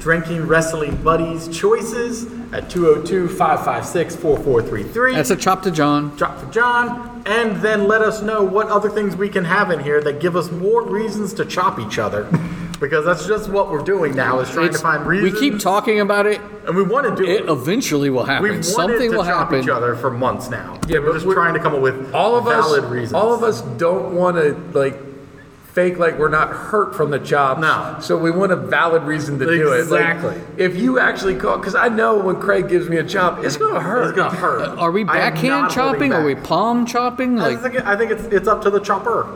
Speaker 3: drinking wrestling buddies choices at 202 556 4433
Speaker 4: That's a chop to John.
Speaker 3: drop for John, and then let us know what other things we can have in here that give us more reasons to chop each other. Because that's just what we're doing now is trying
Speaker 4: It's-
Speaker 3: to find
Speaker 4: we
Speaker 3: reasons.
Speaker 4: keep talking about it.
Speaker 3: and we want to do
Speaker 4: It
Speaker 3: it.
Speaker 4: eventually will
Speaker 3: We've
Speaker 4: happen.
Speaker 3: wanted
Speaker 4: Something
Speaker 3: to
Speaker 4: will
Speaker 3: chop
Speaker 4: happen.
Speaker 3: each other for months now.
Speaker 6: Yeah,
Speaker 3: we're
Speaker 6: but
Speaker 3: just
Speaker 6: we're-
Speaker 3: trying to come up with
Speaker 6: all of
Speaker 3: valid
Speaker 6: us,
Speaker 3: reasons.
Speaker 6: All of us don't want to like fake like we're not hurt from the chops.
Speaker 3: No.
Speaker 6: So we want a valid reason to do it. Like,
Speaker 3: Exactly.
Speaker 6: if you actually call, because I know when Craig gives me a chop, it's gonna hurt.
Speaker 3: It's gonna hurt.
Speaker 4: Are we
Speaker 3: I am
Speaker 4: backhand
Speaker 3: not holding
Speaker 4: chopping? Are we
Speaker 3: back.
Speaker 4: palm chopping?
Speaker 3: I
Speaker 4: Like
Speaker 3: think, I think it's it's up to the chopper.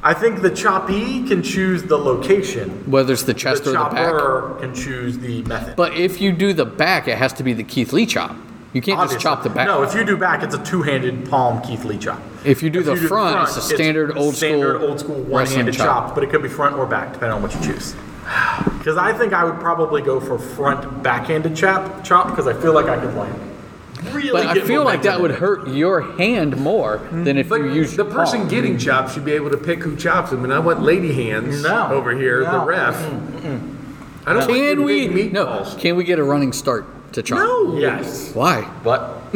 Speaker 3: I think the choppy can choose the location.
Speaker 4: whether it's the chest
Speaker 3: the
Speaker 4: or the back.
Speaker 3: chopper can choose the method.
Speaker 4: But if you do the back, it has to be the Keith Lee chop. You can't just
Speaker 3: Obviously.
Speaker 4: chop the back.
Speaker 3: No, if you do back, it's a two-handed palm Keith Lee chop.
Speaker 4: If you do the front, it's a standard old
Speaker 3: standard
Speaker 4: school
Speaker 3: old school
Speaker 4: wrestling
Speaker 3: one-handed
Speaker 4: chop.
Speaker 3: chop. but it could be front or back depending on what you choose. Because I think I would probably go for front backhanded chop chop because I feel like I could like really.
Speaker 4: but I
Speaker 3: get
Speaker 4: feel like that
Speaker 3: momentum
Speaker 4: would
Speaker 3: in it.
Speaker 4: hurt your hand more than if
Speaker 6: But
Speaker 4: you use
Speaker 6: the
Speaker 4: your
Speaker 6: person
Speaker 4: palm.
Speaker 6: getting chopped should be able to pick who chops them, and I want lady hands
Speaker 3: No.
Speaker 6: over here,
Speaker 3: No.
Speaker 6: the ref. I don't want
Speaker 4: Can we
Speaker 6: big meat
Speaker 4: no?
Speaker 6: balls.
Speaker 4: Can we get a running start to chop?
Speaker 6: No.
Speaker 3: oh, Yes,
Speaker 4: Why?
Speaker 3: but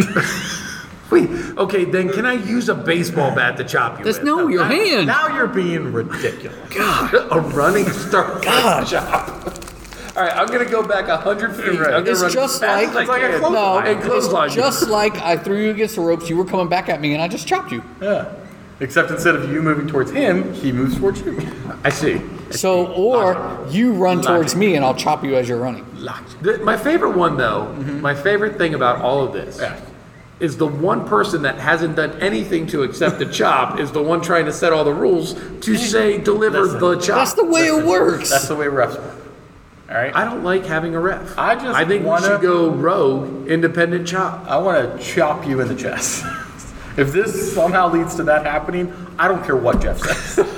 Speaker 6: Wait. Okay, then can I use a baseball bat to chop you?
Speaker 4: That's
Speaker 6: with?
Speaker 4: no your hand.
Speaker 3: now you're being ridiculous.
Speaker 6: a running start. God. All right, I'm gonna go back hundred feet.
Speaker 3: Right.
Speaker 6: I'm gonna
Speaker 4: It's
Speaker 6: run
Speaker 4: just
Speaker 6: as fast
Speaker 4: like,
Speaker 6: as I can.
Speaker 4: no,
Speaker 6: I clothesline
Speaker 4: it's
Speaker 6: you.
Speaker 4: just like I threw you against the ropes. You were coming back at me, and I just chopped you.
Speaker 3: Yeah. Except instead of you moving towards him, he moves towards you.
Speaker 6: I see.
Speaker 4: So, or you run towards me, and I'll chop you as you're running.
Speaker 6: The- my favorite one though,
Speaker 4: Mm-hmm.
Speaker 6: my favorite thing about all of this is the one person that hasn't done anything to accept the chop is the one trying to set all the rules to say deliver the chop.
Speaker 4: That's the way it
Speaker 3: That's
Speaker 4: works.
Speaker 3: the way refs work. All right.
Speaker 6: I don't like having a ref.
Speaker 3: I just
Speaker 6: I think
Speaker 3: wanna-
Speaker 6: we should go rogue, independent chop.
Speaker 3: I want to chop you in the chest. if this somehow leads to that happening, I don't care what Jeff says.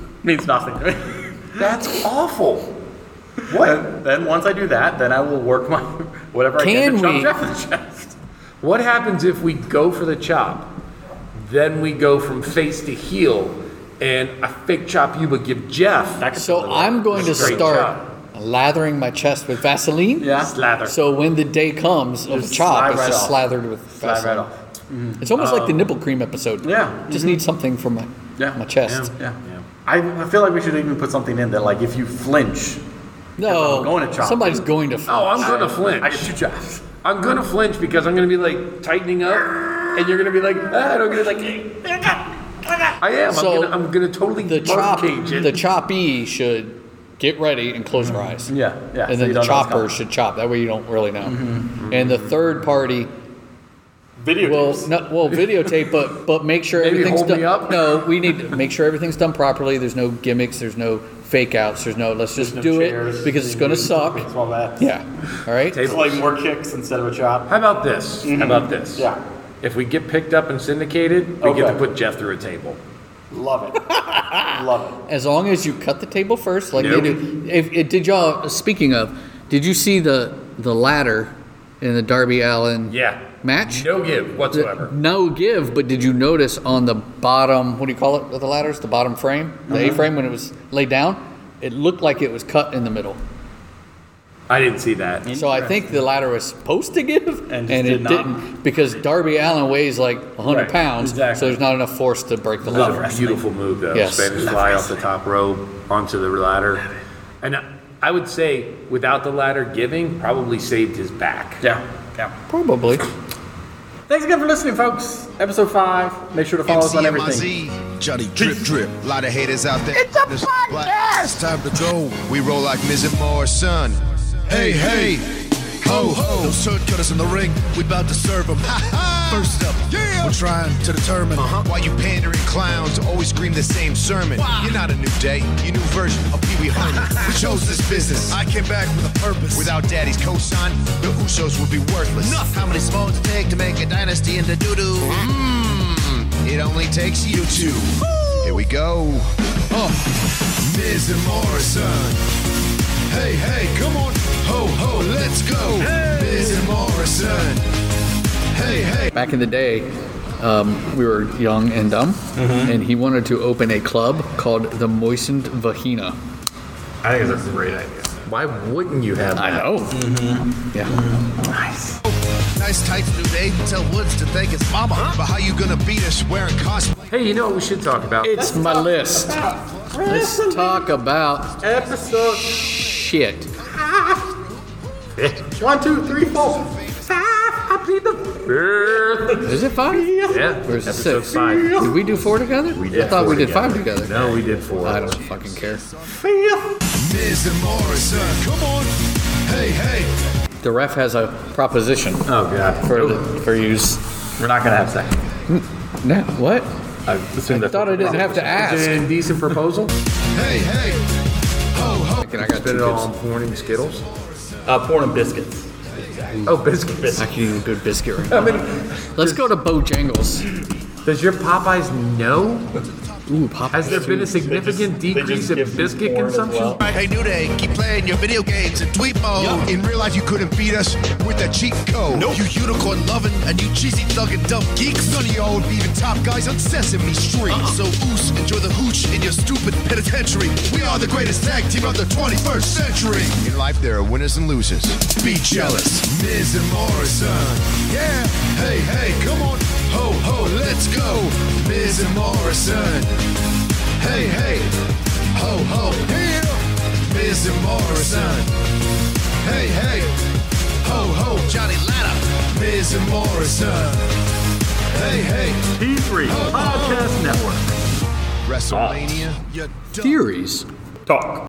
Speaker 3: Means nothing to me.
Speaker 6: That's awful. What?
Speaker 3: Then, then once I do that, then I will work my whatever I
Speaker 4: Can
Speaker 3: can
Speaker 4: we-
Speaker 3: to chop Jeff in the chest.
Speaker 6: What happens if we go for the chop, then we go from face to heel, and I fake chop you but give Jeff
Speaker 3: That could
Speaker 4: So
Speaker 3: totally work.
Speaker 4: I'm going to
Speaker 6: Straight
Speaker 4: start lathering my chest with Vaseline.
Speaker 3: Yeah.
Speaker 6: slather?
Speaker 4: So when the day comes of the
Speaker 3: Just
Speaker 4: chop,
Speaker 3: slide
Speaker 4: it's
Speaker 3: right
Speaker 4: just
Speaker 3: off.
Speaker 4: slathered with
Speaker 3: Slide
Speaker 4: Vaseline.
Speaker 3: right off. Um,
Speaker 4: It's almost like the nipple cream episode.
Speaker 3: Yeah. Mm-hmm.
Speaker 4: Just need something for my
Speaker 3: Yeah.
Speaker 4: my chest.
Speaker 3: Yeah. I, I feel like we should even put something in that, like, if you flinch,
Speaker 4: No,
Speaker 3: I'm going to chop.
Speaker 4: somebody's going to.
Speaker 6: oh, I'm gonna flinch.
Speaker 3: I get two chops.
Speaker 6: I'm gonna flinch because I'm gonna be like tightening up, and you're gonna be like, ah, and I'm gonna be like, I am.
Speaker 4: So,
Speaker 6: I'm, gonna, I'm gonna totally
Speaker 4: the chop,
Speaker 6: birdcage it.
Speaker 4: the choppy should get ready and close their eyes.
Speaker 3: Yeah, yeah, so
Speaker 4: And then the
Speaker 3: you don't know what's
Speaker 4: chopper
Speaker 3: coming. Mm-hmm.
Speaker 4: should chop. That way you don't really know. And the third party
Speaker 2: Video
Speaker 4: will no, will videotape, but but make sure
Speaker 6: Maybe
Speaker 4: everything's
Speaker 6: hold
Speaker 4: done.
Speaker 6: me up.
Speaker 4: No, we need to make sure everything's done properly. There's no gimmicks. There's no fake outs. There's no let's just do it because it's gonna suck.
Speaker 2: It's all that.
Speaker 4: Yeah. All right.
Speaker 2: It's like more kicks instead of a chop.
Speaker 6: How about this? How about this?
Speaker 2: Yeah.
Speaker 6: If we get picked up and syndicated, we get
Speaker 2: Okay.
Speaker 6: to put Jeff through a table.
Speaker 2: Love it. Love
Speaker 4: As long as you cut the table first, like
Speaker 6: Nope.
Speaker 4: they do. If, if did y'all speaking of, did you see the the ladder in the Darby Allen
Speaker 6: Yeah.
Speaker 4: match?
Speaker 6: No give
Speaker 4: The-
Speaker 6: whatsoever.
Speaker 4: No give, but did you notice on the bottom, what do you call it, with the ladders, the bottom frame, the
Speaker 3: Uh-huh.
Speaker 4: A frame when it was laid down? It looked like it was cut in the middle.
Speaker 6: I didn't see that.
Speaker 4: So I think the ladder was supposed to give, and,
Speaker 3: just
Speaker 4: it
Speaker 3: did not.
Speaker 4: didn't because Darby Allen weighs like 100
Speaker 3: Right,
Speaker 4: pounds, so
Speaker 3: exactly.
Speaker 4: there's not enough force to break the
Speaker 6: That was
Speaker 4: ladder.
Speaker 6: a beautiful move, though.
Speaker 4: Yes.
Speaker 6: Spanish fly off the top rope onto the ladder. And I- I would say, without the ladder giving, probably saved his back.
Speaker 3: Yeah, yeah.
Speaker 4: Probably.
Speaker 3: Thanks again for listening, folks. Episode 5. Make sure to follow us on everything.
Speaker 13: MCMIZ, Johnny Drip Drip. A lot of haters out there. It's a podcast. It's time to go. We roll like Miz and Morrison. Hey, hey. Ho, ho. Those turncutters in the ring, we about to serve them. First up, we're trying to determine why you pandering clowns always scream the same sermon. You're not a new day, you new version of Pee Wee Herman. we chose this business. I came back with a purpose. Without daddy's cosign, the Usos would be worthless. How many spoons it take to make a dynasty into doo-doo? Mm-hmm. It only takes you two. Here we go. Oh, Miz and Morrison. Hey, hey, come on. Ho, ho, let's go. Miz and Morrison. Hey, hey.
Speaker 4: Back in the day, um, we were young and dumb, and he wanted to open a club called the Moistened Vagina.
Speaker 3: I think it's a great idea.
Speaker 6: Why wouldn't you have
Speaker 4: I know. Yeah.
Speaker 13: Nice tights, new day. Tell Woods to thank his mama. But how you gonna beat us wearing cosplay?
Speaker 6: Hey, you know what we should talk about?
Speaker 4: It's my list. Let's talk about
Speaker 3: Episode
Speaker 4: shit.
Speaker 3: one, two, three, four.
Speaker 4: Is it five?
Speaker 6: yeah,
Speaker 4: Or is it
Speaker 6: episode
Speaker 4: six?
Speaker 6: five.
Speaker 4: Did we do four together? We I thought we did five together.
Speaker 6: No, we did four.
Speaker 4: I don't fucking care.
Speaker 13: Miz and Morrison. Come on. Hey, hey.
Speaker 4: The ref has a proposition
Speaker 3: Oh, God.
Speaker 4: for for use.
Speaker 3: We're not going to have sex.
Speaker 4: No, what?
Speaker 3: I assume
Speaker 4: I
Speaker 3: that's
Speaker 4: thought I didn't have to ask.
Speaker 6: An indecent proposal?
Speaker 13: Hey, hey. Ho, ho.
Speaker 4: I got
Speaker 6: Spend
Speaker 4: two
Speaker 6: it all
Speaker 4: kids.
Speaker 6: on porn and Skittles?
Speaker 3: Uh, porn and biscuits.
Speaker 6: Oh, biscuits.
Speaker 4: I can eat a good biscuit right now. Let's go to Bojangles.
Speaker 6: Does your Popeyes know?
Speaker 4: Ooh, Popeyes.
Speaker 6: Has there been a
Speaker 4: too.
Speaker 6: significant decrease in biscuit consumption?
Speaker 13: Hey, New Day, keep playing your video games in tweet mode. In real life, you couldn't beat us with a cheat code. You unicorn loving and you cheesy thugging dumb geeks. None of y'all would be even top guys on Sesame Street. So, oos, enjoy the hooch in your stupid penitentiary. We are the greatest tag team of the 21st century. In life, there are winners and losers. Be jealous. Miz and Morrison. Yeah. Hey, hey, come on. Ho, ho, let's go. Miz and Morrison. Hey, hey. Ho, ho. Yeah. Miz and Morrison. Hey, hey, ho, ho, Johnny Latta, Miz and Morrison. Hey, hey,
Speaker 3: P3 Podcast Network.
Speaker 13: WrestleMania, you dumb
Speaker 4: Theories.
Speaker 2: Talk.